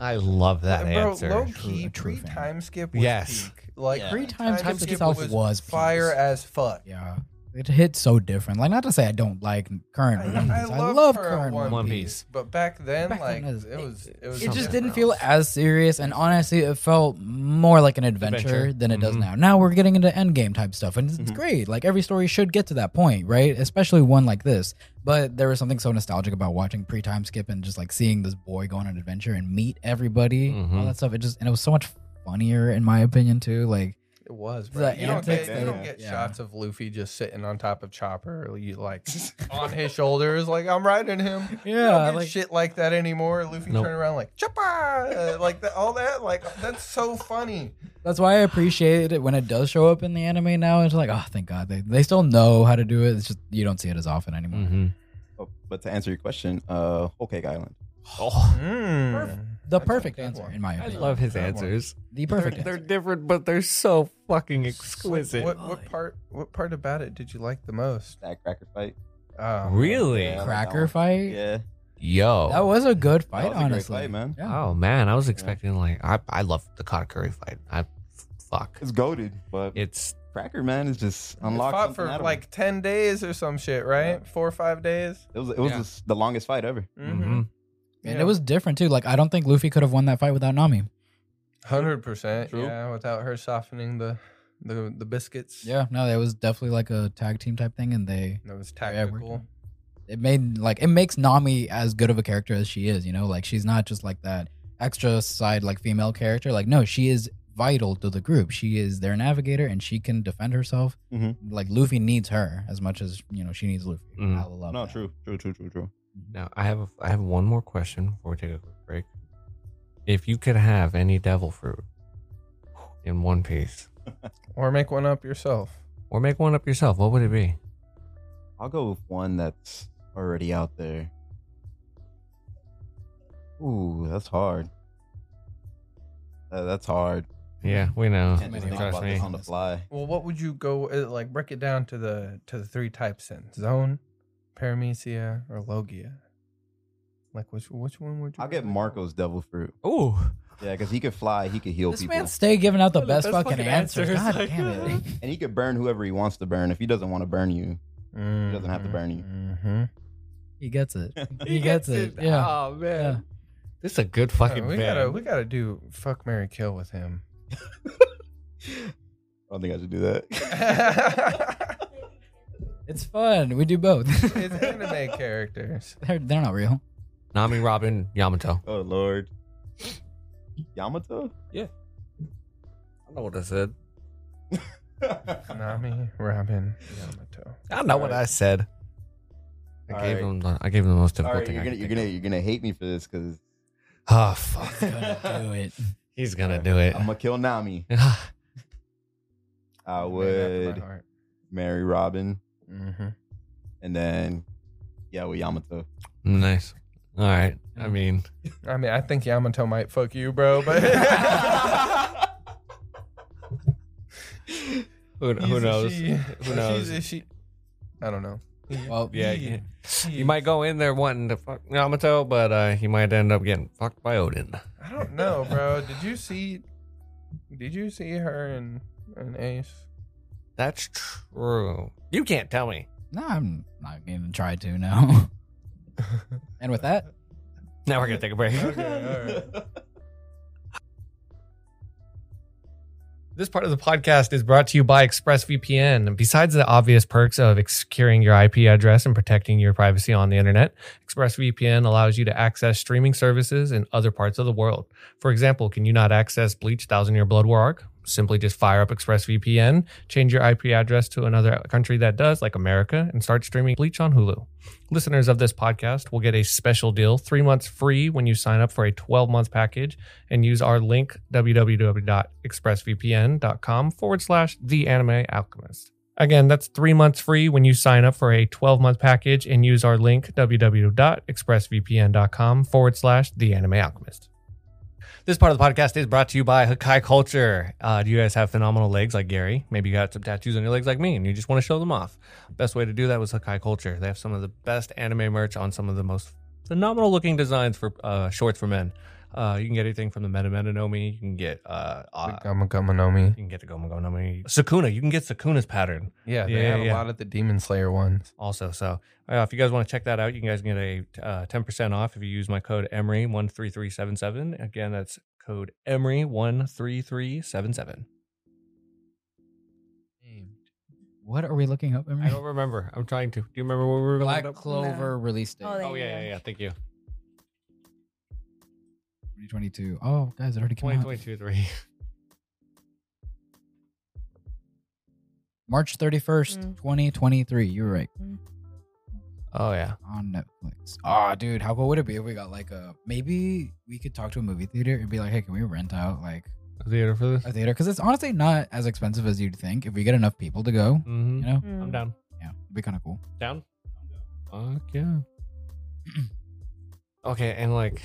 [SPEAKER 1] I love that
[SPEAKER 3] Bro,
[SPEAKER 1] answer.
[SPEAKER 3] low
[SPEAKER 2] True-
[SPEAKER 3] key,
[SPEAKER 2] a true
[SPEAKER 3] pre
[SPEAKER 2] fan.
[SPEAKER 3] time skip was
[SPEAKER 1] Yes.
[SPEAKER 3] peak. Like
[SPEAKER 4] Yeah.
[SPEAKER 2] Pre-time skip itself
[SPEAKER 3] was,
[SPEAKER 2] was peak.
[SPEAKER 3] fire as fuck.
[SPEAKER 2] Yeah. It hit so different. Like not to say I don't like current One Piece. I, love, current One,
[SPEAKER 1] One
[SPEAKER 2] Piece.
[SPEAKER 1] Piece.
[SPEAKER 3] but back then,
[SPEAKER 2] Back
[SPEAKER 3] like
[SPEAKER 2] then it was-
[SPEAKER 3] it was, it was.
[SPEAKER 2] It just
[SPEAKER 1] something
[SPEAKER 2] didn't
[SPEAKER 1] else.
[SPEAKER 2] feel as serious, and honestly, it felt more like an adventure,
[SPEAKER 1] Adventure. Mm-hmm.
[SPEAKER 2] than it does
[SPEAKER 1] Mhm.
[SPEAKER 2] now. Now we're getting into endgame type stuff, and it's, it's
[SPEAKER 4] Mhm.
[SPEAKER 2] great. Like every story should get to that point, right? Especially one like this. But there was something so nostalgic about watching pre-time skip and just like seeing this boy go on an adventure and meet everybody, all
[SPEAKER 1] Mhm.
[SPEAKER 2] that stuff. It just and it was so much funnier, in my opinion, too. Like
[SPEAKER 3] It was.
[SPEAKER 2] The
[SPEAKER 3] Bro. you don't
[SPEAKER 2] antics
[SPEAKER 3] get,
[SPEAKER 4] that-
[SPEAKER 3] you don't get
[SPEAKER 2] yeah.
[SPEAKER 3] shots of Luffy just sitting on top of Chopper, or
[SPEAKER 2] *laughs*
[SPEAKER 3] you like on his shoulders, like I'm riding him. You don't get shit like that anymore. Luffy
[SPEAKER 1] Nope.
[SPEAKER 3] turn around like Chopper, *laughs* uh, like that, all that. Like that's so funny.
[SPEAKER 2] That's why I appreciate it when it does show up in the anime now. It's like, oh, thank God. They, they still know how to do it. It's just you don't see it as often anymore.
[SPEAKER 1] Mm-hmm.
[SPEAKER 4] oh, but to answer your question, uh, Whole Cake Island.
[SPEAKER 1] Oh,
[SPEAKER 2] Hmm.
[SPEAKER 3] Mm.
[SPEAKER 2] The
[SPEAKER 3] That's a
[SPEAKER 2] perfect
[SPEAKER 3] good
[SPEAKER 2] answer,
[SPEAKER 3] one.
[SPEAKER 2] in my
[SPEAKER 1] I
[SPEAKER 2] opinion.
[SPEAKER 1] love his
[SPEAKER 3] That one.
[SPEAKER 1] answers.
[SPEAKER 2] the
[SPEAKER 1] They're,
[SPEAKER 2] perfect
[SPEAKER 1] they're
[SPEAKER 2] answer.
[SPEAKER 1] different, but they're so fucking exquisite.
[SPEAKER 3] What, what part? What part about it did you like the most?
[SPEAKER 4] That cracker fight.
[SPEAKER 3] Oh,
[SPEAKER 1] Really?
[SPEAKER 4] Yeah, I like that
[SPEAKER 2] Cracker
[SPEAKER 4] one.
[SPEAKER 2] fight.
[SPEAKER 4] Yeah.
[SPEAKER 1] Yo.
[SPEAKER 2] That was a good fight,
[SPEAKER 4] was a great
[SPEAKER 2] honestly.
[SPEAKER 4] fight, man.
[SPEAKER 2] Yeah.
[SPEAKER 1] Oh man, I was expecting like I I love the Kata Curry fight. I fuck.
[SPEAKER 4] It's goaded, but
[SPEAKER 1] It's
[SPEAKER 4] Cracker Man is just
[SPEAKER 3] It
[SPEAKER 4] unlocked
[SPEAKER 3] fought
[SPEAKER 4] something
[SPEAKER 3] for
[SPEAKER 4] out of him.
[SPEAKER 3] like ten days or some shit, right? Four or five days. Mm-hmm.
[SPEAKER 4] it was it was
[SPEAKER 1] Yeah.
[SPEAKER 4] just the longest fight ever.
[SPEAKER 1] mhm.
[SPEAKER 2] And
[SPEAKER 3] Yeah.
[SPEAKER 2] it was different too. Like I don't think Luffy could have won that fight without Nami.
[SPEAKER 3] Hundred percent.
[SPEAKER 4] True.
[SPEAKER 3] Yeah, without her softening the the the biscuits.
[SPEAKER 2] Yeah, no, that was definitely like a tag team type thing, and they
[SPEAKER 3] That was
[SPEAKER 2] Yeah, we're
[SPEAKER 3] tactical.
[SPEAKER 2] it made like it makes Nami as good of a character as she is. You know, like she's not just like that extra side like female character. Like no, she is vital to the group. She is their navigator, and she can defend herself.
[SPEAKER 4] Mhm.
[SPEAKER 2] Like Luffy needs her as much as you know she needs Luffy.
[SPEAKER 1] Mhm.
[SPEAKER 2] I love
[SPEAKER 4] No,
[SPEAKER 2] that.
[SPEAKER 4] true, true, true, true, true.
[SPEAKER 1] Now I have a, I have one more question before we take a quick break. If you could have any devil fruit in one piece,
[SPEAKER 3] Or make one up yourself.
[SPEAKER 1] or make one up yourself, what would it be?
[SPEAKER 4] I'll go with one that's already out there. Ooh, that's hard. Uh, that's hard.
[SPEAKER 1] Yeah, we know.
[SPEAKER 4] Can't just
[SPEAKER 2] many options.
[SPEAKER 4] think
[SPEAKER 1] Trust
[SPEAKER 4] about this
[SPEAKER 1] me.
[SPEAKER 4] on the fly.
[SPEAKER 3] Well, what would you go uh, like? Break it down to the to the three types then: zone, paramecia, or logia. Like which which one would you?
[SPEAKER 4] I'll get
[SPEAKER 3] recommend?
[SPEAKER 4] Marco's devil fruit.
[SPEAKER 1] Ooh,
[SPEAKER 4] Yeah, because he could fly, he could heal
[SPEAKER 2] This
[SPEAKER 4] people,
[SPEAKER 2] man stay giving out the
[SPEAKER 3] Well,
[SPEAKER 2] best,
[SPEAKER 3] that's
[SPEAKER 2] fucking
[SPEAKER 3] fucking
[SPEAKER 2] answers.
[SPEAKER 3] answers,
[SPEAKER 2] God
[SPEAKER 3] like-
[SPEAKER 2] damn it!
[SPEAKER 4] and he could burn whoever he wants to burn. If he doesn't want to burn *laughs* you, He doesn't have to burn you.
[SPEAKER 3] Mhm.
[SPEAKER 2] He gets it. He gets it. Yeah.
[SPEAKER 1] Oh man, this is a good fucking
[SPEAKER 3] Uh, we
[SPEAKER 1] bit.
[SPEAKER 3] gotta we gotta do fuck Mary Kill with
[SPEAKER 4] *laughs*
[SPEAKER 3] him. *laughs*
[SPEAKER 4] I don't think I should do that.
[SPEAKER 3] it's
[SPEAKER 2] It's fun. We do *laughs* both.
[SPEAKER 3] anime characters.
[SPEAKER 2] they're, they're not *laughs* real.
[SPEAKER 1] Nami, Robin, Yamato.
[SPEAKER 4] *laughs* oh Lord, Yamato.
[SPEAKER 1] I don't know what I said.
[SPEAKER 3] Nami, Robin, Yamato.
[SPEAKER 1] I know what I said. I
[SPEAKER 4] All
[SPEAKER 1] gave
[SPEAKER 4] right.
[SPEAKER 1] him. The, I gave him the most
[SPEAKER 4] All
[SPEAKER 1] difficult
[SPEAKER 4] right,
[SPEAKER 1] thing.
[SPEAKER 4] you're
[SPEAKER 1] I
[SPEAKER 4] gonna
[SPEAKER 1] could
[SPEAKER 4] you're
[SPEAKER 1] think
[SPEAKER 4] gonna you're gonna hate me for this because
[SPEAKER 1] of. Oh
[SPEAKER 2] *laughs*
[SPEAKER 1] fuck!
[SPEAKER 2] Gonna do it.
[SPEAKER 1] He's gonna do it. *laughs*
[SPEAKER 4] I'm gonna kill Nami. I would marry Robin,
[SPEAKER 3] Mm-hmm.
[SPEAKER 4] and then yeah, with Yamato.
[SPEAKER 1] nice. All right. I mean,
[SPEAKER 3] I mean, I think Yamato might fuck you, bro,
[SPEAKER 1] *laughs*
[SPEAKER 3] but *laughs*
[SPEAKER 1] who,
[SPEAKER 3] He's
[SPEAKER 1] who
[SPEAKER 3] a
[SPEAKER 1] knows?
[SPEAKER 3] she.
[SPEAKER 1] Who knows?
[SPEAKER 3] *laughs* She's a she. I don't know.
[SPEAKER 2] Well,
[SPEAKER 1] Yeah,
[SPEAKER 3] Yeah.
[SPEAKER 1] you, you might go in there wanting to fuck Yamato, but uh, you might end up getting fucked by Odin.
[SPEAKER 3] I don't know, bro. Did you see? Did you see her and and
[SPEAKER 1] *laughs*
[SPEAKER 3] Ace?
[SPEAKER 1] That's true. You can't tell me.
[SPEAKER 2] No, I'm not going to try
[SPEAKER 1] *laughs*
[SPEAKER 2] to, no. and with that,
[SPEAKER 1] Now we're gonna take a break.
[SPEAKER 3] Okay, all right.
[SPEAKER 1] This part of the podcast is brought to you by ExpressVPN. And Besides the obvious perks of securing your IP address and protecting your privacy on the internet, ExpressVPN allows you to access streaming services in other parts of the world. For example, can you not access Bleach Thousand Year Blood War Arc? Simply just fire up ExpressVPN, change your IP address to another country that does, like America, and start streaming Bleach on Hulu. Listeners of this podcast will get a special deal three months free when you sign up for a 12 month package and use our link www.expressvpn.com forward slash the anime alchemist. Again, that's three months free when you sign up for a 12 month package and use our link www.expressvpn.com forward slash the anime alchemist. This part of the podcast is brought to you by Hakai Culture. Uh, do you guys have phenomenal legs like Gary? Maybe you got some tattoos on your legs like me and you just want to show them off. Best way to do that was Hakai Culture. They have some of the best anime merch on some of the most phenomenal looking designs for uh, shorts for men. Uh, you can get anything from the Meta Metanomi. You can get uh, uh
[SPEAKER 3] Gama Gama no Mi.
[SPEAKER 1] you can get the Goma Gonomi. Sakuna. You can get Sakuna's pattern
[SPEAKER 3] Yeah, they
[SPEAKER 1] Yeah,
[SPEAKER 3] have
[SPEAKER 1] yeah.
[SPEAKER 3] a lot of the Demon Slayer ones.
[SPEAKER 1] also. So uh, if you guys want to check that out, you guys can get a uh, ten percent off if you use my code Emery one three three seven seven. Again, that's code Emery one three three seven seven.
[SPEAKER 2] what are we looking up? Emery?
[SPEAKER 1] I don't remember. I'm trying to. Do you remember what we were looking
[SPEAKER 2] Black
[SPEAKER 1] up?
[SPEAKER 2] Clover release date
[SPEAKER 7] Oh, there
[SPEAKER 1] Oh
[SPEAKER 7] you go.
[SPEAKER 1] yeah, yeah, yeah. Thank you.
[SPEAKER 2] 2022. Oh, guys, it already came
[SPEAKER 1] Twenty
[SPEAKER 2] out.
[SPEAKER 1] twenty two three.
[SPEAKER 2] March 31st,
[SPEAKER 7] Mm.
[SPEAKER 2] 2023. You were right.
[SPEAKER 1] Oh yeah.
[SPEAKER 2] On Netflix. Ah, dude, how cool would it be if we got like a. Maybe we could talk to a movie theater and be like, hey, can we rent out like
[SPEAKER 1] Theater for this.
[SPEAKER 2] a theater? Because it's honestly not as expensive as you'd think if we get enough people to go.
[SPEAKER 1] Mm-hmm.
[SPEAKER 2] You know?
[SPEAKER 9] Mm,
[SPEAKER 1] I'm down.
[SPEAKER 2] Yeah, it'd be kind of cool.
[SPEAKER 1] Down? Fuck yeah. *clears throat* okay, and like,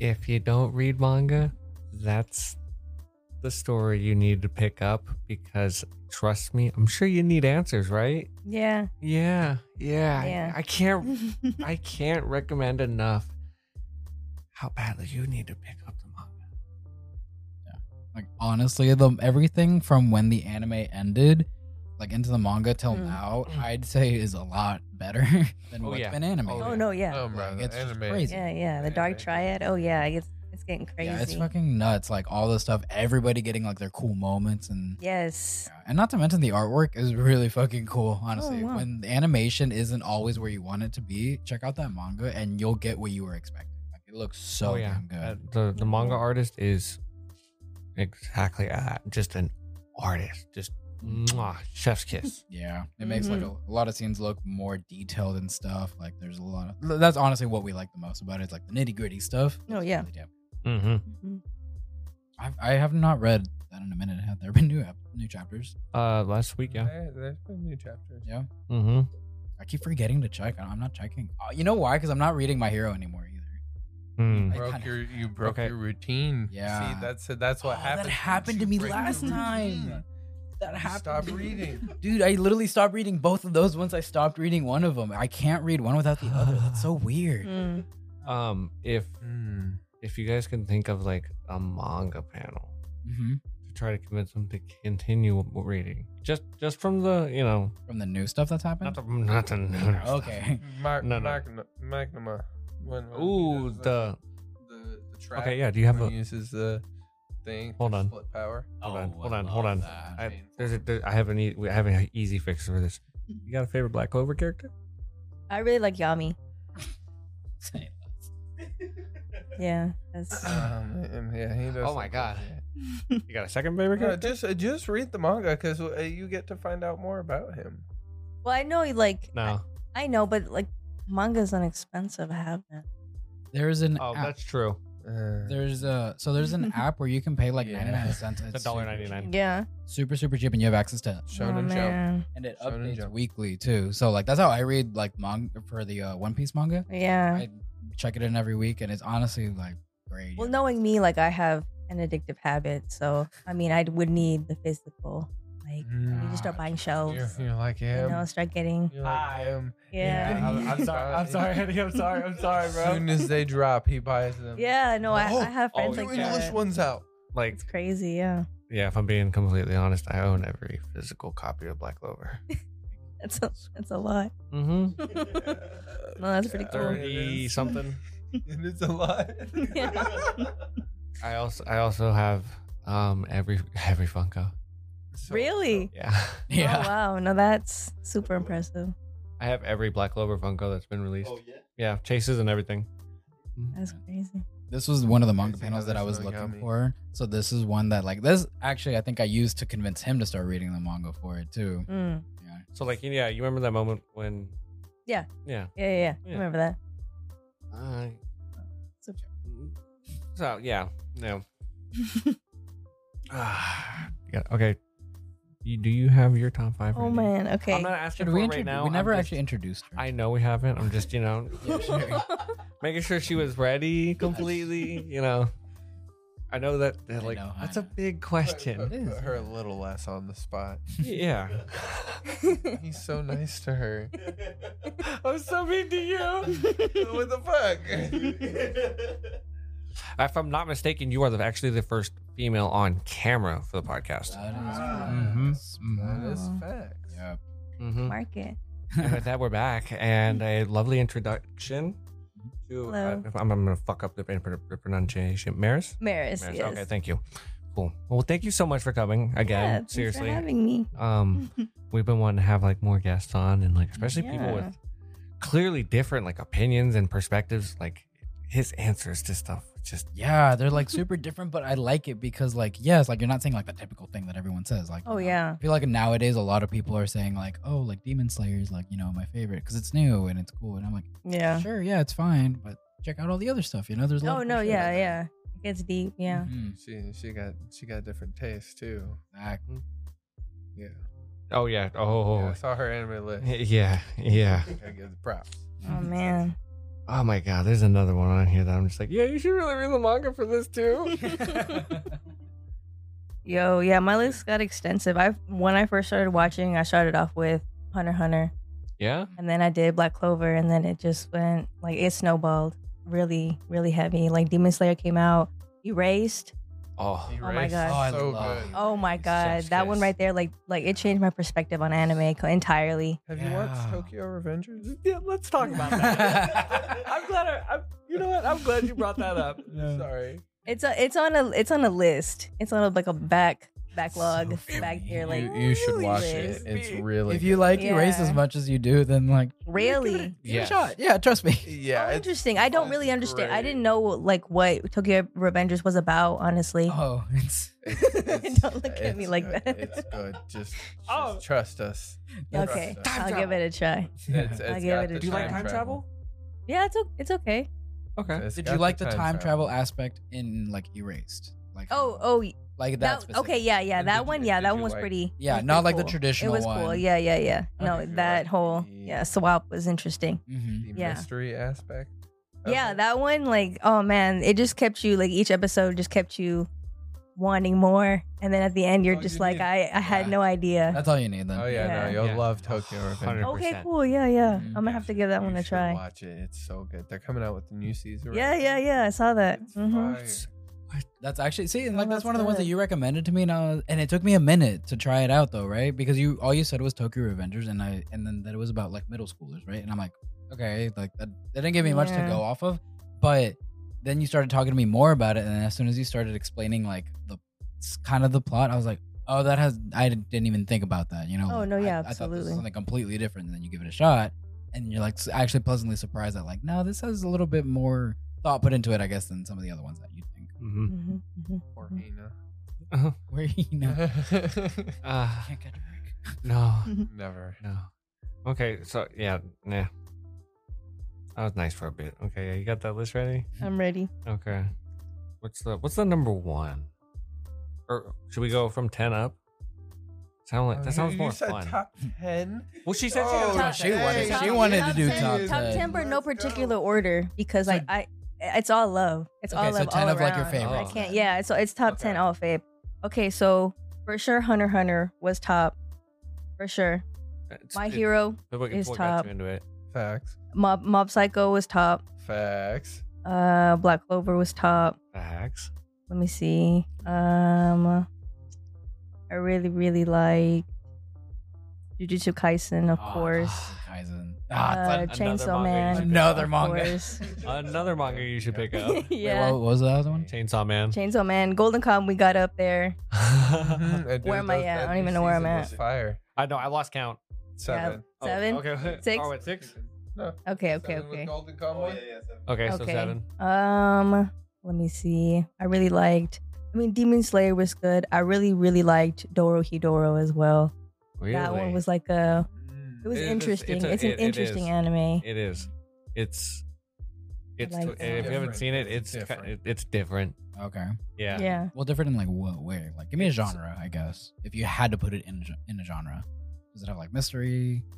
[SPEAKER 1] if you don't read manga, that's the story you need to pick up because trust me, I'm sure you need answers, right?
[SPEAKER 7] Yeah.
[SPEAKER 1] *laughs* Yeah, yeah. I-
[SPEAKER 7] Yeah.
[SPEAKER 1] I
[SPEAKER 9] *laughs*
[SPEAKER 1] can't, I can't recommend enough how badly you need to pick up the manga.
[SPEAKER 2] Like honestly, the everything from when the anime ended like into the manga till
[SPEAKER 9] Mm.
[SPEAKER 2] now, I'd say is a lot better *laughs* than
[SPEAKER 1] Oh,
[SPEAKER 2] what's
[SPEAKER 1] yeah.
[SPEAKER 2] been animated.
[SPEAKER 9] Oh no, yeah,
[SPEAKER 3] Oh, bro,
[SPEAKER 2] Like,
[SPEAKER 3] the
[SPEAKER 2] it's just
[SPEAKER 3] anime.
[SPEAKER 2] crazy.
[SPEAKER 9] yeah, yeah. The Dark
[SPEAKER 3] Anime.
[SPEAKER 9] Triad. Oh yeah, it's it's getting crazy.
[SPEAKER 2] Yeah, it's fucking nuts. Like all this stuff, everybody getting like their cool moments and
[SPEAKER 9] Yes. Oh,
[SPEAKER 2] Yeah, And not to mention the artwork is really fucking cool, honestly.
[SPEAKER 9] wow.
[SPEAKER 2] When the animation isn't always where you want it to be, check out that manga and you'll get what you were expecting. Like it looks so
[SPEAKER 1] oh yeah,
[SPEAKER 2] damn good.
[SPEAKER 1] Uh, the the manga artist is exactly that. Just an artist. Just mwah, chef's kiss.
[SPEAKER 2] yeah. It makes like a, a lot of scenes look more detailed and stuff. Like there's a lot of that's honestly what we like the most about it. It's like the nitty gritty stuff.
[SPEAKER 9] Oh,
[SPEAKER 2] It's
[SPEAKER 9] yeah.
[SPEAKER 2] really damn-
[SPEAKER 1] mm-hmm.
[SPEAKER 9] Mhm.
[SPEAKER 2] I've, I have not read that in a minute. Have there been new ep- new chapters?
[SPEAKER 1] Uh, last week, yeah.
[SPEAKER 3] There, there's been new chapters.
[SPEAKER 2] Yeah.
[SPEAKER 1] Mm-hmm.
[SPEAKER 2] I keep forgetting to check. I'm not checking. Uh, you know why? Because I'm not reading My Hero anymore either.
[SPEAKER 1] Mm.
[SPEAKER 2] I
[SPEAKER 3] broke
[SPEAKER 2] kinda-
[SPEAKER 3] your you broke
[SPEAKER 1] Okay.
[SPEAKER 3] your routine.
[SPEAKER 2] Yeah.
[SPEAKER 3] See, that's that's what
[SPEAKER 2] Oh,
[SPEAKER 3] happened.
[SPEAKER 2] That happened to me last time. That happened.
[SPEAKER 3] Stop
[SPEAKER 2] to me.
[SPEAKER 3] reading.
[SPEAKER 2] *laughs* Dude, I literally stopped reading both of those once I stopped reading one of them. I can't read one without the other. That's so weird.
[SPEAKER 9] Mm.
[SPEAKER 1] Um, if
[SPEAKER 3] Mm.
[SPEAKER 1] if you guys can think of like a manga panel
[SPEAKER 2] hmm
[SPEAKER 1] to try to convince them to continue reading, just just from the you know
[SPEAKER 2] From the new stuff that's happened?
[SPEAKER 1] not the not the
[SPEAKER 2] *laughs*
[SPEAKER 3] *laughs*
[SPEAKER 2] okay.
[SPEAKER 3] Mark,
[SPEAKER 1] No,
[SPEAKER 3] no,
[SPEAKER 1] no.
[SPEAKER 3] Magnum. When, when he
[SPEAKER 1] Ooh,
[SPEAKER 3] does
[SPEAKER 1] the
[SPEAKER 3] the, the trap.
[SPEAKER 1] okay, yeah. Do you have
[SPEAKER 3] when
[SPEAKER 1] a
[SPEAKER 3] he uses the thing. to
[SPEAKER 1] Hold on.
[SPEAKER 3] Split *sighs* power.
[SPEAKER 1] Hold
[SPEAKER 2] Oh,
[SPEAKER 1] on, hold
[SPEAKER 2] I
[SPEAKER 1] on, hold
[SPEAKER 2] love
[SPEAKER 1] on.
[SPEAKER 2] that.
[SPEAKER 1] I, there's a, there, I have an e- we have an easy fix for this. You got a favorite Black Clover character?
[SPEAKER 9] I really like Yami. Yeah.
[SPEAKER 3] *clears throat*
[SPEAKER 9] That's,
[SPEAKER 3] Um, and yeah, he does.
[SPEAKER 1] Oh my
[SPEAKER 3] something
[SPEAKER 1] God.
[SPEAKER 3] like that.
[SPEAKER 1] You got a second favorite
[SPEAKER 3] No,
[SPEAKER 1] character?
[SPEAKER 3] just uh, just read the manga because uh, you get to find out more about him.
[SPEAKER 9] well, I know like
[SPEAKER 1] No.
[SPEAKER 9] Uh, I, I know, but like manga's inexpensive. I haven't.
[SPEAKER 2] There's an
[SPEAKER 1] Oh,
[SPEAKER 2] app.
[SPEAKER 1] that's true.
[SPEAKER 3] Uh,
[SPEAKER 2] There's a so there's an app where you can pay like
[SPEAKER 3] Yeah.
[SPEAKER 2] 99 cents.
[SPEAKER 1] It's
[SPEAKER 2] super-
[SPEAKER 1] $1.99.
[SPEAKER 9] Yeah.
[SPEAKER 2] Super super cheap and you have access to it.
[SPEAKER 3] Shonen
[SPEAKER 9] oh,
[SPEAKER 3] Jump.
[SPEAKER 9] man.
[SPEAKER 2] and it
[SPEAKER 3] Shonen
[SPEAKER 2] updates
[SPEAKER 3] Jump.
[SPEAKER 2] weekly too. So like that's how I read like manga for the uh, One Piece manga.
[SPEAKER 9] Yeah.
[SPEAKER 2] I check it in every week and it's honestly like great.
[SPEAKER 9] Well, knowing me, like I have an addictive habit, so I mean, I would need the physical. Like, I need to start buying
[SPEAKER 3] you're,
[SPEAKER 9] shelves.
[SPEAKER 3] you're like
[SPEAKER 9] You
[SPEAKER 3] him.
[SPEAKER 9] know, start getting.
[SPEAKER 3] You're like him.
[SPEAKER 9] Yeah.
[SPEAKER 2] I'm, I'm sorry. I'm
[SPEAKER 3] *laughs*
[SPEAKER 2] sorry, Eddie. I'm sorry. I'm sorry,
[SPEAKER 3] As
[SPEAKER 2] bro.
[SPEAKER 3] soon as they drop, he buys them.
[SPEAKER 9] *laughs* Yeah. No, I,
[SPEAKER 3] Oh,
[SPEAKER 9] I have
[SPEAKER 1] oh,
[SPEAKER 9] friends
[SPEAKER 3] Two
[SPEAKER 9] like
[SPEAKER 1] yeah.
[SPEAKER 3] English
[SPEAKER 9] that.
[SPEAKER 3] ones
[SPEAKER 9] *laughs*
[SPEAKER 3] out.
[SPEAKER 1] Like, *laughs*
[SPEAKER 9] It's crazy. Yeah.
[SPEAKER 1] yeah, if I'm being completely honest, I own every physical copy of Black *laughs* Clover.
[SPEAKER 9] That's a, that's a lot. *laughs* Oh,
[SPEAKER 1] Mm-hmm.
[SPEAKER 9] No, that's pretty
[SPEAKER 3] Yeah.
[SPEAKER 9] cool.
[SPEAKER 3] Alright.
[SPEAKER 1] Thirty
[SPEAKER 3] *laughs*
[SPEAKER 1] something.
[SPEAKER 3] and it's a lot.
[SPEAKER 9] Yeah.
[SPEAKER 1] I also I also have um every *laughs* every Funko.
[SPEAKER 3] *laughs* So-
[SPEAKER 9] Really?
[SPEAKER 1] Yeah.
[SPEAKER 2] *laughs*
[SPEAKER 1] *laughs*
[SPEAKER 2] Yeah.
[SPEAKER 9] Oh wow. No, that's super impressive.
[SPEAKER 1] I have every Black Clover Funko that's been released. Oh yeah. Yeah, chases and everything.
[SPEAKER 9] That's crazy.
[SPEAKER 2] This was one of the manga
[SPEAKER 3] Crazy
[SPEAKER 2] panels
[SPEAKER 3] how
[SPEAKER 2] that
[SPEAKER 3] this
[SPEAKER 2] I was
[SPEAKER 3] really
[SPEAKER 2] looking
[SPEAKER 3] got me.
[SPEAKER 2] for. So this is one that like this actually I think I used to convince him to start reading the manga for it too.
[SPEAKER 9] Mm.
[SPEAKER 2] Yeah.
[SPEAKER 1] So like yeah, you remember that moment when
[SPEAKER 9] Yeah.
[SPEAKER 1] Yeah.
[SPEAKER 9] Yeah, yeah, yeah.
[SPEAKER 1] Yeah.
[SPEAKER 9] Remember that?
[SPEAKER 1] I Mm-hmm.
[SPEAKER 9] So-
[SPEAKER 1] So yeah, *laughs* no. *sighs* Ah, yeah, okay. You, do you have your top five?
[SPEAKER 9] oh
[SPEAKER 1] ready?
[SPEAKER 9] man. Okay.
[SPEAKER 1] I'm not asking
[SPEAKER 2] Did
[SPEAKER 1] for
[SPEAKER 2] we
[SPEAKER 1] it
[SPEAKER 2] introdu-
[SPEAKER 1] right now.
[SPEAKER 2] we
[SPEAKER 1] I'm
[SPEAKER 2] never
[SPEAKER 1] just-
[SPEAKER 2] actually introduced her.
[SPEAKER 1] I know we haven't. I'm just you know
[SPEAKER 2] *laughs*
[SPEAKER 9] *laughs*
[SPEAKER 2] Yeah, sure.
[SPEAKER 1] making sure she was ready completely. You know, I know that they're
[SPEAKER 2] I
[SPEAKER 1] like
[SPEAKER 2] know, I
[SPEAKER 1] that's a
[SPEAKER 2] know.
[SPEAKER 1] big
[SPEAKER 3] Put, put-
[SPEAKER 1] question.
[SPEAKER 3] put her a little less on the
[SPEAKER 9] *laughs*
[SPEAKER 3] spot.
[SPEAKER 1] yeah,
[SPEAKER 3] He's so nice
[SPEAKER 2] *laughs*
[SPEAKER 3] to her.
[SPEAKER 1] I'm so mean to you.
[SPEAKER 3] *laughs* what
[SPEAKER 2] *laughs*
[SPEAKER 3] the fuck?
[SPEAKER 1] If I'm not mistaken, you are the, actually the first female on camera for the podcast.
[SPEAKER 2] That is
[SPEAKER 1] Mhm,
[SPEAKER 2] facts.
[SPEAKER 3] that is
[SPEAKER 9] Oh.
[SPEAKER 3] facts.
[SPEAKER 2] Yeah.
[SPEAKER 1] Mm-hmm.
[SPEAKER 9] Market.
[SPEAKER 1] and with that, we're back and a lovely introduction to. uh,
[SPEAKER 9] Hello.
[SPEAKER 1] if I'm, I'm going to fuck up the, pr- pr- pronunciation. Maris?
[SPEAKER 9] Maris.
[SPEAKER 1] Maris.
[SPEAKER 9] Yes.
[SPEAKER 1] Okay, thank you. Cool. Well, thank you so much for coming
[SPEAKER 9] yeah,
[SPEAKER 1] again.
[SPEAKER 9] thanks
[SPEAKER 1] Seriously.
[SPEAKER 9] For having me.
[SPEAKER 1] um,
[SPEAKER 9] *laughs*
[SPEAKER 1] we've been wanting to have like more guests on and like, especially people
[SPEAKER 9] Yeah.
[SPEAKER 1] with clearly different like opinions and perspectives. Like his answers to stuff just
[SPEAKER 2] Yeah, they're like super different, but I like it because like yes, like you're not saying like the typical thing that everyone says. Like, you
[SPEAKER 9] Oh,
[SPEAKER 2] know,
[SPEAKER 9] yeah.
[SPEAKER 2] I feel like nowadays a lot of people are saying like, oh, like Demon Slayer is like you know my favorite because it's new and it's cool, and I'm like,
[SPEAKER 9] Yeah.
[SPEAKER 2] sure, yeah, it's fine, but check out all the other stuff. You know, there's a lot
[SPEAKER 9] Oh
[SPEAKER 2] of
[SPEAKER 9] no.
[SPEAKER 2] cool shit out
[SPEAKER 9] Yeah.
[SPEAKER 2] there.
[SPEAKER 9] Yeah. It gets deep. Yeah.
[SPEAKER 2] Mhm,
[SPEAKER 3] She she got she got different tastes too.
[SPEAKER 2] exactly.
[SPEAKER 3] Yeah.
[SPEAKER 1] oh yeah
[SPEAKER 3] Yeah,
[SPEAKER 1] oh
[SPEAKER 3] I saw her anime list.
[SPEAKER 1] yeah yeah
[SPEAKER 3] I give the props.
[SPEAKER 1] Mm-hmm.
[SPEAKER 9] Oh
[SPEAKER 1] *laughs*
[SPEAKER 2] Mm-hmm.
[SPEAKER 9] man.
[SPEAKER 1] oh my god there's another one on here that I'm just like yeah you should really read the manga for this too *laughs*
[SPEAKER 9] Yo, yeah, my list got extensive. I when I first started watching, I started off with Hunter x Hunter,
[SPEAKER 1] yeah
[SPEAKER 9] and then I did Black Clover, and then it just went like it snowballed really, really heavy. Like Demon Slayer came out, Erased,
[SPEAKER 1] Oh,
[SPEAKER 9] Oh my
[SPEAKER 3] Erased.
[SPEAKER 9] God.
[SPEAKER 2] Oh, I
[SPEAKER 3] So
[SPEAKER 2] love
[SPEAKER 3] good.
[SPEAKER 2] you.
[SPEAKER 9] Oh my
[SPEAKER 2] Such
[SPEAKER 9] god, that one
[SPEAKER 2] kiss.
[SPEAKER 9] right there, like like it changed my perspective on anime co- entirely.
[SPEAKER 3] Have you watched
[SPEAKER 2] Yeah.
[SPEAKER 3] Tokyo Revengers?
[SPEAKER 10] Yeah, let's talk about that. I'm glad. I, I'm, you know what? I'm glad you brought that
[SPEAKER 3] *laughs*
[SPEAKER 10] up.
[SPEAKER 3] Sorry.
[SPEAKER 9] It's a, it's on a it's on a list. It's on a, like a back backlog
[SPEAKER 2] So
[SPEAKER 9] back here. Like
[SPEAKER 2] You-
[SPEAKER 10] you should watch
[SPEAKER 9] list.
[SPEAKER 10] it. It's really.
[SPEAKER 2] If you like erase
[SPEAKER 9] Yeah.
[SPEAKER 2] as much as you do, then like
[SPEAKER 9] Really?
[SPEAKER 2] give it a
[SPEAKER 1] Yes.
[SPEAKER 2] shot. Yeah, trust
[SPEAKER 9] *laughs*
[SPEAKER 2] me.
[SPEAKER 3] Yeah.
[SPEAKER 9] Oh,
[SPEAKER 3] it's-
[SPEAKER 9] interesting. I don't
[SPEAKER 3] it's
[SPEAKER 9] really understand. I
[SPEAKER 3] great.
[SPEAKER 9] didn't know like what Tokyo Revengers was about, honestly.
[SPEAKER 2] Oh, it's
[SPEAKER 3] *laughs*
[SPEAKER 9] Don't look at me
[SPEAKER 3] it's
[SPEAKER 9] like
[SPEAKER 3] good.
[SPEAKER 9] that.
[SPEAKER 3] It's good. *laughs* Just, just
[SPEAKER 10] Oh.
[SPEAKER 3] trust us.
[SPEAKER 2] that's-
[SPEAKER 9] okay,
[SPEAKER 3] Time
[SPEAKER 9] I'll
[SPEAKER 10] travel.
[SPEAKER 9] give it a try.
[SPEAKER 3] It's, it's
[SPEAKER 9] I'll give
[SPEAKER 3] got
[SPEAKER 9] it
[SPEAKER 3] the
[SPEAKER 9] a try.
[SPEAKER 10] do you like time travel?
[SPEAKER 9] Yeah, it's o- it's okay.
[SPEAKER 10] Okay.
[SPEAKER 3] It's
[SPEAKER 2] Did
[SPEAKER 3] got
[SPEAKER 2] you like the time, travel.
[SPEAKER 3] travel.
[SPEAKER 2] aspect in like erased? Like
[SPEAKER 9] Oh oh y-
[SPEAKER 2] like
[SPEAKER 9] that,
[SPEAKER 2] that.
[SPEAKER 9] okay
[SPEAKER 2] specific-
[SPEAKER 9] yeah yeah
[SPEAKER 3] And
[SPEAKER 9] that
[SPEAKER 3] did
[SPEAKER 9] one
[SPEAKER 3] you-
[SPEAKER 9] yeah
[SPEAKER 3] did
[SPEAKER 9] that
[SPEAKER 3] you
[SPEAKER 9] one was
[SPEAKER 3] like-
[SPEAKER 9] pretty
[SPEAKER 2] Yeah,
[SPEAKER 9] was
[SPEAKER 2] not
[SPEAKER 9] pretty
[SPEAKER 2] like the
[SPEAKER 9] cool.
[SPEAKER 2] traditional
[SPEAKER 9] It was
[SPEAKER 2] one.
[SPEAKER 9] cool. Yeah yeah yeah. No,
[SPEAKER 2] Okay.
[SPEAKER 3] Did you
[SPEAKER 9] that
[SPEAKER 3] like
[SPEAKER 9] whole
[SPEAKER 3] the-
[SPEAKER 9] yeah swap was interesting.
[SPEAKER 2] hmm
[SPEAKER 3] The
[SPEAKER 9] Yeah.
[SPEAKER 3] mystery aspect. of
[SPEAKER 9] Yeah,
[SPEAKER 3] it?
[SPEAKER 9] that one, like, oh man, it just kept you like each episode just kept you wanting more, and then at the end you're
[SPEAKER 3] all
[SPEAKER 9] just
[SPEAKER 3] you
[SPEAKER 9] like,
[SPEAKER 3] need.
[SPEAKER 9] I, I
[SPEAKER 2] Oh,
[SPEAKER 9] had
[SPEAKER 2] Yeah.
[SPEAKER 9] no idea.
[SPEAKER 2] That's all you need then.
[SPEAKER 3] Oh yeah,
[SPEAKER 9] Yeah.
[SPEAKER 3] no, you'll
[SPEAKER 1] Yeah.
[SPEAKER 3] love Tokyo Revengers.
[SPEAKER 1] 100%.
[SPEAKER 9] Okay, cool, yeah, yeah.
[SPEAKER 2] Mhm.
[SPEAKER 9] I'm gonna have to give that
[SPEAKER 3] You
[SPEAKER 9] one a
[SPEAKER 3] should
[SPEAKER 9] try.
[SPEAKER 3] Watch it. It's so good. They're coming out with the new season.
[SPEAKER 9] Yeah, yeah, yeah. I saw that.
[SPEAKER 3] It's
[SPEAKER 9] Mhm.
[SPEAKER 3] fire.
[SPEAKER 2] That's actually see, and
[SPEAKER 9] Oh,
[SPEAKER 2] like that's,
[SPEAKER 9] that's
[SPEAKER 2] one of the ones
[SPEAKER 9] good.
[SPEAKER 2] that you recommended to me, and I was, and it took me a minute to try it out though, right? Because you all you said was Tokyo Revengers, and I and then that it was about like middle schoolers, right? And I'm like, okay, like that, that didn't give me much to
[SPEAKER 9] Yeah.
[SPEAKER 2] go off of, but then you started talking to me more about it, and then as soon as you started explaining like the s- kind of the plot, I was like, oh, that has I didn't didn't even think about that, you know?
[SPEAKER 9] Oh, no,
[SPEAKER 2] I-
[SPEAKER 9] yeah,
[SPEAKER 2] I, thought this was
[SPEAKER 9] absolutely.
[SPEAKER 2] something completely different, and then you give it a shot, and you're like s- actually pleasantly surprised that like, no, this has a little bit more thought put into it, I guess, than some of the other ones that you think.
[SPEAKER 1] Mhm.
[SPEAKER 9] Mhm, mhm.
[SPEAKER 3] Poor Hina.
[SPEAKER 2] Where you know
[SPEAKER 1] Uh,
[SPEAKER 2] *laughs* can't get a break.
[SPEAKER 1] no,
[SPEAKER 3] *laughs* Never.
[SPEAKER 1] no. Okay, so yeah, nah. That was nice for a bit. Okay, yeah, you got that list ready?
[SPEAKER 9] I'm ready.
[SPEAKER 1] Okay. What's the what's the number one? Or should we go from ten up? Sound like
[SPEAKER 3] Oh,
[SPEAKER 1] that sounds
[SPEAKER 3] you,
[SPEAKER 1] more
[SPEAKER 3] you said
[SPEAKER 1] fun.
[SPEAKER 3] top ten.
[SPEAKER 1] Well, she said
[SPEAKER 3] Oh,
[SPEAKER 1] she got
[SPEAKER 9] Top-
[SPEAKER 2] she wanted-
[SPEAKER 9] top-
[SPEAKER 2] she wanted to
[SPEAKER 9] top
[SPEAKER 2] do
[SPEAKER 9] 10,
[SPEAKER 2] top
[SPEAKER 9] top
[SPEAKER 2] 10.
[SPEAKER 9] ten, but no
[SPEAKER 3] Let's go.
[SPEAKER 9] particular order because like
[SPEAKER 2] So-
[SPEAKER 9] I, it's all love. It's
[SPEAKER 2] Okay,
[SPEAKER 9] all
[SPEAKER 2] so
[SPEAKER 9] love.
[SPEAKER 2] 10
[SPEAKER 9] all
[SPEAKER 2] of, like, your
[SPEAKER 9] around.
[SPEAKER 1] favorites.
[SPEAKER 9] I
[SPEAKER 1] Oh,
[SPEAKER 9] can't.
[SPEAKER 2] okay.
[SPEAKER 9] Yeah, so it's top ten
[SPEAKER 1] Okay.
[SPEAKER 9] all fave. Okay, so for sure, Hunter x Hunter was top. For sure,
[SPEAKER 1] It's-
[SPEAKER 9] My
[SPEAKER 1] it-
[SPEAKER 9] Hero,
[SPEAKER 1] but what-
[SPEAKER 9] is
[SPEAKER 1] what got
[SPEAKER 9] top.
[SPEAKER 1] you into it.
[SPEAKER 3] Facts.
[SPEAKER 9] Mob Mob Psycho was top.
[SPEAKER 3] Facts.
[SPEAKER 9] Uh, Black Clover was top.
[SPEAKER 1] Facts.
[SPEAKER 9] Let me see. Um, I really really like Jujutsu Kaisen,
[SPEAKER 2] Ah.
[SPEAKER 9] of course.
[SPEAKER 2] Kaisen.
[SPEAKER 9] Uh,
[SPEAKER 1] an-
[SPEAKER 9] Chainsaw
[SPEAKER 1] another
[SPEAKER 9] Man,
[SPEAKER 2] another
[SPEAKER 9] of
[SPEAKER 2] manga.
[SPEAKER 3] *laughs*
[SPEAKER 9] course.
[SPEAKER 1] Another manga you should pick
[SPEAKER 9] *laughs*
[SPEAKER 1] up.
[SPEAKER 9] yeah.
[SPEAKER 2] Wait, what was the other
[SPEAKER 3] Mm-hmm.
[SPEAKER 2] one?
[SPEAKER 1] Chainsaw Man.
[SPEAKER 9] Chainsaw Man, Golden Com, we got up there.
[SPEAKER 3] Mhm, and
[SPEAKER 9] Where
[SPEAKER 3] dude,
[SPEAKER 9] am I
[SPEAKER 3] those-
[SPEAKER 9] at? I
[SPEAKER 3] that
[SPEAKER 9] don't
[SPEAKER 3] new
[SPEAKER 9] even know where I'm
[SPEAKER 3] season was
[SPEAKER 9] at.
[SPEAKER 3] Fire.
[SPEAKER 1] *laughs* I know. I lost count.
[SPEAKER 3] Seven.
[SPEAKER 1] Oh,
[SPEAKER 9] Seven?
[SPEAKER 1] okay.
[SPEAKER 9] Six?
[SPEAKER 1] Oh, at six.
[SPEAKER 3] No.
[SPEAKER 9] Okay, okay,
[SPEAKER 3] seven With
[SPEAKER 9] okay.
[SPEAKER 3] Golden Kamuy.
[SPEAKER 1] Okay, so
[SPEAKER 9] Okay.
[SPEAKER 1] Oh, seven.
[SPEAKER 9] Um, let me see. I really liked. I mean, Demon Slayer was good. I really, really liked Doro Hidoro as well.
[SPEAKER 1] Really?
[SPEAKER 9] That one was like a.
[SPEAKER 3] Mm.
[SPEAKER 9] It was
[SPEAKER 1] It is-
[SPEAKER 9] interesting.
[SPEAKER 1] it's
[SPEAKER 9] It's,
[SPEAKER 1] a-
[SPEAKER 9] an
[SPEAKER 1] it- it
[SPEAKER 9] interesting
[SPEAKER 1] is.
[SPEAKER 9] anime.
[SPEAKER 1] It is. It's. It's.
[SPEAKER 9] like
[SPEAKER 1] tw-
[SPEAKER 9] that.
[SPEAKER 1] if you haven't
[SPEAKER 3] Different.
[SPEAKER 1] seen it, it's
[SPEAKER 3] It's
[SPEAKER 1] ki-
[SPEAKER 3] different.
[SPEAKER 1] it- it's different.
[SPEAKER 2] Okay.
[SPEAKER 1] Yeah.
[SPEAKER 9] yeah.
[SPEAKER 2] Well, different in like what way? Like, give me a genre, I guess. If you had to put it in a, gen- in a genre, does it have like mystery? *laughs*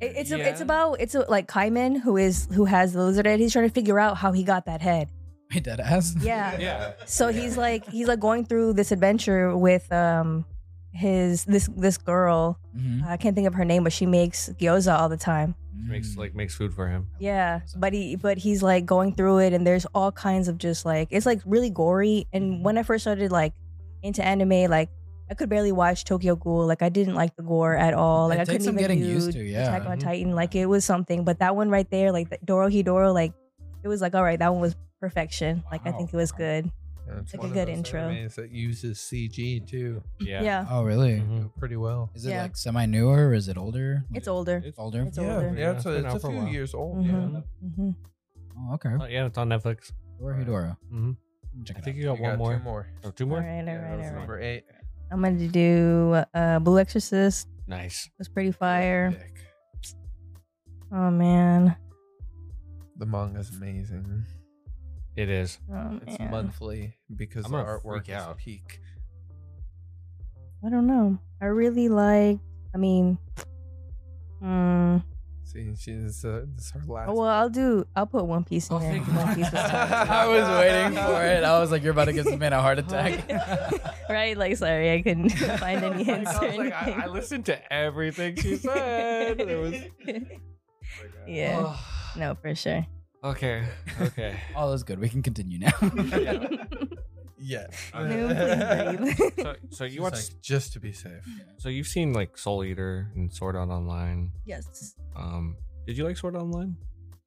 [SPEAKER 9] It- it's A, it's
[SPEAKER 1] Yeah.
[SPEAKER 9] about it's a, like Kaiman who is who has the lizard head. He's trying to figure out how he got that head.
[SPEAKER 2] Wait, dead ass. *laughs*
[SPEAKER 9] Yeah.
[SPEAKER 1] *laughs* Yeah.
[SPEAKER 9] So he's like he's like going through this adventure with um his this this girl.
[SPEAKER 2] hmm
[SPEAKER 9] I can't think of her name, but she makes gyoza all the time.
[SPEAKER 1] She Makes like makes food for him.
[SPEAKER 2] Mm-hmm.
[SPEAKER 9] Yeah, but he but he's like going through it, and there's all kinds of just like it's like really gory. And when I first started like into anime, like I could barely watch Tokyo Ghoul. Like I didn't like the gore at all. Like
[SPEAKER 2] It
[SPEAKER 9] I
[SPEAKER 2] takes
[SPEAKER 9] couldn't
[SPEAKER 2] some
[SPEAKER 9] even
[SPEAKER 2] getting
[SPEAKER 9] do
[SPEAKER 2] used to, yeah.
[SPEAKER 9] Attack on
[SPEAKER 1] Mhm.
[SPEAKER 9] Titan. Like it was something, but that one right there, like the Doro Hidoro, like it was like all right, that one was perfection. Like I
[SPEAKER 2] Wow.
[SPEAKER 9] think it was good.
[SPEAKER 3] Yeah, it's
[SPEAKER 9] Like a
[SPEAKER 3] one of
[SPEAKER 9] good
[SPEAKER 3] those
[SPEAKER 9] intro.
[SPEAKER 3] animes That uses CG too.
[SPEAKER 1] Yeah.
[SPEAKER 9] Yeah,
[SPEAKER 2] Oh, really?
[SPEAKER 1] Mhm.
[SPEAKER 3] Do it pretty well.
[SPEAKER 2] Is it
[SPEAKER 9] Yeah.
[SPEAKER 2] like semi newer or is it older? Like,
[SPEAKER 9] it's older.
[SPEAKER 2] It's older.
[SPEAKER 9] It's older.
[SPEAKER 1] Yeah,
[SPEAKER 3] Yeah, it's,
[SPEAKER 1] it's been
[SPEAKER 3] a,
[SPEAKER 1] out
[SPEAKER 3] it's
[SPEAKER 1] for
[SPEAKER 3] a
[SPEAKER 1] a
[SPEAKER 3] few
[SPEAKER 1] while.
[SPEAKER 3] years old.
[SPEAKER 9] Mhm, mhm.
[SPEAKER 2] Oh, okay.
[SPEAKER 1] Oh, yeah, it's on Netflix.
[SPEAKER 2] Or Hedora.
[SPEAKER 1] hmm
[SPEAKER 2] Check
[SPEAKER 1] I
[SPEAKER 2] it
[SPEAKER 1] think
[SPEAKER 2] out.
[SPEAKER 1] you got
[SPEAKER 3] You
[SPEAKER 1] one
[SPEAKER 3] got
[SPEAKER 1] more.
[SPEAKER 3] Two more.
[SPEAKER 1] Oh, two
[SPEAKER 9] All
[SPEAKER 1] more.
[SPEAKER 9] right, all right,
[SPEAKER 3] That's
[SPEAKER 9] all right.
[SPEAKER 3] number eight.
[SPEAKER 9] I'm gonna do uh, Blue Exorcist. It
[SPEAKER 1] Nice.
[SPEAKER 9] was pretty fire.
[SPEAKER 3] Sick.
[SPEAKER 9] Oh man.
[SPEAKER 3] The manga's amazing.
[SPEAKER 1] It is.
[SPEAKER 9] Oh,
[SPEAKER 3] It's
[SPEAKER 9] man.
[SPEAKER 3] monthly because
[SPEAKER 1] I'm
[SPEAKER 3] the
[SPEAKER 1] gonna freak
[SPEAKER 3] artwork is
[SPEAKER 1] out.
[SPEAKER 3] peak.
[SPEAKER 9] I don't know. I really like. I mean, mm,
[SPEAKER 3] See, she's uh, this is her last.
[SPEAKER 9] oh, well, I'll do. I'll put One Piece
[SPEAKER 1] *laughs*
[SPEAKER 9] in
[SPEAKER 1] Oh,
[SPEAKER 9] there.
[SPEAKER 1] thank
[SPEAKER 9] 'cause One Piece was
[SPEAKER 2] *laughs*
[SPEAKER 9] fun.
[SPEAKER 2] I
[SPEAKER 9] *laughs*
[SPEAKER 2] was waiting for it. I was like, you're about to give this man a heart attack.
[SPEAKER 9] *laughs* right? Like, sorry, I couldn't find
[SPEAKER 1] *laughs*
[SPEAKER 3] *laughs*
[SPEAKER 9] any
[SPEAKER 1] I was
[SPEAKER 9] hints. or
[SPEAKER 1] like, I, I
[SPEAKER 9] anything.
[SPEAKER 1] listened to everything
[SPEAKER 9] *laughs*
[SPEAKER 1] she said. It was.
[SPEAKER 3] *laughs*
[SPEAKER 1] Oh
[SPEAKER 9] yeah. *sighs*
[SPEAKER 1] *laughs*
[SPEAKER 9] No, for sure.
[SPEAKER 1] okay. Okay.
[SPEAKER 9] *laughs*
[SPEAKER 2] All is good. We can continue now. *laughs*
[SPEAKER 9] yeah.
[SPEAKER 3] Yeah.
[SPEAKER 9] No, please, babe. *laughs*
[SPEAKER 1] So, so *laughs* you
[SPEAKER 3] She's
[SPEAKER 1] watch.
[SPEAKER 3] like, just to
[SPEAKER 1] *laughs*
[SPEAKER 3] be safe.
[SPEAKER 1] So you've seen like Soul Eater and Sword Art Online.
[SPEAKER 9] yes.
[SPEAKER 1] Um, did you like Sword Art Online?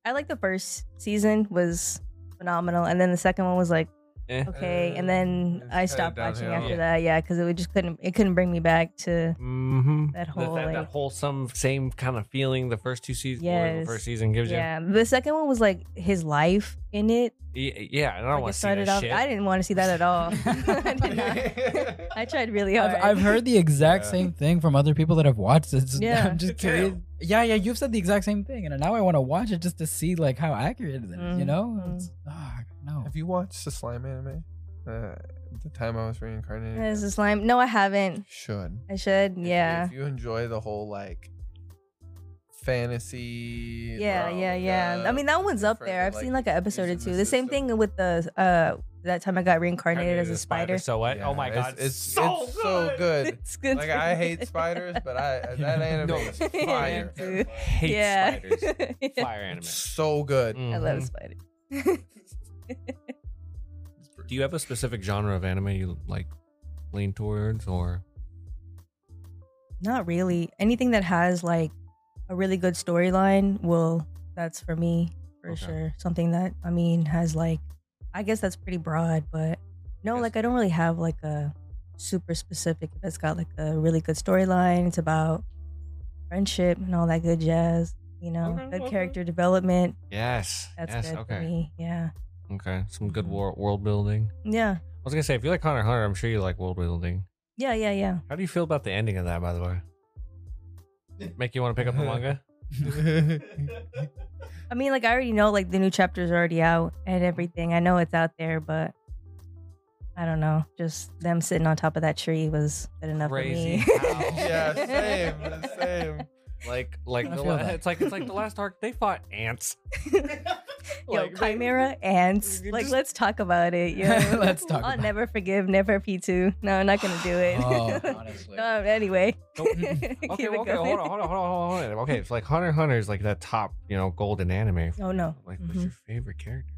[SPEAKER 9] I like the first season was phenomenal, and then the second one was like
[SPEAKER 1] Eh.
[SPEAKER 9] okay, and
[SPEAKER 3] Uh,
[SPEAKER 9] then
[SPEAKER 3] it's
[SPEAKER 9] I
[SPEAKER 3] kinda
[SPEAKER 9] stopped watching
[SPEAKER 3] downhill.
[SPEAKER 9] after
[SPEAKER 1] Yeah.
[SPEAKER 9] that. Yeah, because it would just couldn't it couldn't bring me back to
[SPEAKER 1] Mm-hmm. That,
[SPEAKER 9] that whole
[SPEAKER 1] that, that
[SPEAKER 9] like
[SPEAKER 1] wholesome, same kind of feeling the first two seasons, or the
[SPEAKER 9] Yes.
[SPEAKER 1] first season gives
[SPEAKER 9] yeah. The second one was like his life in it.
[SPEAKER 1] you. Y- Yeah, and I don't
[SPEAKER 9] Like,
[SPEAKER 1] want
[SPEAKER 9] it
[SPEAKER 1] to see that
[SPEAKER 9] started off.
[SPEAKER 1] shit.
[SPEAKER 9] I didn't want to see that at all. *laughs* I, did not. I tried really hard.
[SPEAKER 2] I've, I've heard the exact
[SPEAKER 3] Yeah.
[SPEAKER 2] same thing from other people that have watched it. *laughs*
[SPEAKER 9] Yeah.
[SPEAKER 2] I'm just curious. Yeah, yeah, you've said the exact same thing, and now I want to watch it just to see like how accurate it is. You know?
[SPEAKER 9] Mhm.
[SPEAKER 2] It's- ah,
[SPEAKER 9] *laughs*
[SPEAKER 2] no.
[SPEAKER 3] Have you watched the slime anime? Uh, the time I was reincarnated.
[SPEAKER 9] Is *laughs* this slime? No, I haven't.
[SPEAKER 3] Should.
[SPEAKER 9] I should.
[SPEAKER 3] If you-
[SPEAKER 9] Yeah.
[SPEAKER 3] If you enjoy the whole like fantasy.
[SPEAKER 9] Yeah, yeah,
[SPEAKER 3] realm,
[SPEAKER 9] yeah. I
[SPEAKER 3] uh,
[SPEAKER 9] mean, that one's up
[SPEAKER 3] different,
[SPEAKER 9] there. I've seen like an episode or
[SPEAKER 3] using
[SPEAKER 9] two. The same
[SPEAKER 3] system.
[SPEAKER 9] thing with the uh that time I got reincarnated
[SPEAKER 1] Incarnated
[SPEAKER 9] as a spider.
[SPEAKER 1] So what? oh my
[SPEAKER 3] Yeah,
[SPEAKER 1] god,
[SPEAKER 3] it's, it's, so, it's so good.
[SPEAKER 9] It's good.
[SPEAKER 3] Like I hate spiders, but I
[SPEAKER 9] *laughs*
[SPEAKER 3] that anime
[SPEAKER 1] No,
[SPEAKER 3] is
[SPEAKER 9] Yeah,
[SPEAKER 3] fire.
[SPEAKER 9] dude.
[SPEAKER 1] Hate
[SPEAKER 9] *laughs* yeah. *laughs*
[SPEAKER 1] spiders.
[SPEAKER 9] Yeah.
[SPEAKER 1] Fire anime.
[SPEAKER 3] It's so good.
[SPEAKER 9] I love
[SPEAKER 1] Mhm.
[SPEAKER 9] spiders. *laughs*
[SPEAKER 1] Do you have a specific genre of anime you like lean towards, or
[SPEAKER 9] Not really. Anything that has like a really good storyline will that's for me for
[SPEAKER 1] Okay.
[SPEAKER 9] sure. Something that I mean has like I guess that's pretty broad, but no,
[SPEAKER 1] Yes.
[SPEAKER 9] like I don't really have like a super specific if it's got like a really good storyline, it's about friendship and all that good jazz, you know,
[SPEAKER 1] Okay,
[SPEAKER 9] good
[SPEAKER 1] okay.
[SPEAKER 9] character development.
[SPEAKER 1] yes,
[SPEAKER 9] That's
[SPEAKER 1] Mm-hmm, yes,
[SPEAKER 9] good for
[SPEAKER 1] okay,
[SPEAKER 9] me. Yeah.
[SPEAKER 1] okay, some good
[SPEAKER 9] Mhm.
[SPEAKER 1] wor- world building.
[SPEAKER 9] Yeah.
[SPEAKER 1] I was gonna say, if you like Hunter x Hunter, I'm sure you like world building.
[SPEAKER 9] Yeah, yeah, yeah.
[SPEAKER 1] How do you feel about the ending of that, by the way? Make you want to pick up the manga? Mm.
[SPEAKER 9] I mean, like I already know like the new chapter's already out and everything. I know it's out there, but I don't know. Just them sitting on top of that tree was good enough
[SPEAKER 1] Crazy
[SPEAKER 9] *laughs* for me.
[SPEAKER 1] how-
[SPEAKER 3] *laughs* yeah, same, same.
[SPEAKER 1] Like, like
[SPEAKER 2] I
[SPEAKER 1] the
[SPEAKER 2] feel
[SPEAKER 1] la-
[SPEAKER 2] that.
[SPEAKER 1] it's like it's like the last arc. They fought ants.
[SPEAKER 9] *laughs* Yo,
[SPEAKER 1] Like, they-
[SPEAKER 9] Chimera ants.
[SPEAKER 1] you
[SPEAKER 9] Like,
[SPEAKER 1] just-
[SPEAKER 9] let's talk about it. Yeah,
[SPEAKER 2] Let's talk
[SPEAKER 9] I'll
[SPEAKER 2] about it.
[SPEAKER 9] never forgive, never P2. No, I'm not going to do it. *laughs*
[SPEAKER 2] Oh, honestly.
[SPEAKER 9] no, anyway.
[SPEAKER 1] *laughs*
[SPEAKER 9] *laughs*
[SPEAKER 1] Nope.
[SPEAKER 9] Keep
[SPEAKER 1] Okay,
[SPEAKER 9] it
[SPEAKER 1] well, okay, hold
[SPEAKER 9] going.
[SPEAKER 1] on, hold on, hold on, hold on. Okay, it's like Hunter x Hunter is like that top, you know, golden anime.
[SPEAKER 9] *laughs* Oh, no.
[SPEAKER 1] Like,
[SPEAKER 9] Mhm.
[SPEAKER 1] what's your favorite character?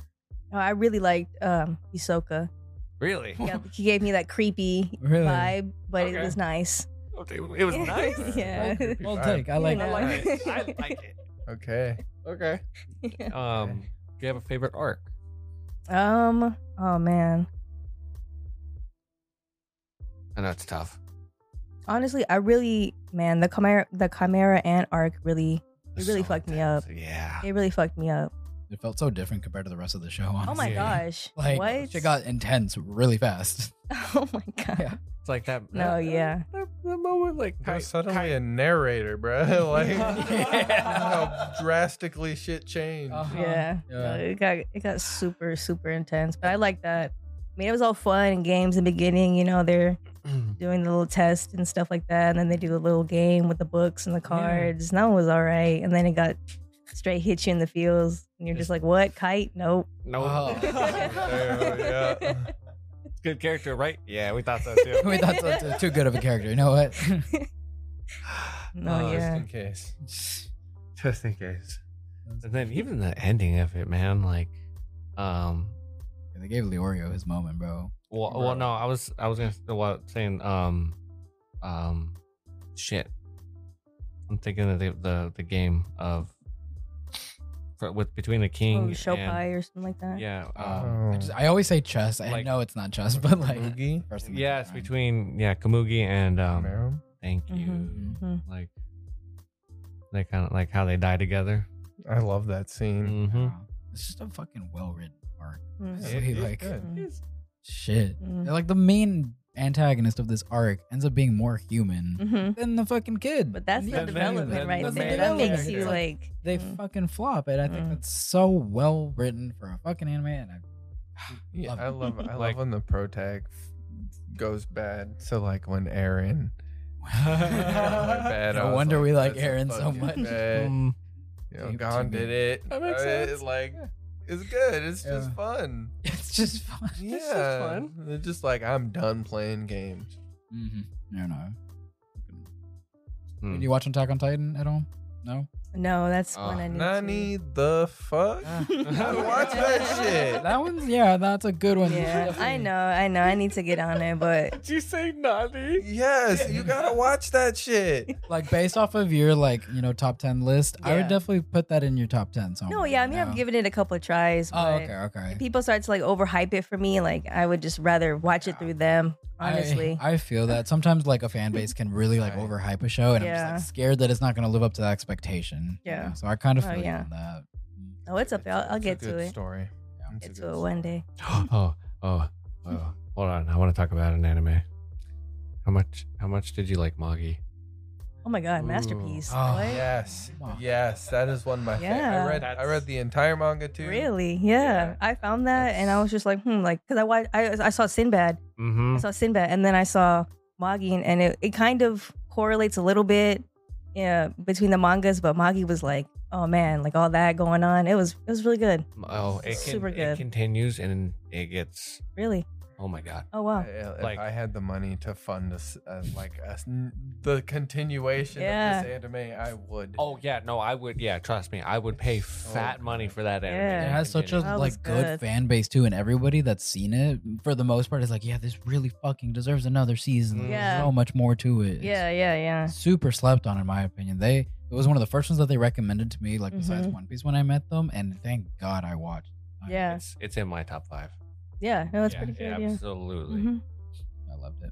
[SPEAKER 9] No, I really liked um, Hisoka. *laughs*
[SPEAKER 1] Really? *laughs*
[SPEAKER 9] Yeah, he gave me that creepy
[SPEAKER 2] Really?
[SPEAKER 9] vibe, but it
[SPEAKER 1] Okay.
[SPEAKER 9] was nice.
[SPEAKER 1] Okay, it *laughs* was nice.
[SPEAKER 9] yeah.
[SPEAKER 2] *laughs* Well, take. I like.
[SPEAKER 9] know,
[SPEAKER 2] that.
[SPEAKER 9] like-
[SPEAKER 1] Alright, I like it.
[SPEAKER 3] Okay.
[SPEAKER 1] Okay.
[SPEAKER 9] *laughs*
[SPEAKER 1] Um, do you have a favorite arc?
[SPEAKER 9] um, oh, man.
[SPEAKER 1] I know it's tough.
[SPEAKER 9] honestly, I really, man, the chimera, the chimera ant arc really, it really
[SPEAKER 1] So
[SPEAKER 9] fucked me up.
[SPEAKER 1] intense. Yeah.
[SPEAKER 9] It really fucked me up.
[SPEAKER 2] It felt so different compared to the rest of the show. Honestly.
[SPEAKER 9] Oh my
[SPEAKER 1] Yeah.
[SPEAKER 9] gosh!
[SPEAKER 2] Like
[SPEAKER 9] what?
[SPEAKER 2] shit got intense really fast.
[SPEAKER 9] *laughs*
[SPEAKER 2] *laughs*
[SPEAKER 9] oh my god!
[SPEAKER 2] Yeah.
[SPEAKER 1] It's like that.
[SPEAKER 9] No,
[SPEAKER 1] that-
[SPEAKER 9] yeah.
[SPEAKER 1] That, that moment, like,
[SPEAKER 3] You're
[SPEAKER 1] Ki-
[SPEAKER 3] suddenly
[SPEAKER 1] *laughs* Ki-
[SPEAKER 3] a narrator, bro. *laughs* like
[SPEAKER 1] *laughs*
[SPEAKER 2] Yeah.
[SPEAKER 3] how drastically shit changed.
[SPEAKER 1] Oh.
[SPEAKER 3] *sighs*
[SPEAKER 2] Uh-huh.
[SPEAKER 9] Yeah,
[SPEAKER 2] Yeah.
[SPEAKER 9] No, it got it got super super intense, but I like that. I mean, it was all fun and games in the beginning. You know, they're doing the little test and stuff like that, and then they do the little game with the books and the cards. And that one was all right, and then it got straight hit you in the feels, and you're just like, "What kite? Nope."
[SPEAKER 1] no, *laughs*
[SPEAKER 2] Oh.
[SPEAKER 3] There, yeah.
[SPEAKER 1] it's good character, right? Yeah, we thought so too.
[SPEAKER 2] we thought that's uh, too good of a character. You know
[SPEAKER 9] *laughs*
[SPEAKER 2] what?
[SPEAKER 9] *laughs* No,
[SPEAKER 1] Oh,
[SPEAKER 3] Just
[SPEAKER 9] yeah.
[SPEAKER 3] in case. *laughs* Just in case.
[SPEAKER 1] *laughs* And then even the ending of it, man, like, um,
[SPEAKER 2] they gave Leorio his moment, bro.
[SPEAKER 1] well, well, no, I was, I was gonna well, saying, um, um, shit. I'm thinking of the the, the game of for, with between the
[SPEAKER 9] Oh,
[SPEAKER 1] king and
[SPEAKER 9] Shopai or something like that.
[SPEAKER 1] yeah, um,
[SPEAKER 3] Oh.
[SPEAKER 2] I, just, I always say chess. I
[SPEAKER 1] Like-
[SPEAKER 2] know it's not chess, but like.
[SPEAKER 3] Oogie?
[SPEAKER 2] Person that
[SPEAKER 1] yes,
[SPEAKER 2] comes around.
[SPEAKER 1] between yeah, Kamugi and um,
[SPEAKER 3] Meryl?
[SPEAKER 1] thank you,
[SPEAKER 9] Mhm, mhm.
[SPEAKER 1] like they kind of like how they die together.
[SPEAKER 3] I love that scene.
[SPEAKER 1] Mm-hmm.
[SPEAKER 2] Wow. It's just a fucking well written arc.
[SPEAKER 9] Mm.
[SPEAKER 2] So he,
[SPEAKER 3] It- it's
[SPEAKER 2] like-
[SPEAKER 3] good.
[SPEAKER 2] Shit.
[SPEAKER 9] Mhm.
[SPEAKER 2] Like the main antagonist of this arc ends up being more human
[SPEAKER 9] Mhm.
[SPEAKER 2] than the fucking kid.
[SPEAKER 9] But that's
[SPEAKER 1] Yeah, then-
[SPEAKER 9] the development
[SPEAKER 1] then-
[SPEAKER 9] right
[SPEAKER 1] then
[SPEAKER 9] there.
[SPEAKER 1] they
[SPEAKER 9] That
[SPEAKER 1] don't
[SPEAKER 9] makes
[SPEAKER 1] care.
[SPEAKER 9] you like
[SPEAKER 2] they
[SPEAKER 9] mm.
[SPEAKER 2] fucking flop, and I think
[SPEAKER 9] Mm.
[SPEAKER 2] that's so well written for a fucking anime. And I,
[SPEAKER 3] Yeah,
[SPEAKER 2] Love
[SPEAKER 3] I
[SPEAKER 2] it.
[SPEAKER 3] love I
[SPEAKER 1] Like-
[SPEAKER 3] love when the protag f- goes bad. So like
[SPEAKER 1] *laughs*
[SPEAKER 3] when Aaron *laughs* Aaron went bad, I
[SPEAKER 2] no
[SPEAKER 3] was
[SPEAKER 2] wonder we like
[SPEAKER 3] "That's a
[SPEAKER 2] Aaron so
[SPEAKER 3] fucking
[SPEAKER 2] much.
[SPEAKER 3] bad
[SPEAKER 1] Mm.
[SPEAKER 9] Um,
[SPEAKER 3] You know,
[SPEAKER 2] Team-
[SPEAKER 3] Gon
[SPEAKER 2] team
[SPEAKER 3] did it.
[SPEAKER 1] That makes
[SPEAKER 3] Uh, it-
[SPEAKER 1] sense.
[SPEAKER 3] Like,
[SPEAKER 1] Yeah.
[SPEAKER 3] it's good. It's just
[SPEAKER 2] Yeah.
[SPEAKER 3] fun.
[SPEAKER 2] *laughs* It's just fun.
[SPEAKER 3] Yeah,
[SPEAKER 1] just fun.
[SPEAKER 3] They're just like I'm done playing games.
[SPEAKER 2] Mm-hmm. No, no.
[SPEAKER 1] Hmm.
[SPEAKER 3] Hmm.
[SPEAKER 9] *laughs*
[SPEAKER 2] Do you watch Attack on Titan at all? No.
[SPEAKER 9] No, that's one
[SPEAKER 1] Oh.
[SPEAKER 9] I need.
[SPEAKER 3] Nani the fuck?
[SPEAKER 2] *laughs* Ah.
[SPEAKER 3] *laughs* Watch that shit.
[SPEAKER 2] That one's yeah, that's a good one.
[SPEAKER 9] to.
[SPEAKER 2] You should
[SPEAKER 9] Yeah, I
[SPEAKER 2] definitely-
[SPEAKER 9] know, I know. I need to get on it,
[SPEAKER 2] Oh
[SPEAKER 9] but
[SPEAKER 10] Did you say naughty?
[SPEAKER 3] Yes, you gotta watch that shit.
[SPEAKER 2] Like based off of your like you know top ten list, I would
[SPEAKER 9] Yeah.
[SPEAKER 2] definitely put that in your top ten. So
[SPEAKER 9] no, yeah. I mean, I've given it a couple of tries.
[SPEAKER 2] Oh,
[SPEAKER 9] But
[SPEAKER 2] okay, okay.
[SPEAKER 9] if people start to like overhype it for me. Like, I would just rather watch it through them.
[SPEAKER 2] I-
[SPEAKER 9] Honestly,
[SPEAKER 2] *laughs* I, feel that sometimes like a fan base can really like overhype a show, and I'm just
[SPEAKER 9] Yeah.
[SPEAKER 2] like scared that it's not going to live up to that expectation. you
[SPEAKER 9] Yeah.
[SPEAKER 2] know? So I kind of
[SPEAKER 9] Oh,
[SPEAKER 2] feel you
[SPEAKER 9] yeah.
[SPEAKER 2] on that.
[SPEAKER 9] oh, it's up there. I'll, I'll get to it.
[SPEAKER 3] Story. It's
[SPEAKER 9] Get to it one day.
[SPEAKER 1] *gasps* oh, oh, oh. Hold on. I want to talk about an anime. How much? How much did you like Magi?
[SPEAKER 9] Oh my god,
[SPEAKER 1] Ooh.
[SPEAKER 9] masterpiece.
[SPEAKER 2] Oh,
[SPEAKER 9] What?
[SPEAKER 3] Yes,
[SPEAKER 2] Wow.
[SPEAKER 3] yes, that is one of my favorites.
[SPEAKER 9] Yeah.
[SPEAKER 3] I read, I read the entire manga too.
[SPEAKER 9] Really? Yeah.
[SPEAKER 3] Yeah.
[SPEAKER 9] I found that and I was just like, hmm, like, cause I watched, I, I saw Sinbad,
[SPEAKER 1] Mm-hmm.
[SPEAKER 9] I saw Sinbad, and then I saw Magi, and, and it, it kind of correlates a little bit, yeah, between the mangas. But Magi was like, oh man, like all that going on. It was, it was really good,
[SPEAKER 1] Oh, it, can,
[SPEAKER 9] Super
[SPEAKER 1] it
[SPEAKER 9] good.
[SPEAKER 1] continues and it gets.
[SPEAKER 9] really.
[SPEAKER 1] Oh my god.
[SPEAKER 9] Oh wow.
[SPEAKER 3] Uh, Yeah, If
[SPEAKER 1] Like-
[SPEAKER 3] I had the money to fund this, uh, like a s- n- the continuation
[SPEAKER 9] Yeah.
[SPEAKER 3] of this anime, I would.
[SPEAKER 1] Oh yeah. No, I would. Yeah, trust me. I would pay fat
[SPEAKER 3] God.
[SPEAKER 1] money for that anime.
[SPEAKER 9] Yeah.
[SPEAKER 1] to
[SPEAKER 2] It has such a
[SPEAKER 1] continue.
[SPEAKER 9] That was
[SPEAKER 2] like good.
[SPEAKER 9] good.
[SPEAKER 2] fan base too, and everybody that's seen it for the most part is like, yeah, this really fucking deserves another season. There's
[SPEAKER 9] Yeah.
[SPEAKER 2] so much more to it. It's
[SPEAKER 9] Yeah, yeah, yeah.
[SPEAKER 2] super slept on in my opinion. They it was one of the first ones that they recommended to me, like besides
[SPEAKER 9] Mhm.
[SPEAKER 2] One Piece when I met them, and thank God I watched. I-
[SPEAKER 9] Yeah,
[SPEAKER 1] It's, it's in my top five.
[SPEAKER 9] yeah. No, it's
[SPEAKER 1] Yeah,
[SPEAKER 9] pretty good. Yeah.
[SPEAKER 1] Absolutely.
[SPEAKER 9] Mhm.
[SPEAKER 2] I loved it.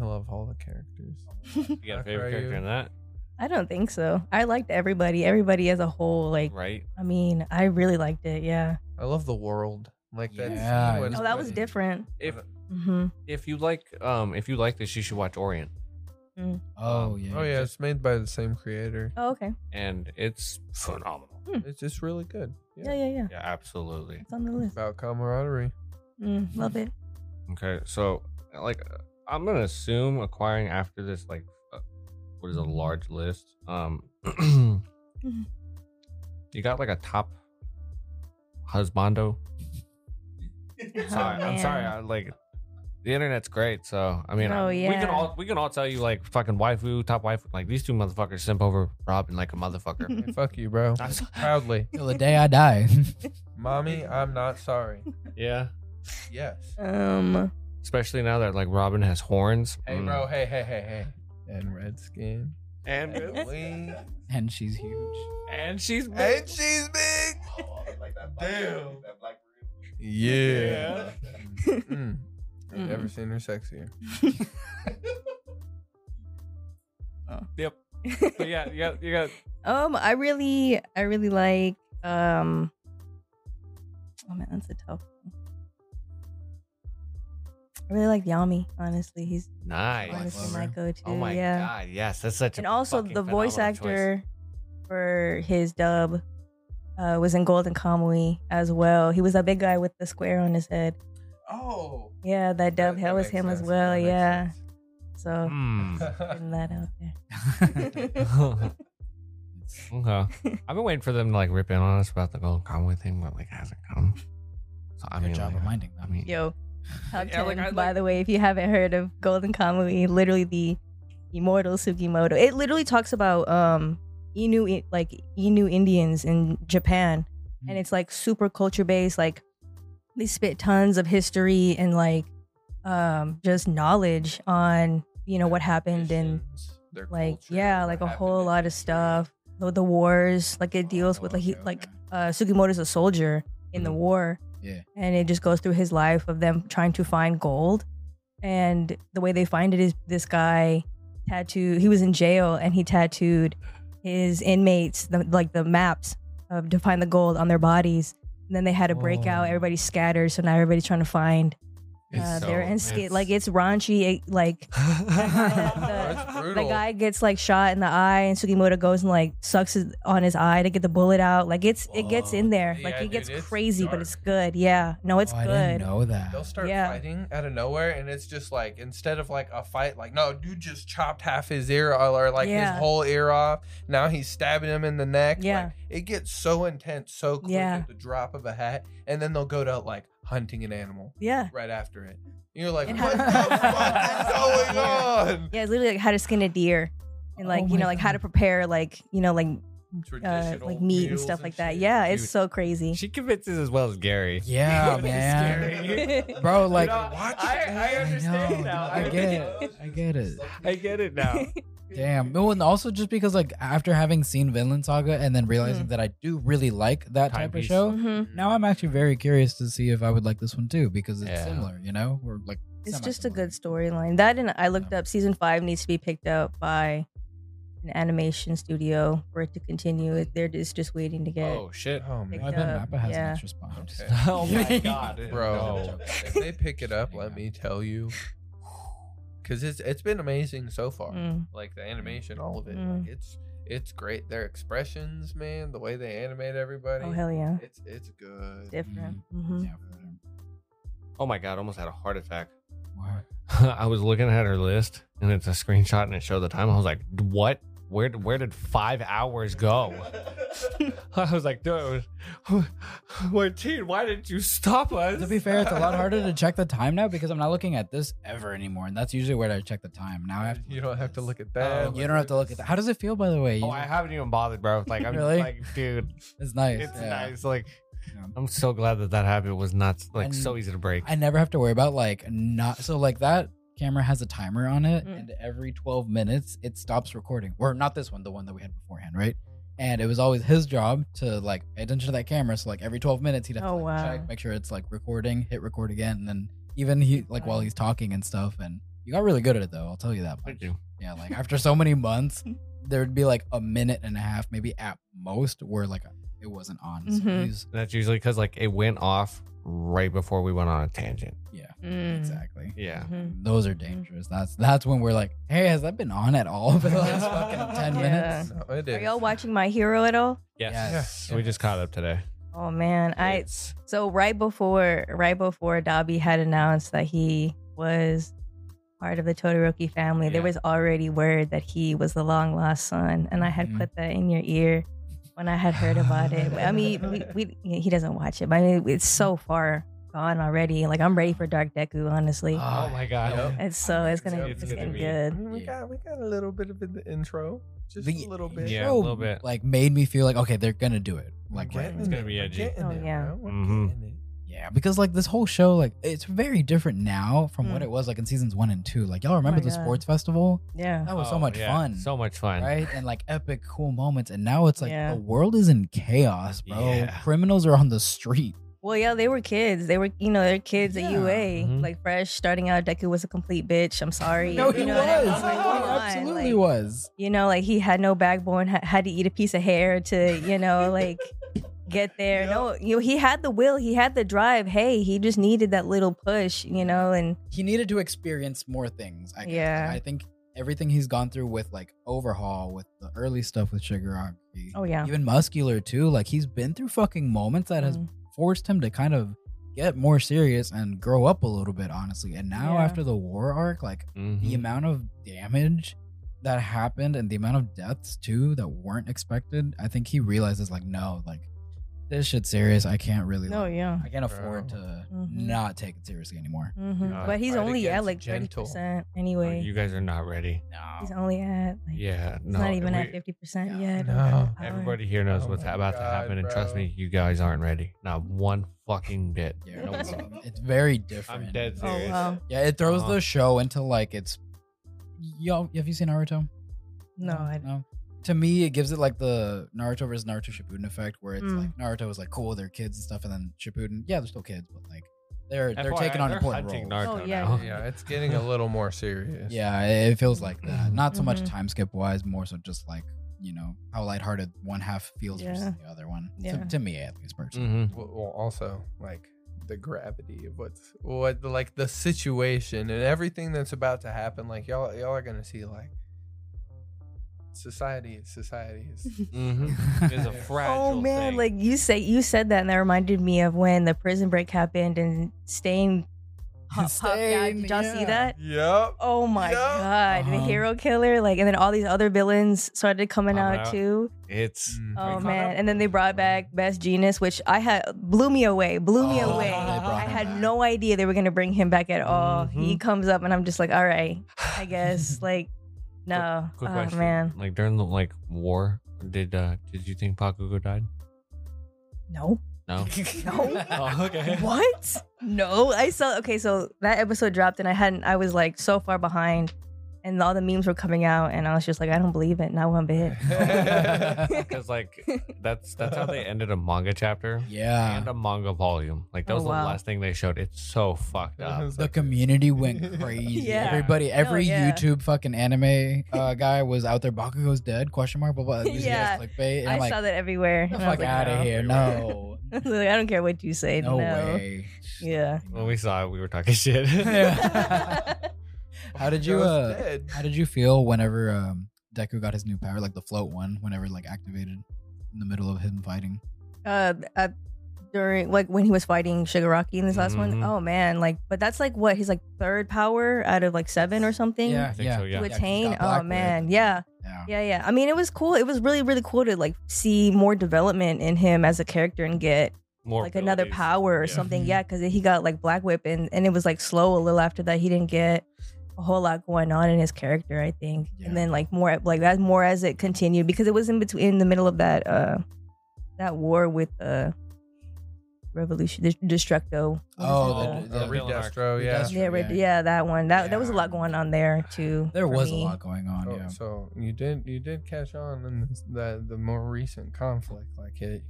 [SPEAKER 3] I love all the characters.
[SPEAKER 1] You got a
[SPEAKER 3] Fuck
[SPEAKER 1] favorite
[SPEAKER 3] are
[SPEAKER 1] character
[SPEAKER 3] you?
[SPEAKER 1] in that,
[SPEAKER 9] Mm-hmm. *laughs* I don't think so. I liked everybody, everybody as a whole. Like,
[SPEAKER 1] right?
[SPEAKER 9] I mean, I really liked it. Yeah.
[SPEAKER 3] I love the world. Like that.
[SPEAKER 2] Yeah,
[SPEAKER 3] scene when-
[SPEAKER 2] It's
[SPEAKER 9] Oh, that was
[SPEAKER 2] good.
[SPEAKER 9] different.
[SPEAKER 1] If
[SPEAKER 9] hmm
[SPEAKER 1] if you like um if you like this, you should watch Orient.
[SPEAKER 2] Oh
[SPEAKER 1] Um,
[SPEAKER 2] yeah.
[SPEAKER 3] Oh yeah, it's made by the same creator.
[SPEAKER 9] Oh, okay.
[SPEAKER 1] and it's phenomenal.
[SPEAKER 3] It's just really good.
[SPEAKER 9] Hmm. Yeah, yeah, yeah.
[SPEAKER 1] Yeah, absolutely.
[SPEAKER 9] It's on the list.
[SPEAKER 3] About camaraderie.
[SPEAKER 9] Mm, love it.
[SPEAKER 1] Okay, so like uh, I'm gonna assume acquiring after this like uh, what is a large list. Um, *clears throat*
[SPEAKER 9] Mm-hmm.
[SPEAKER 1] you got like a top
[SPEAKER 9] Oh,
[SPEAKER 1] husbando. Sorry, I'm sorry. I, like the internet's great, so I mean,
[SPEAKER 9] Oh,
[SPEAKER 1] I- we
[SPEAKER 9] yeah.
[SPEAKER 1] can all we can all tell you like fucking waifu, top waifu. Like these two motherfuckers simp over Robin like a motherfucker.
[SPEAKER 9] *laughs*
[SPEAKER 3] Fuck you, bro.
[SPEAKER 1] I'm so-
[SPEAKER 3] Proudly,
[SPEAKER 2] *laughs* Till the day I die. *laughs*
[SPEAKER 3] mommy, I'm not sorry.
[SPEAKER 1] yeah,
[SPEAKER 9] *laughs*
[SPEAKER 3] Yes.
[SPEAKER 9] Um.
[SPEAKER 1] especially now that like Robin has horns.
[SPEAKER 3] Hey,
[SPEAKER 1] Mm.
[SPEAKER 3] bro. Hey, hey, hey, hey. And red
[SPEAKER 9] *laughs*
[SPEAKER 3] skin.
[SPEAKER 1] and
[SPEAKER 3] And wings.
[SPEAKER 2] and she's huge.
[SPEAKER 1] and she's
[SPEAKER 3] And she's big. Damn. Yeah. Mm. I've
[SPEAKER 9] Mm.
[SPEAKER 3] never seen her sexier.
[SPEAKER 1] Yep. But yeah, you got you got
[SPEAKER 9] *laughs* um. I really, I really like. Um. Oh man, that's a tough. one. I really like Yami. Honestly, he's
[SPEAKER 1] nice.
[SPEAKER 9] honestly
[SPEAKER 2] Glover.
[SPEAKER 9] my go-to.
[SPEAKER 1] Oh my
[SPEAKER 9] yeah.
[SPEAKER 1] god, yes, that's such a
[SPEAKER 9] And also,
[SPEAKER 1] fucking
[SPEAKER 9] the voice
[SPEAKER 1] phenomenal choice.
[SPEAKER 9] actor for his dub uh, was in Golden Kamuy as well. He was that big guy with the square on his head.
[SPEAKER 3] Oh.
[SPEAKER 9] Yeah, that dub. That, was
[SPEAKER 3] makes
[SPEAKER 9] him as
[SPEAKER 3] sense.
[SPEAKER 9] well.
[SPEAKER 3] That makes
[SPEAKER 9] Yeah.
[SPEAKER 3] sense.
[SPEAKER 9] So.
[SPEAKER 1] Hmm. *laughs*
[SPEAKER 3] Mm.
[SPEAKER 9] putting that out there.
[SPEAKER 1] okay. *laughs*
[SPEAKER 9] *laughs*
[SPEAKER 1] I've been waiting for them to like rip in on us about the Golden Conway thing, but like it hasn't come. So I
[SPEAKER 2] Good
[SPEAKER 1] mean,
[SPEAKER 2] job
[SPEAKER 1] like,
[SPEAKER 2] reminding
[SPEAKER 1] I
[SPEAKER 2] them.
[SPEAKER 1] mean, *laughs*
[SPEAKER 9] Yo, top
[SPEAKER 1] Yeah,
[SPEAKER 9] 10,
[SPEAKER 1] like, I
[SPEAKER 9] by
[SPEAKER 1] like-
[SPEAKER 9] the way, if you haven't heard of Golden Kamuy, literally the immortal Sugimoto. It literally talks about um Inu like Inu Indians in Japan. And
[SPEAKER 1] Mm-hmm.
[SPEAKER 2] Hmm.
[SPEAKER 9] it's like super culture based, like they spit tons of history and like um just knowledge on, *laughs* you know, what happened and
[SPEAKER 3] Traditions, their
[SPEAKER 9] like
[SPEAKER 3] culture,
[SPEAKER 9] yeah,
[SPEAKER 3] what
[SPEAKER 9] like a
[SPEAKER 3] happened
[SPEAKER 9] whole
[SPEAKER 3] in
[SPEAKER 9] lot of
[SPEAKER 3] history.
[SPEAKER 9] stuff.
[SPEAKER 3] *laughs*
[SPEAKER 9] The, the wars, like it
[SPEAKER 2] Oh,
[SPEAKER 9] deals with like he,
[SPEAKER 2] okay,
[SPEAKER 9] like
[SPEAKER 2] okay.
[SPEAKER 9] uh, Sugimoto's a soldier in the war.
[SPEAKER 2] Yeah.
[SPEAKER 9] And it just goes through his life of them trying to find gold. And the way they find it is this guy tattooed, he was in jail and he tattooed his inmates, the, like the maps of to find the gold on their bodies. And then they had a breakout,
[SPEAKER 1] Oh.
[SPEAKER 9] everybody scattered. So now everybody's trying to find
[SPEAKER 1] It's
[SPEAKER 9] uh,
[SPEAKER 1] so
[SPEAKER 9] their end skin.
[SPEAKER 1] intense. *laughs*
[SPEAKER 9] Like it's raunchy. It, like *laughs*
[SPEAKER 3] Oh, That's
[SPEAKER 9] the, the
[SPEAKER 3] brutal.
[SPEAKER 9] guy gets like shot in the eye and Sugimoto goes and like sucks his, on his eye to get the bullet out. Like it's it gets in there.
[SPEAKER 3] Yeah,
[SPEAKER 9] Like it
[SPEAKER 3] dude,
[SPEAKER 9] gets
[SPEAKER 3] it's
[SPEAKER 9] crazy, but
[SPEAKER 3] dark.
[SPEAKER 9] it's good. Yeah. No, it's
[SPEAKER 2] oh, I didn't
[SPEAKER 9] good.
[SPEAKER 2] know
[SPEAKER 3] They'll
[SPEAKER 2] that.
[SPEAKER 3] start
[SPEAKER 9] Yeah.
[SPEAKER 3] fighting out of nowhere, and it's just like instead of like a fight, like no, dude just chopped half his ear or like
[SPEAKER 9] Yeah.
[SPEAKER 3] his whole ear off. Now he's stabbing him in the neck.
[SPEAKER 9] Yeah.
[SPEAKER 3] like, it gets so intense so quick
[SPEAKER 9] Yeah.
[SPEAKER 3] at the drop of a hat, and then they'll go to like hunting an animal
[SPEAKER 9] Yeah.
[SPEAKER 3] right after it. And you're like,
[SPEAKER 9] And
[SPEAKER 3] what the
[SPEAKER 9] how- *laughs*
[SPEAKER 3] fuck is going
[SPEAKER 9] Yeah.
[SPEAKER 3] on?
[SPEAKER 9] Yeah, it's literally like how to skin a deer. And like,
[SPEAKER 2] Oh
[SPEAKER 9] you
[SPEAKER 2] my
[SPEAKER 9] know, like how
[SPEAKER 2] God.
[SPEAKER 9] to prepare like, you know, like uh,
[SPEAKER 3] Traditional
[SPEAKER 9] like meat and
[SPEAKER 3] meals
[SPEAKER 9] stuff
[SPEAKER 3] and
[SPEAKER 9] like that.
[SPEAKER 3] shit.
[SPEAKER 9] Yeah, it's
[SPEAKER 1] Dude.
[SPEAKER 9] so crazy.
[SPEAKER 1] She commits it as well as Gary.
[SPEAKER 2] *laughs* *laughs*
[SPEAKER 1] *laughs*
[SPEAKER 2] Yeah, man. Bro, like,
[SPEAKER 10] No,
[SPEAKER 3] Watch
[SPEAKER 10] I,
[SPEAKER 3] it.
[SPEAKER 10] I understand
[SPEAKER 2] know,
[SPEAKER 10] now.
[SPEAKER 2] I get it. I get
[SPEAKER 3] *laughs*
[SPEAKER 2] it.
[SPEAKER 10] I get it
[SPEAKER 9] *laughs*
[SPEAKER 10] now.
[SPEAKER 2] Damn. No, and also just because like after having seen Vinland Saga and then
[SPEAKER 9] Mm-hmm.
[SPEAKER 2] realizing that I do really like that type of
[SPEAKER 1] Timepiece.
[SPEAKER 2] show,
[SPEAKER 9] Mhm.
[SPEAKER 2] now I'm actually very curious to see if I would like this one too because it's
[SPEAKER 1] Yeah.
[SPEAKER 2] similar. You know, we're like
[SPEAKER 9] It's just a
[SPEAKER 2] semi-similar.
[SPEAKER 9] good storyline. That and I looked up season five needs to be picked up by an animation studio for it to continue. It- They're just just waiting to get.
[SPEAKER 1] Oh shit.
[SPEAKER 3] Oh
[SPEAKER 9] Picked
[SPEAKER 2] I
[SPEAKER 3] man,
[SPEAKER 2] bet
[SPEAKER 9] up.
[SPEAKER 2] Mappa has
[SPEAKER 9] Yeah.
[SPEAKER 2] an extra spot. *laughs*
[SPEAKER 3] Okay.
[SPEAKER 1] Oh my god,
[SPEAKER 3] bro.
[SPEAKER 1] No.
[SPEAKER 3] if they pick it up, let me tell you, because it's it's been amazing so far.
[SPEAKER 9] Mm.
[SPEAKER 3] Like the animation, all of it.
[SPEAKER 9] Mm.
[SPEAKER 3] Like it's it's great. Their expressions, man, the way they animate everybody.
[SPEAKER 9] Oh, hell yeah.
[SPEAKER 3] It's it's good.
[SPEAKER 9] Different.
[SPEAKER 2] *laughs* Yeah,
[SPEAKER 9] Mhm.
[SPEAKER 2] for sure.
[SPEAKER 1] Oh my god, almost had a heart attack.
[SPEAKER 2] Wow.
[SPEAKER 1] *laughs* I was looking at her list and it's a screenshot and it showed the time. I was like, what? Where where did five hours go? *laughs* I was like, dude, *laughs* Martine, why didn't you stop us?
[SPEAKER 2] To be fair, it's a lot harder to check the time now because I'm not looking at this ever anymore, and that's usually where I check the time. Now I have to
[SPEAKER 3] You don't have to
[SPEAKER 2] this.
[SPEAKER 3] look at that.
[SPEAKER 2] You don't have to look at that. How does it feel, by the way?
[SPEAKER 1] *laughs*
[SPEAKER 2] You
[SPEAKER 1] Oh, I
[SPEAKER 2] just-
[SPEAKER 1] haven't even bothered, bro. Like I'm
[SPEAKER 2] *laughs* Really?
[SPEAKER 1] like, dude,
[SPEAKER 2] it's nice.
[SPEAKER 1] it's
[SPEAKER 2] yeah.
[SPEAKER 1] nice. Like
[SPEAKER 2] Yeah.
[SPEAKER 1] I'm so glad that that habit was not like
[SPEAKER 2] And
[SPEAKER 1] so easy to break.
[SPEAKER 2] I never have to worry about like not so like that camera has a timer on it
[SPEAKER 9] Mm.
[SPEAKER 2] and every 12 minutes it stops recording or not this one the one that we had beforehand right and it was always his job to like pay attention to that camera so like every 12 minutes he'd have to
[SPEAKER 9] Oh,
[SPEAKER 2] like,
[SPEAKER 9] wow.
[SPEAKER 2] check make sure it's like recording hit record again and then even he like while he's talking and stuff and you got really good at it though I'll tell you that much.
[SPEAKER 1] Thank you.
[SPEAKER 2] yeah like after so many
[SPEAKER 9] *laughs*
[SPEAKER 2] months there'd be like a minute and a half maybe at most where like it wasn't on so
[SPEAKER 9] Mhm.
[SPEAKER 2] he's-
[SPEAKER 1] That's usually because like it went off right before we went on a tangent.
[SPEAKER 2] yeah
[SPEAKER 9] Mm.
[SPEAKER 2] exactly
[SPEAKER 1] Yeah.
[SPEAKER 9] Mhm.
[SPEAKER 2] Those are dangerous. That's that's when we're like, hey, has that been on at all for the last
[SPEAKER 9] *laughs*
[SPEAKER 2] fucking ten
[SPEAKER 9] Yeah.
[SPEAKER 2] minutes?
[SPEAKER 3] No, it
[SPEAKER 9] Are
[SPEAKER 3] is.
[SPEAKER 9] y'all watching My Hero at all?
[SPEAKER 1] Yes.
[SPEAKER 2] Yes.
[SPEAKER 1] We just caught up today.
[SPEAKER 9] Oh man, I so right before right before Dobby had announced that he was part of the Todoroki family, there
[SPEAKER 1] Yeah.
[SPEAKER 9] was already word that he was the long lost son, and I had
[SPEAKER 2] Mhm.
[SPEAKER 9] put that in your ear when I had heard about it. I mean, we, we he doesn't watch it, but I mean, it's so far gone already. Like I'm ready for Dark Deku, honestly.
[SPEAKER 1] Oh my god.
[SPEAKER 3] Yep.
[SPEAKER 9] it's so it's gonna
[SPEAKER 1] It's
[SPEAKER 9] it's,
[SPEAKER 1] gonna
[SPEAKER 9] gonna
[SPEAKER 1] be-
[SPEAKER 9] good.
[SPEAKER 3] We
[SPEAKER 2] Yeah.
[SPEAKER 3] got we got a little bit of it in the intro, just
[SPEAKER 2] The-
[SPEAKER 3] a little bit.
[SPEAKER 1] Yeah, a
[SPEAKER 2] Bro,
[SPEAKER 1] little bit.
[SPEAKER 2] Like made me feel like okay, they're gonna do it.
[SPEAKER 3] We're
[SPEAKER 2] Like right.
[SPEAKER 3] getting
[SPEAKER 1] It's gonna
[SPEAKER 3] it.
[SPEAKER 1] be
[SPEAKER 3] We're
[SPEAKER 1] edgy.
[SPEAKER 3] getting
[SPEAKER 9] Oh,
[SPEAKER 3] it,
[SPEAKER 9] yeah.
[SPEAKER 3] bro. We're
[SPEAKER 1] Mhm.
[SPEAKER 3] getting it.
[SPEAKER 2] yeah, because like this whole show, like it's very different now from what
[SPEAKER 9] Mm.
[SPEAKER 2] it was like in seasons one and two. Like y'all remember
[SPEAKER 9] Oh my
[SPEAKER 2] the
[SPEAKER 9] God.
[SPEAKER 2] sports festival?
[SPEAKER 9] Yeah.
[SPEAKER 2] That was
[SPEAKER 1] Oh,
[SPEAKER 2] so much
[SPEAKER 1] yeah.
[SPEAKER 2] fun.
[SPEAKER 1] So much fun.
[SPEAKER 2] Right and like epic cool moments, and now it's like
[SPEAKER 9] Yeah.
[SPEAKER 2] the world is in chaos, bro.
[SPEAKER 1] Yeah.
[SPEAKER 2] Criminals are on the street.
[SPEAKER 9] Well, yeah, they were kids. They were, you know, they're kids
[SPEAKER 2] Yeah. Mm-hmm.
[SPEAKER 9] at UA.
[SPEAKER 1] Mhm.
[SPEAKER 9] Like fresh, starting out. Deku was a complete bitch. I'm sorry.
[SPEAKER 2] No,
[SPEAKER 9] You
[SPEAKER 2] he
[SPEAKER 9] know what I
[SPEAKER 2] was.
[SPEAKER 9] mean? Oh
[SPEAKER 2] He
[SPEAKER 9] Like, come on,
[SPEAKER 2] absolutely
[SPEAKER 9] like,
[SPEAKER 2] was.
[SPEAKER 9] You know, like he had no backbone. Ha- had to eat a piece of hair to,
[SPEAKER 2] *laughs*
[SPEAKER 9] you know, like get there. No, you know, he had the will. He had the drive. Hey, he just needed that little push. You know, and
[SPEAKER 2] he needed to experience more things. I guess.
[SPEAKER 9] Yeah.
[SPEAKER 2] I think everything he's gone through with like overhaul, with the early stuff with Shigaraki,
[SPEAKER 9] oh yeah,
[SPEAKER 2] even muscular too. Like he's been through fucking moments that has
[SPEAKER 9] Mm.
[SPEAKER 2] forced him to kind of get more serious and grow up a little bit, honestly. And now
[SPEAKER 9] Yeah.
[SPEAKER 2] after the war arc, like the
[SPEAKER 1] Mhm.
[SPEAKER 2] amount of damage that happened and the amount of deaths too that weren't expected, I think he realizes like no, like this shit's serious. I can't really.
[SPEAKER 9] oh
[SPEAKER 2] like,
[SPEAKER 9] yeah.
[SPEAKER 2] I can't afford to
[SPEAKER 9] Mhm.
[SPEAKER 2] not take it seriously anymore.
[SPEAKER 9] hmm
[SPEAKER 1] Uh,
[SPEAKER 9] but he's
[SPEAKER 3] fight
[SPEAKER 9] only at
[SPEAKER 3] against
[SPEAKER 9] like thirty
[SPEAKER 3] gentle.
[SPEAKER 9] percent
[SPEAKER 1] Oh,
[SPEAKER 9] anyway.
[SPEAKER 1] You guys are not ready.
[SPEAKER 2] No.
[SPEAKER 9] he's only at like
[SPEAKER 1] Yeah.
[SPEAKER 9] he's
[SPEAKER 1] No.
[SPEAKER 9] not even
[SPEAKER 1] we-
[SPEAKER 9] at fifty percent
[SPEAKER 2] Yeah.
[SPEAKER 9] yet.
[SPEAKER 3] No.
[SPEAKER 9] I don't-
[SPEAKER 1] Everybody here knows
[SPEAKER 3] Oh
[SPEAKER 1] what's
[SPEAKER 3] my
[SPEAKER 1] about to
[SPEAKER 3] God,
[SPEAKER 1] happen, and trust
[SPEAKER 3] bro.
[SPEAKER 1] me, you guys aren't ready. Not one fucking bit.
[SPEAKER 9] *laughs*
[SPEAKER 2] Yeah,
[SPEAKER 1] No
[SPEAKER 2] it's,
[SPEAKER 1] one.
[SPEAKER 2] it's very different.
[SPEAKER 1] I'm dead
[SPEAKER 9] Oh
[SPEAKER 1] serious.
[SPEAKER 9] wow,
[SPEAKER 2] Yeah, it throws
[SPEAKER 1] Uh-huh.
[SPEAKER 2] the show into like it's. Yo, have you seen Naruto?
[SPEAKER 9] no, I
[SPEAKER 2] no. To me, it gives it like the Naruto versus Naruto Shippuden effect, where it's
[SPEAKER 9] Mm.
[SPEAKER 2] like Naruto is like cool, they're kids and stuff, and then Shippuden, yeah, they're still kids, but like they're they're
[SPEAKER 1] FYI,
[SPEAKER 2] taking on
[SPEAKER 1] they're
[SPEAKER 2] important roles.
[SPEAKER 1] hunting Naruto
[SPEAKER 9] Oh, yeah.
[SPEAKER 1] now. *laughs*
[SPEAKER 3] Yeah, it's getting a little more serious.
[SPEAKER 2] Yeah, it it feels like that. Not so much
[SPEAKER 9] Mhm.
[SPEAKER 2] time skip wise, more so just like you know how lighthearted one half feels versus
[SPEAKER 9] Yeah.
[SPEAKER 2] the other one. To-
[SPEAKER 9] Yeah.
[SPEAKER 2] To, me, at least personally.
[SPEAKER 1] Mhm.
[SPEAKER 3] Well, well, also like the gravity of what's what like the situation and everything that's about to happen. Like y'all y'all are gonna see like society. Society
[SPEAKER 9] *laughs*
[SPEAKER 3] is
[SPEAKER 1] Mhm.
[SPEAKER 2] *laughs*
[SPEAKER 1] It's a fragile.
[SPEAKER 9] Oh man,
[SPEAKER 1] thing.
[SPEAKER 9] like you say, you said that, and that reminded me of when the prison break happened and Stain pop, popped out.
[SPEAKER 2] Stain,
[SPEAKER 9] Did y'all see
[SPEAKER 2] yeah.
[SPEAKER 9] that?
[SPEAKER 3] yep.
[SPEAKER 9] Oh my
[SPEAKER 3] Yup.
[SPEAKER 9] god, the
[SPEAKER 2] Uh-huh.
[SPEAKER 9] hero killer! Like, and then all these other villains started coming
[SPEAKER 1] Coming
[SPEAKER 9] out
[SPEAKER 1] out.
[SPEAKER 9] too.
[SPEAKER 1] it's
[SPEAKER 3] mm.
[SPEAKER 9] Oh
[SPEAKER 1] caught
[SPEAKER 9] man!
[SPEAKER 1] up
[SPEAKER 9] And then they brought back Best Genius, which I had blew me away, blew me
[SPEAKER 2] Oh,
[SPEAKER 9] away.
[SPEAKER 2] they brought
[SPEAKER 9] I
[SPEAKER 2] him
[SPEAKER 9] had
[SPEAKER 2] back.
[SPEAKER 9] no idea they were gonna bring him back at all. He
[SPEAKER 2] Mm-hmm.
[SPEAKER 1] Mhm.
[SPEAKER 9] comes up, and I'm just like, all right, I guess. like, no,
[SPEAKER 1] Quick
[SPEAKER 9] oh
[SPEAKER 1] question.
[SPEAKER 9] man,
[SPEAKER 1] Like during the like war, Did uh, did you think Pakugo died?
[SPEAKER 9] No.
[SPEAKER 6] *laughs*
[SPEAKER 9] *laughs*
[SPEAKER 1] No.
[SPEAKER 9] No.
[SPEAKER 1] oh, okay.
[SPEAKER 9] *laughs*
[SPEAKER 1] *laughs*
[SPEAKER 9] what? No, I saw. Okay, so that episode dropped, and I hadn't. I was like so far behind, and all the memes were coming out, and I was just like, I don't believe it, not
[SPEAKER 2] *laughs*
[SPEAKER 3] *laughs*
[SPEAKER 9] one bit. *laughs*
[SPEAKER 1] Because like that's that's how they ended a manga chapter
[SPEAKER 2] Yeah.
[SPEAKER 1] and a manga volume. Like that
[SPEAKER 9] Oh,
[SPEAKER 1] was the
[SPEAKER 9] wow.
[SPEAKER 1] last thing they showed. It's so fucked up.
[SPEAKER 2] The community went
[SPEAKER 1] *laughs*
[SPEAKER 2] crazy.
[SPEAKER 9] Yeah.
[SPEAKER 2] Everybody, every
[SPEAKER 9] yeah.
[SPEAKER 2] YouTube fucking anime uh, guy was out there. Bakugo's dead? Question mark.
[SPEAKER 9] *laughs*
[SPEAKER 2] Blah blah. Using yeah.
[SPEAKER 9] Yeah.
[SPEAKER 2] clickbait. And
[SPEAKER 9] I
[SPEAKER 2] I'm like,
[SPEAKER 9] saw that everywhere.
[SPEAKER 2] the
[SPEAKER 9] and I was
[SPEAKER 2] fuck
[SPEAKER 9] like,
[SPEAKER 2] out of
[SPEAKER 9] no.
[SPEAKER 2] here. No.
[SPEAKER 9] *laughs* I was like, I don't care what you say.
[SPEAKER 2] No
[SPEAKER 9] No,
[SPEAKER 2] way.
[SPEAKER 9] Yeah.
[SPEAKER 1] When we saw it, we were talking *laughs* shit.
[SPEAKER 2] *laughs* Yeah.
[SPEAKER 3] "Oh,
[SPEAKER 2] How did you,
[SPEAKER 3] Joe's
[SPEAKER 2] uh,
[SPEAKER 3] dead.
[SPEAKER 2] How did you feel whenever um, Deku got his new power, like the float one, whenever like activated in the middle of him fighting?
[SPEAKER 9] *laughs* uh, uh during like when he was fighting Shigaraki in this last one.
[SPEAKER 2] Mm-hmm.
[SPEAKER 1] Mhm.
[SPEAKER 9] Oh man, like but that's like what his like third power out of like seven or something
[SPEAKER 1] I think so, yeah.
[SPEAKER 9] to
[SPEAKER 1] Yeah,
[SPEAKER 2] he's got
[SPEAKER 9] attain.
[SPEAKER 2] Black
[SPEAKER 9] oh
[SPEAKER 2] Whip.
[SPEAKER 9] man, yeah,
[SPEAKER 2] yeah.
[SPEAKER 9] yeah, yeah. I mean, it was cool. It was really, really cool to like see more development in him as a character and get
[SPEAKER 1] More
[SPEAKER 9] like another
[SPEAKER 1] abilities.
[SPEAKER 9] power or
[SPEAKER 1] Yeah.
[SPEAKER 9] something.
[SPEAKER 2] Mhm.
[SPEAKER 9] Yeah, because he got like Black Whip and and it was like slow a little after that. He didn't get a whole lot going on in his character, I think.
[SPEAKER 2] Yeah.
[SPEAKER 9] And then like more like that more as it continued because it was in between in the middle of that uh that war with uh revolution the destructo. What is
[SPEAKER 2] Oh,
[SPEAKER 9] it,
[SPEAKER 2] the-
[SPEAKER 3] Uh,
[SPEAKER 2] the-
[SPEAKER 3] Redestro, yeah.
[SPEAKER 9] uh, yeah,
[SPEAKER 2] Redestro,
[SPEAKER 9] right, yeah, that one. That that was a
[SPEAKER 2] Yeah.
[SPEAKER 9] lot going on there too.
[SPEAKER 2] There
[SPEAKER 9] for
[SPEAKER 2] was a
[SPEAKER 9] me.
[SPEAKER 2] lot going on.
[SPEAKER 3] Oh,
[SPEAKER 2] yeah.
[SPEAKER 3] So you did you did catch on in this- the the more recent conflict, like it,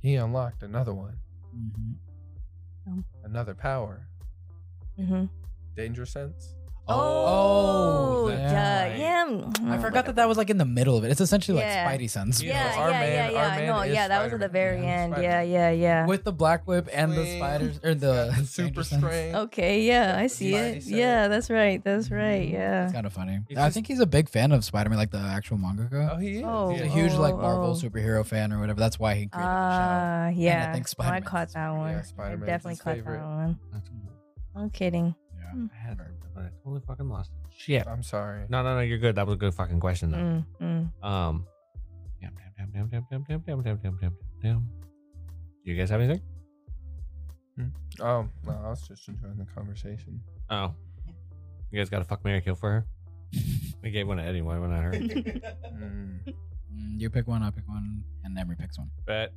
[SPEAKER 3] he unlocked another one,
[SPEAKER 2] Mhm.
[SPEAKER 3] another power,
[SPEAKER 9] Mhm.
[SPEAKER 3] danger sense.
[SPEAKER 2] Oh,
[SPEAKER 9] Oh,
[SPEAKER 2] that's
[SPEAKER 9] yeah,
[SPEAKER 1] right.
[SPEAKER 9] yeah. mm,
[SPEAKER 2] I forgot that that was like in the middle of it. It's essentially
[SPEAKER 9] Yeah.
[SPEAKER 2] like Spidey sense.
[SPEAKER 3] You
[SPEAKER 9] Yeah,
[SPEAKER 3] know, our
[SPEAKER 9] yeah,
[SPEAKER 3] man-
[SPEAKER 9] yeah,
[SPEAKER 3] our
[SPEAKER 9] yeah.
[SPEAKER 3] man
[SPEAKER 9] No,
[SPEAKER 3] is
[SPEAKER 9] yeah, that was at the
[SPEAKER 3] Spider-Man.
[SPEAKER 9] very
[SPEAKER 3] Yeah,
[SPEAKER 9] end. Yeah,
[SPEAKER 3] Spider-Man.
[SPEAKER 9] yeah, yeah.
[SPEAKER 2] With the black whip and the
[SPEAKER 3] Swing.
[SPEAKER 2] spiders or the *laughs*
[SPEAKER 3] super
[SPEAKER 2] danger sense.
[SPEAKER 3] strength.
[SPEAKER 9] Okay, yeah, I
[SPEAKER 3] That's
[SPEAKER 9] see
[SPEAKER 3] what
[SPEAKER 9] it.
[SPEAKER 3] Spidey said. Mm-hmm.
[SPEAKER 9] Yeah, that's right. That's right.
[SPEAKER 2] Mhm.
[SPEAKER 9] Yeah.
[SPEAKER 2] It's kind of funny.
[SPEAKER 1] It's
[SPEAKER 2] I
[SPEAKER 1] just-
[SPEAKER 2] think he's a big fan of Spider Man, like the actual manga guy.
[SPEAKER 3] Oh, he is.
[SPEAKER 9] Oh,
[SPEAKER 2] he's
[SPEAKER 3] yeah.
[SPEAKER 2] a huge like
[SPEAKER 9] oh,
[SPEAKER 2] Marvel
[SPEAKER 9] oh.
[SPEAKER 2] superhero fan or whatever. That's why he created the
[SPEAKER 9] Ah, yeah.
[SPEAKER 2] I think
[SPEAKER 9] Oh, I
[SPEAKER 2] Spider-Man's
[SPEAKER 9] caught that
[SPEAKER 2] favorite.
[SPEAKER 9] one.
[SPEAKER 3] Yeah,
[SPEAKER 9] I
[SPEAKER 3] Spider-Man's
[SPEAKER 9] definitely
[SPEAKER 3] his
[SPEAKER 9] caught
[SPEAKER 3] favorite.
[SPEAKER 9] that one. I'm kidding.
[SPEAKER 2] show.
[SPEAKER 9] Hmm.
[SPEAKER 1] I had it, but I totally fucking lost it. Shit.
[SPEAKER 3] I'm sorry.
[SPEAKER 1] No, no, no. You're good. That was a good fucking question though.
[SPEAKER 9] Mm, mm.
[SPEAKER 1] Um. Damn, damn, damn, damn, damn, damn, damn, damn, damn, damn, damn. You guys have anything?
[SPEAKER 3] Oh, no, I was just enjoying the conversation.
[SPEAKER 1] Oh. You guys got to fuck Mary Kill for *laughs* her? We gave one to Eddie. Why not her?
[SPEAKER 9] *laughs*
[SPEAKER 3] Mm.
[SPEAKER 2] Yeah. Mm, You pick one, I pick one, and Emery picks one.
[SPEAKER 1] Bet.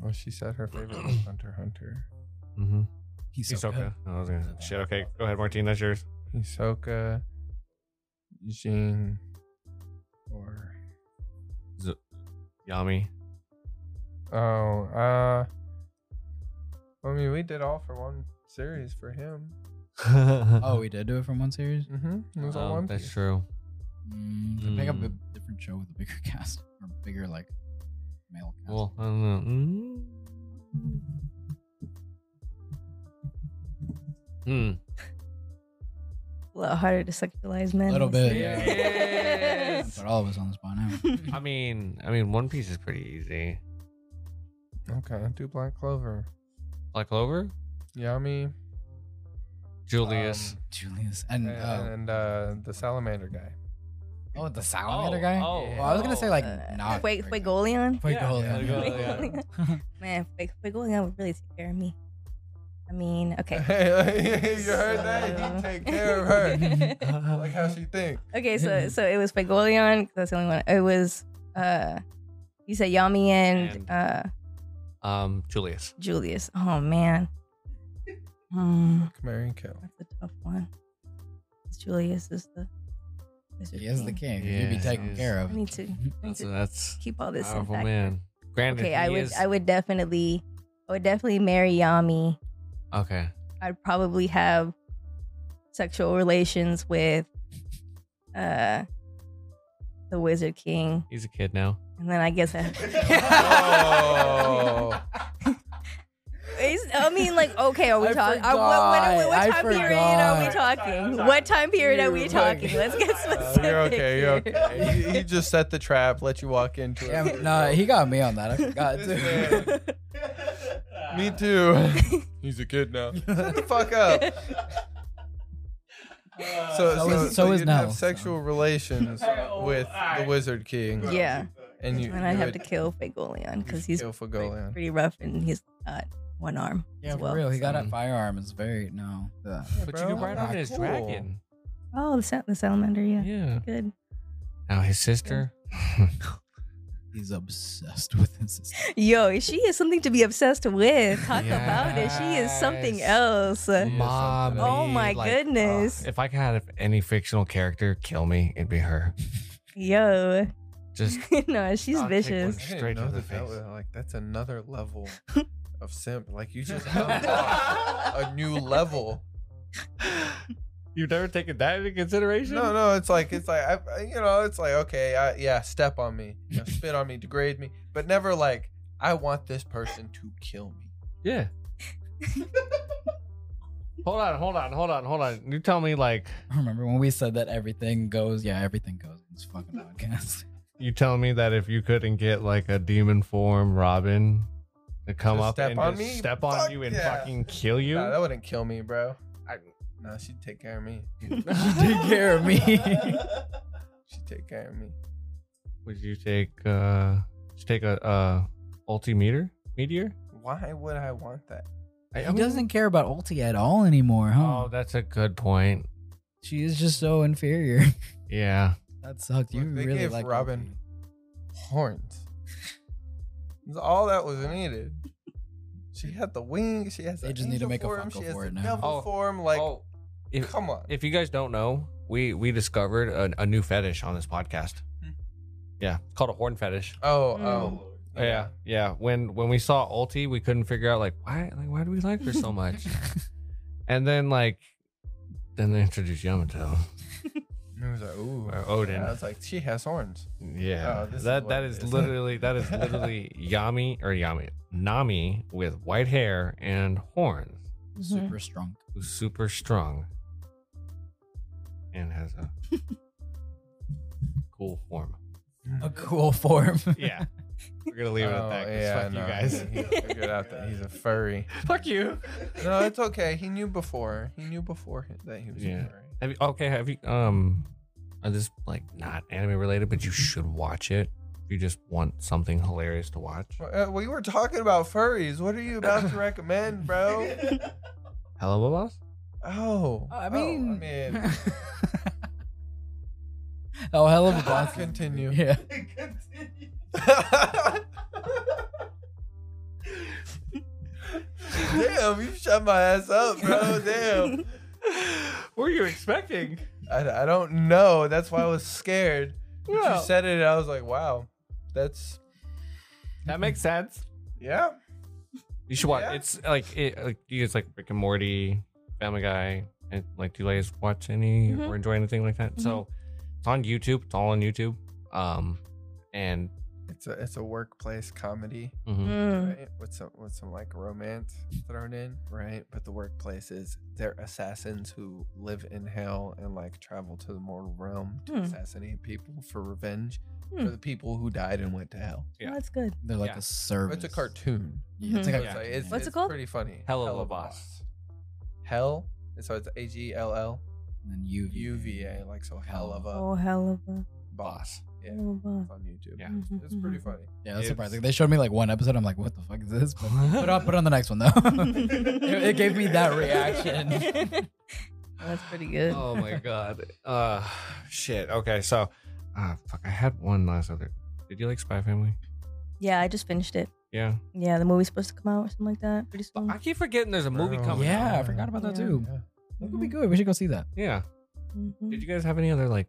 [SPEAKER 3] Well, she said her favorite was Hunter x Hunter,
[SPEAKER 1] Mm-hmm.
[SPEAKER 2] He's so
[SPEAKER 1] Hisoka.
[SPEAKER 2] good.
[SPEAKER 1] I was gonna shit. Okay, go ahead, Martine. That's yours.
[SPEAKER 3] Hisoka, Jean, or
[SPEAKER 1] *laughs* Yami.
[SPEAKER 3] oh, uh, I mean, we did all for one series for him.
[SPEAKER 2] Oh, we did do it from one series.
[SPEAKER 3] Mm-hmm. It was all
[SPEAKER 1] Oh,
[SPEAKER 3] one.
[SPEAKER 1] Um, that's
[SPEAKER 3] piece.
[SPEAKER 1] true.
[SPEAKER 2] Mm, should Pick up a
[SPEAKER 1] Mm.
[SPEAKER 2] different show with a bigger *laughs* cast or bigger like male cast.
[SPEAKER 1] Well, I don't know. Mm. Hmm.
[SPEAKER 9] A little harder to sexualize men.
[SPEAKER 2] Little
[SPEAKER 9] I
[SPEAKER 2] bit,
[SPEAKER 9] see.
[SPEAKER 2] yeah.
[SPEAKER 1] Yes.
[SPEAKER 9] *laughs*
[SPEAKER 2] Put all of us on the spot now.
[SPEAKER 1] I mean, I mean, One Piece is pretty easy.
[SPEAKER 3] Okay, do Black Clover.
[SPEAKER 1] Black Clover,
[SPEAKER 3] Yami.
[SPEAKER 1] Julius. Mm, oh.
[SPEAKER 3] um,
[SPEAKER 2] Julius and,
[SPEAKER 3] and
[SPEAKER 2] uh,
[SPEAKER 3] and, uh, the salamander guy. *laughs*
[SPEAKER 2] oh, the salamander guy.
[SPEAKER 1] Oh,
[SPEAKER 2] Well, I was gonna say like
[SPEAKER 9] Uh,
[SPEAKER 2] not
[SPEAKER 9] Fue-
[SPEAKER 2] very good.
[SPEAKER 9] Fuegolion?
[SPEAKER 2] Fue
[SPEAKER 1] Yeah,
[SPEAKER 2] Golian,
[SPEAKER 1] Fue
[SPEAKER 2] yeah.
[SPEAKER 9] Golian.
[SPEAKER 2] *laughs*
[SPEAKER 9] Man, Fue- Fuegolion would really take care of me. I mean,
[SPEAKER 3] *laughs*
[SPEAKER 9] okay.
[SPEAKER 3] you heard that?
[SPEAKER 2] Uh-huh.
[SPEAKER 9] *laughs* So-
[SPEAKER 3] You take care of her.
[SPEAKER 1] Um,
[SPEAKER 3] like how she think.
[SPEAKER 9] *laughs* Okay, so so it was Fegolion. 'cause That's the only one. It was uh, you said Yami and,
[SPEAKER 1] And-
[SPEAKER 9] uh
[SPEAKER 1] um, Julius.
[SPEAKER 9] Julius. Oh man, hmm,
[SPEAKER 3] Marry
[SPEAKER 2] *laughs*
[SPEAKER 3] and kill.
[SPEAKER 9] that's a tough one. 'Cause Julius is the Mr.
[SPEAKER 2] He is the king. He'd be
[SPEAKER 1] Yes,
[SPEAKER 2] taken
[SPEAKER 1] he is.
[SPEAKER 2] care
[SPEAKER 9] I
[SPEAKER 2] of.
[SPEAKER 9] need to I need
[SPEAKER 1] That's
[SPEAKER 9] to
[SPEAKER 1] that's
[SPEAKER 9] keep all this in
[SPEAKER 1] powerful
[SPEAKER 9] fact.
[SPEAKER 1] man. Granted,
[SPEAKER 9] Okay, I
[SPEAKER 1] he
[SPEAKER 9] would
[SPEAKER 1] is-
[SPEAKER 9] I would definitely I would definitely marry Yami.
[SPEAKER 1] Okay,
[SPEAKER 9] I'd probably have sexual relations with uh the Wizard King,
[SPEAKER 1] he's a kid now.
[SPEAKER 9] and then I guess I.
[SPEAKER 3] Oh.
[SPEAKER 9] Is- I mean, like,
[SPEAKER 3] *laughs*
[SPEAKER 9] okay, are we
[SPEAKER 2] I
[SPEAKER 9] talking? What, what, what,
[SPEAKER 2] forgot. I
[SPEAKER 9] time period are we
[SPEAKER 2] forgot.
[SPEAKER 9] talking? What time period are we
[SPEAKER 2] You're
[SPEAKER 9] talking?
[SPEAKER 2] fucking-
[SPEAKER 9] Let's get
[SPEAKER 3] Uh,
[SPEAKER 9] specific.
[SPEAKER 3] you're okay. You're
[SPEAKER 9] here.
[SPEAKER 3] okay. He, he just set the trap, let you walk into it.
[SPEAKER 2] Yeah, no, he got me on that. I
[SPEAKER 1] *laughs*
[SPEAKER 2] forgot
[SPEAKER 3] This
[SPEAKER 2] too.
[SPEAKER 3] man. Me
[SPEAKER 9] *laughs*
[SPEAKER 3] too. *laughs* He's a
[SPEAKER 2] *laughs*
[SPEAKER 3] kid now. Shut the fuck up. So,
[SPEAKER 2] *laughs* So
[SPEAKER 3] so,
[SPEAKER 2] is-
[SPEAKER 3] so,
[SPEAKER 2] so is
[SPEAKER 3] you'd
[SPEAKER 2] now,
[SPEAKER 1] *laughs*
[SPEAKER 3] have sexual *laughs* relations with the Wizard King.
[SPEAKER 9] Yeah,
[SPEAKER 3] And you,
[SPEAKER 9] and I
[SPEAKER 3] you
[SPEAKER 9] have
[SPEAKER 3] would
[SPEAKER 9] to kill Fagolion because he's
[SPEAKER 3] kill for
[SPEAKER 9] like,
[SPEAKER 3] Golan.
[SPEAKER 9] pretty rough and he's got one arm.
[SPEAKER 2] *laughs* Yeah,
[SPEAKER 9] as
[SPEAKER 2] for
[SPEAKER 9] well,
[SPEAKER 2] real. He got a
[SPEAKER 1] so-
[SPEAKER 2] firearm. It's very no. Ugh.
[SPEAKER 1] But
[SPEAKER 3] bro.
[SPEAKER 1] you can ride
[SPEAKER 2] Ah,
[SPEAKER 1] on his
[SPEAKER 3] cool.
[SPEAKER 1] dragon.
[SPEAKER 9] Oh, the, sal- the salamander. Yeah,
[SPEAKER 1] Yeah.
[SPEAKER 9] good.
[SPEAKER 1] *laughs* Now his sister.
[SPEAKER 2] He's obsessed with his sister.
[SPEAKER 9] Yo, she is something to be obsessed with. Talk about it. She is something
[SPEAKER 1] Yes.
[SPEAKER 9] else.
[SPEAKER 1] Mommy,
[SPEAKER 9] Oh my
[SPEAKER 1] like,
[SPEAKER 9] goodness.
[SPEAKER 1] ugh, if I could have any fictional character kill me, it'd be her.
[SPEAKER 9] Yo. *laughs*
[SPEAKER 1] Just
[SPEAKER 9] no, she's
[SPEAKER 1] I'll take
[SPEAKER 9] vicious.
[SPEAKER 1] one.
[SPEAKER 3] I didn't
[SPEAKER 1] Straight to
[SPEAKER 3] know
[SPEAKER 1] the
[SPEAKER 3] that that
[SPEAKER 1] face.
[SPEAKER 3] was- like that's another *laughs* level of simp. Like you *laughs* just unlocked a new level.
[SPEAKER 1] *laughs* You've never taken that into consideration?
[SPEAKER 3] No, no, it's like it's like I, I- you know, it's like okay, I, yeah, step on me, you know, spit on me, degrade me, but never like I want this person to kill me.
[SPEAKER 1] Yeah. hold on, hold on, hold on, hold on. You tell me like
[SPEAKER 2] I remember when we said that everything goes. Yeah, everything goes in this fucking podcast. *laughs*
[SPEAKER 1] you telling me that if you couldn't get like a demon form Robin to come
[SPEAKER 3] Just
[SPEAKER 1] up
[SPEAKER 3] step
[SPEAKER 1] and
[SPEAKER 3] on
[SPEAKER 1] just
[SPEAKER 3] me?
[SPEAKER 1] step on
[SPEAKER 3] Fuck
[SPEAKER 1] you and
[SPEAKER 3] yeah.
[SPEAKER 1] fucking kill you?
[SPEAKER 3] Nah, that wouldn't kill me, bro. I no, she'd take care of me.
[SPEAKER 2] Take care
[SPEAKER 1] *laughs*
[SPEAKER 2] of me.
[SPEAKER 3] She'd take care of me.
[SPEAKER 1] Would you take uh would you take a uh ultimeter meteor?
[SPEAKER 3] Why would I want that?
[SPEAKER 1] I, I
[SPEAKER 2] he
[SPEAKER 1] mean-
[SPEAKER 2] doesn't care about Ulti at all anymore, huh?
[SPEAKER 1] Oh, that's a good point.
[SPEAKER 2] she is just so inferior. *laughs*
[SPEAKER 1] Yeah.
[SPEAKER 2] that sucked. You
[SPEAKER 3] Look, they
[SPEAKER 2] really
[SPEAKER 3] gave
[SPEAKER 2] like
[SPEAKER 3] Robin horns. That's all that was needed. She had the wings. She has.
[SPEAKER 2] They
[SPEAKER 3] the
[SPEAKER 2] just need to
[SPEAKER 3] angel
[SPEAKER 2] make a
[SPEAKER 3] form,
[SPEAKER 2] Funko
[SPEAKER 3] she has
[SPEAKER 2] for
[SPEAKER 3] the
[SPEAKER 2] it now.
[SPEAKER 3] devil
[SPEAKER 1] Oh.
[SPEAKER 3] form. Like,
[SPEAKER 1] oh, if,
[SPEAKER 3] come on.
[SPEAKER 1] if you guys don't know, we we discovered a, a new fetish on this podcast.
[SPEAKER 3] Hmm.
[SPEAKER 1] Yeah, it's called a horn fetish.
[SPEAKER 3] oh,
[SPEAKER 9] Mm.
[SPEAKER 3] oh,
[SPEAKER 1] Yeah. yeah, When when we saw Ulti, we couldn't figure out like why like why do we like her *laughs* so much? and then like then they introduced Yamato
[SPEAKER 3] And It was like, ooh,
[SPEAKER 1] or Odin.
[SPEAKER 3] I was like, she has horns.
[SPEAKER 1] Yeah,
[SPEAKER 3] Oh, this is
[SPEAKER 1] that
[SPEAKER 3] what
[SPEAKER 1] that
[SPEAKER 3] it
[SPEAKER 1] is
[SPEAKER 3] is.
[SPEAKER 1] literally that
[SPEAKER 3] *laughs*
[SPEAKER 1] is literally Yami or Yami Nami with white hair and horns,
[SPEAKER 9] Mhm.
[SPEAKER 2] super strong.
[SPEAKER 1] who's super strong and has *laughs* a cool form.
[SPEAKER 2] A cool form.
[SPEAKER 1] *laughs* Yeah, we're gonna leave it at
[SPEAKER 3] Oh,
[SPEAKER 1] that. 'cause
[SPEAKER 3] yeah,
[SPEAKER 1] fuck
[SPEAKER 3] no,
[SPEAKER 1] you guys. *laughs*
[SPEAKER 3] He, he figured out that he's a furry.
[SPEAKER 1] fuck you.
[SPEAKER 3] No, it's okay. He knew before. He knew before that he was a
[SPEAKER 1] Yeah.
[SPEAKER 3] furry.
[SPEAKER 1] Have you, okay, have you um uh, this is, like not anime related, but you should watch it if you just want something hilarious to watch.
[SPEAKER 3] Well, uh, we were talking about furries. What are you about to recommend, bro?
[SPEAKER 1] *laughs* Hello, boss.
[SPEAKER 3] Oh,
[SPEAKER 2] I
[SPEAKER 3] oh,
[SPEAKER 2] mean,
[SPEAKER 3] I *laughs* mean,
[SPEAKER 2] oh, hell of a boss.
[SPEAKER 3] Continue.
[SPEAKER 2] Yeah.
[SPEAKER 3] Damn, you shut my ass up, bro. Damn.
[SPEAKER 1] What were you expecting?
[SPEAKER 3] I, I don't know. That's why I was scared. But
[SPEAKER 1] Well-
[SPEAKER 3] You said it, and I was like, wow, that's
[SPEAKER 1] That makes sense.
[SPEAKER 3] yeah.
[SPEAKER 1] You should watch.
[SPEAKER 3] Yeah.
[SPEAKER 1] It's like it like you guys like Rick and Morty, Family Guy, and like do you guys watch any
[SPEAKER 9] Mhm.
[SPEAKER 1] or enjoy anything like that? So
[SPEAKER 9] Mm-hmm.
[SPEAKER 1] it's on YouTube. It's all on YouTube. Um, and
[SPEAKER 3] It's a it's a workplace comedy,
[SPEAKER 2] Mm-hmm.
[SPEAKER 1] mhm.
[SPEAKER 9] Mm.
[SPEAKER 3] right? With some with some like romance thrown in, right? But the workplace is they're assassins who live in hell and like travel to the mortal realm to
[SPEAKER 9] Hmm.
[SPEAKER 3] assassinate people for revenge
[SPEAKER 9] Hmm.
[SPEAKER 3] for the people who died and went to hell.
[SPEAKER 1] Yeah.
[SPEAKER 9] That's good.
[SPEAKER 2] They're like
[SPEAKER 1] Yeah.
[SPEAKER 2] a service.
[SPEAKER 3] It's a cartoon.
[SPEAKER 2] Yeah, it's like a
[SPEAKER 3] So it's, like- it's-
[SPEAKER 9] What's it
[SPEAKER 3] it's
[SPEAKER 9] called?
[SPEAKER 3] Pretty funny.
[SPEAKER 1] Hella
[SPEAKER 3] Hella
[SPEAKER 1] Labas.
[SPEAKER 3] Boss. Hell. and So it's A G L L
[SPEAKER 2] and then UVA.
[SPEAKER 3] UVA, like so hell of a
[SPEAKER 9] Oh, hell of a.
[SPEAKER 3] boss. Yeah.
[SPEAKER 9] hell of a-
[SPEAKER 3] It's on YouTube.
[SPEAKER 1] Yeah.
[SPEAKER 9] Mhm,
[SPEAKER 3] It's pretty
[SPEAKER 9] mhm.
[SPEAKER 3] funny.
[SPEAKER 2] Yeah, that's
[SPEAKER 1] It's-
[SPEAKER 2] surprising. They showed me like one episode. I'm like, what the fuck is this? But put on, put on the next one though. *laughs* it, it gave me that
[SPEAKER 9] *laughs*
[SPEAKER 2] reaction.
[SPEAKER 9] That's pretty good.
[SPEAKER 1] oh my
[SPEAKER 9] *laughs*
[SPEAKER 1] god. Uh, shit. Okay, so, uh, fuck. I had one last other. Did you like Spy Family?
[SPEAKER 9] Yeah, I just finished it.
[SPEAKER 1] Yeah.
[SPEAKER 9] Yeah, the movie's supposed to come out or something like that pretty soon.
[SPEAKER 1] I keep forgetting there's a movie
[SPEAKER 3] Bro.
[SPEAKER 1] coming. out.
[SPEAKER 2] yeah, I forgot about that
[SPEAKER 9] Yeah.
[SPEAKER 2] too. That could be good. We should go see that.
[SPEAKER 1] Yeah.
[SPEAKER 9] Mhm.
[SPEAKER 1] Did you guys have any other like?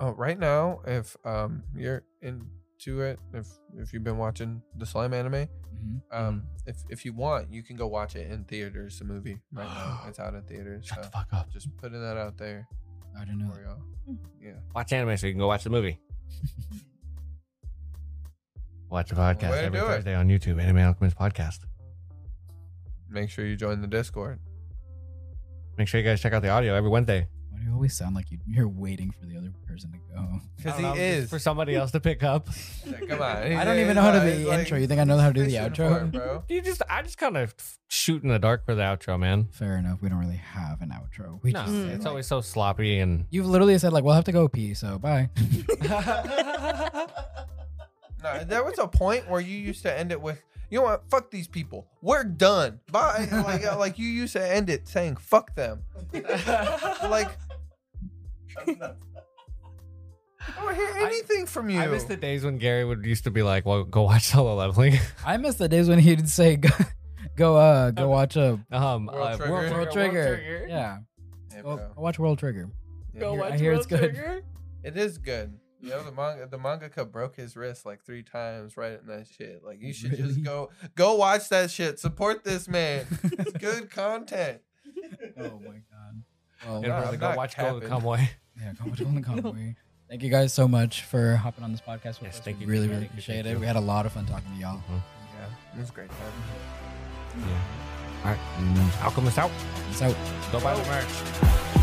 [SPEAKER 3] Oh, right now, if um you're into it, if if you've been watching the slime anime,
[SPEAKER 2] Mhm.
[SPEAKER 3] um if if you want, you can go watch it in theaters. The movie right
[SPEAKER 2] *gasps*
[SPEAKER 3] now, it's out in theaters.
[SPEAKER 2] Shut
[SPEAKER 3] so
[SPEAKER 1] Uh,
[SPEAKER 2] the fuck up. Mm.
[SPEAKER 3] Just putting that out there
[SPEAKER 2] I didn't know.
[SPEAKER 3] for y'all. Yeah.
[SPEAKER 1] Watch anime so you can go watch the movie. *laughs* watch the podcast
[SPEAKER 3] Way to
[SPEAKER 1] every
[SPEAKER 3] do it.
[SPEAKER 1] Thursday on YouTube, Anime Alchemist Podcast.
[SPEAKER 3] Make sure you join the Discord.
[SPEAKER 1] Make sure you guys check out the audio every Wednesday.
[SPEAKER 2] Why do you always sound like you, you're waiting for the other person to go?
[SPEAKER 3] Because
[SPEAKER 1] I
[SPEAKER 3] he
[SPEAKER 1] don't know, just
[SPEAKER 3] is.
[SPEAKER 1] for somebody else to pick up.
[SPEAKER 3] Like,
[SPEAKER 2] *laughs*
[SPEAKER 3] Come on.
[SPEAKER 2] I don't even know how to do the intro. You think I know how to do the
[SPEAKER 3] fishing
[SPEAKER 2] outro?
[SPEAKER 3] for it, bro.
[SPEAKER 1] *laughs* You just, I just kind of shoot in the dark for the outro, man.
[SPEAKER 2] Fair enough. We don't really have an outro. We
[SPEAKER 1] No,
[SPEAKER 2] just
[SPEAKER 9] Mm.
[SPEAKER 2] said,
[SPEAKER 1] it's
[SPEAKER 2] like-
[SPEAKER 1] always so sloppy and
[SPEAKER 2] You've literally said like, "We'll have to go pee," so bye.
[SPEAKER 3] No, *laughs* there was a point where you used to end it with, you know what? Fuck these people. We're done. Bye. Like, like you used to end it saying, fuck them. like, I don't hear anything from you.
[SPEAKER 1] I miss the days when Gary would used to be like, "Well, go watch Solo Leveling." *laughs*
[SPEAKER 2] I miss the days when he'd say, "Go, go, uh, go watch a
[SPEAKER 1] Um,
[SPEAKER 3] World
[SPEAKER 1] uh,
[SPEAKER 3] Trigger.
[SPEAKER 2] World, World
[SPEAKER 3] World
[SPEAKER 2] Trigger.
[SPEAKER 10] Trigger.
[SPEAKER 2] Yeah, go,
[SPEAKER 3] Yeah, bro.
[SPEAKER 2] Oh, go watch World Trigger.
[SPEAKER 3] Yeah,
[SPEAKER 10] Go
[SPEAKER 3] you're-
[SPEAKER 10] watch
[SPEAKER 2] I hear it's
[SPEAKER 10] World
[SPEAKER 2] good.
[SPEAKER 10] Trigger.
[SPEAKER 3] It is good. You know the manga the mangaka broke his wrist like three times right in that shit. Like you should
[SPEAKER 2] Really?
[SPEAKER 3] just go go watch that shit. Support this man. *laughs* it's good content.
[SPEAKER 2] *laughs* Oh my god.
[SPEAKER 1] and
[SPEAKER 2] Well,
[SPEAKER 3] Yeah.
[SPEAKER 1] we're
[SPEAKER 3] I'm
[SPEAKER 1] like, go
[SPEAKER 3] not
[SPEAKER 1] watch Golden
[SPEAKER 3] capping.
[SPEAKER 1] *laughs* Kamuy.
[SPEAKER 2] yeah, go watch Golden Kamuy. Thank you guys so much for hopping on this podcast with
[SPEAKER 1] Yes,
[SPEAKER 2] us.
[SPEAKER 1] thank
[SPEAKER 2] we
[SPEAKER 1] you,
[SPEAKER 2] really,
[SPEAKER 1] thank you,
[SPEAKER 2] really
[SPEAKER 1] thank you,
[SPEAKER 2] appreciate
[SPEAKER 1] thank
[SPEAKER 2] it.
[SPEAKER 1] you.
[SPEAKER 2] We had a lot of fun talking to y'all.
[SPEAKER 3] Yeah, it was a great time.
[SPEAKER 1] Alchemist out.
[SPEAKER 2] So.
[SPEAKER 1] Go buy the merch.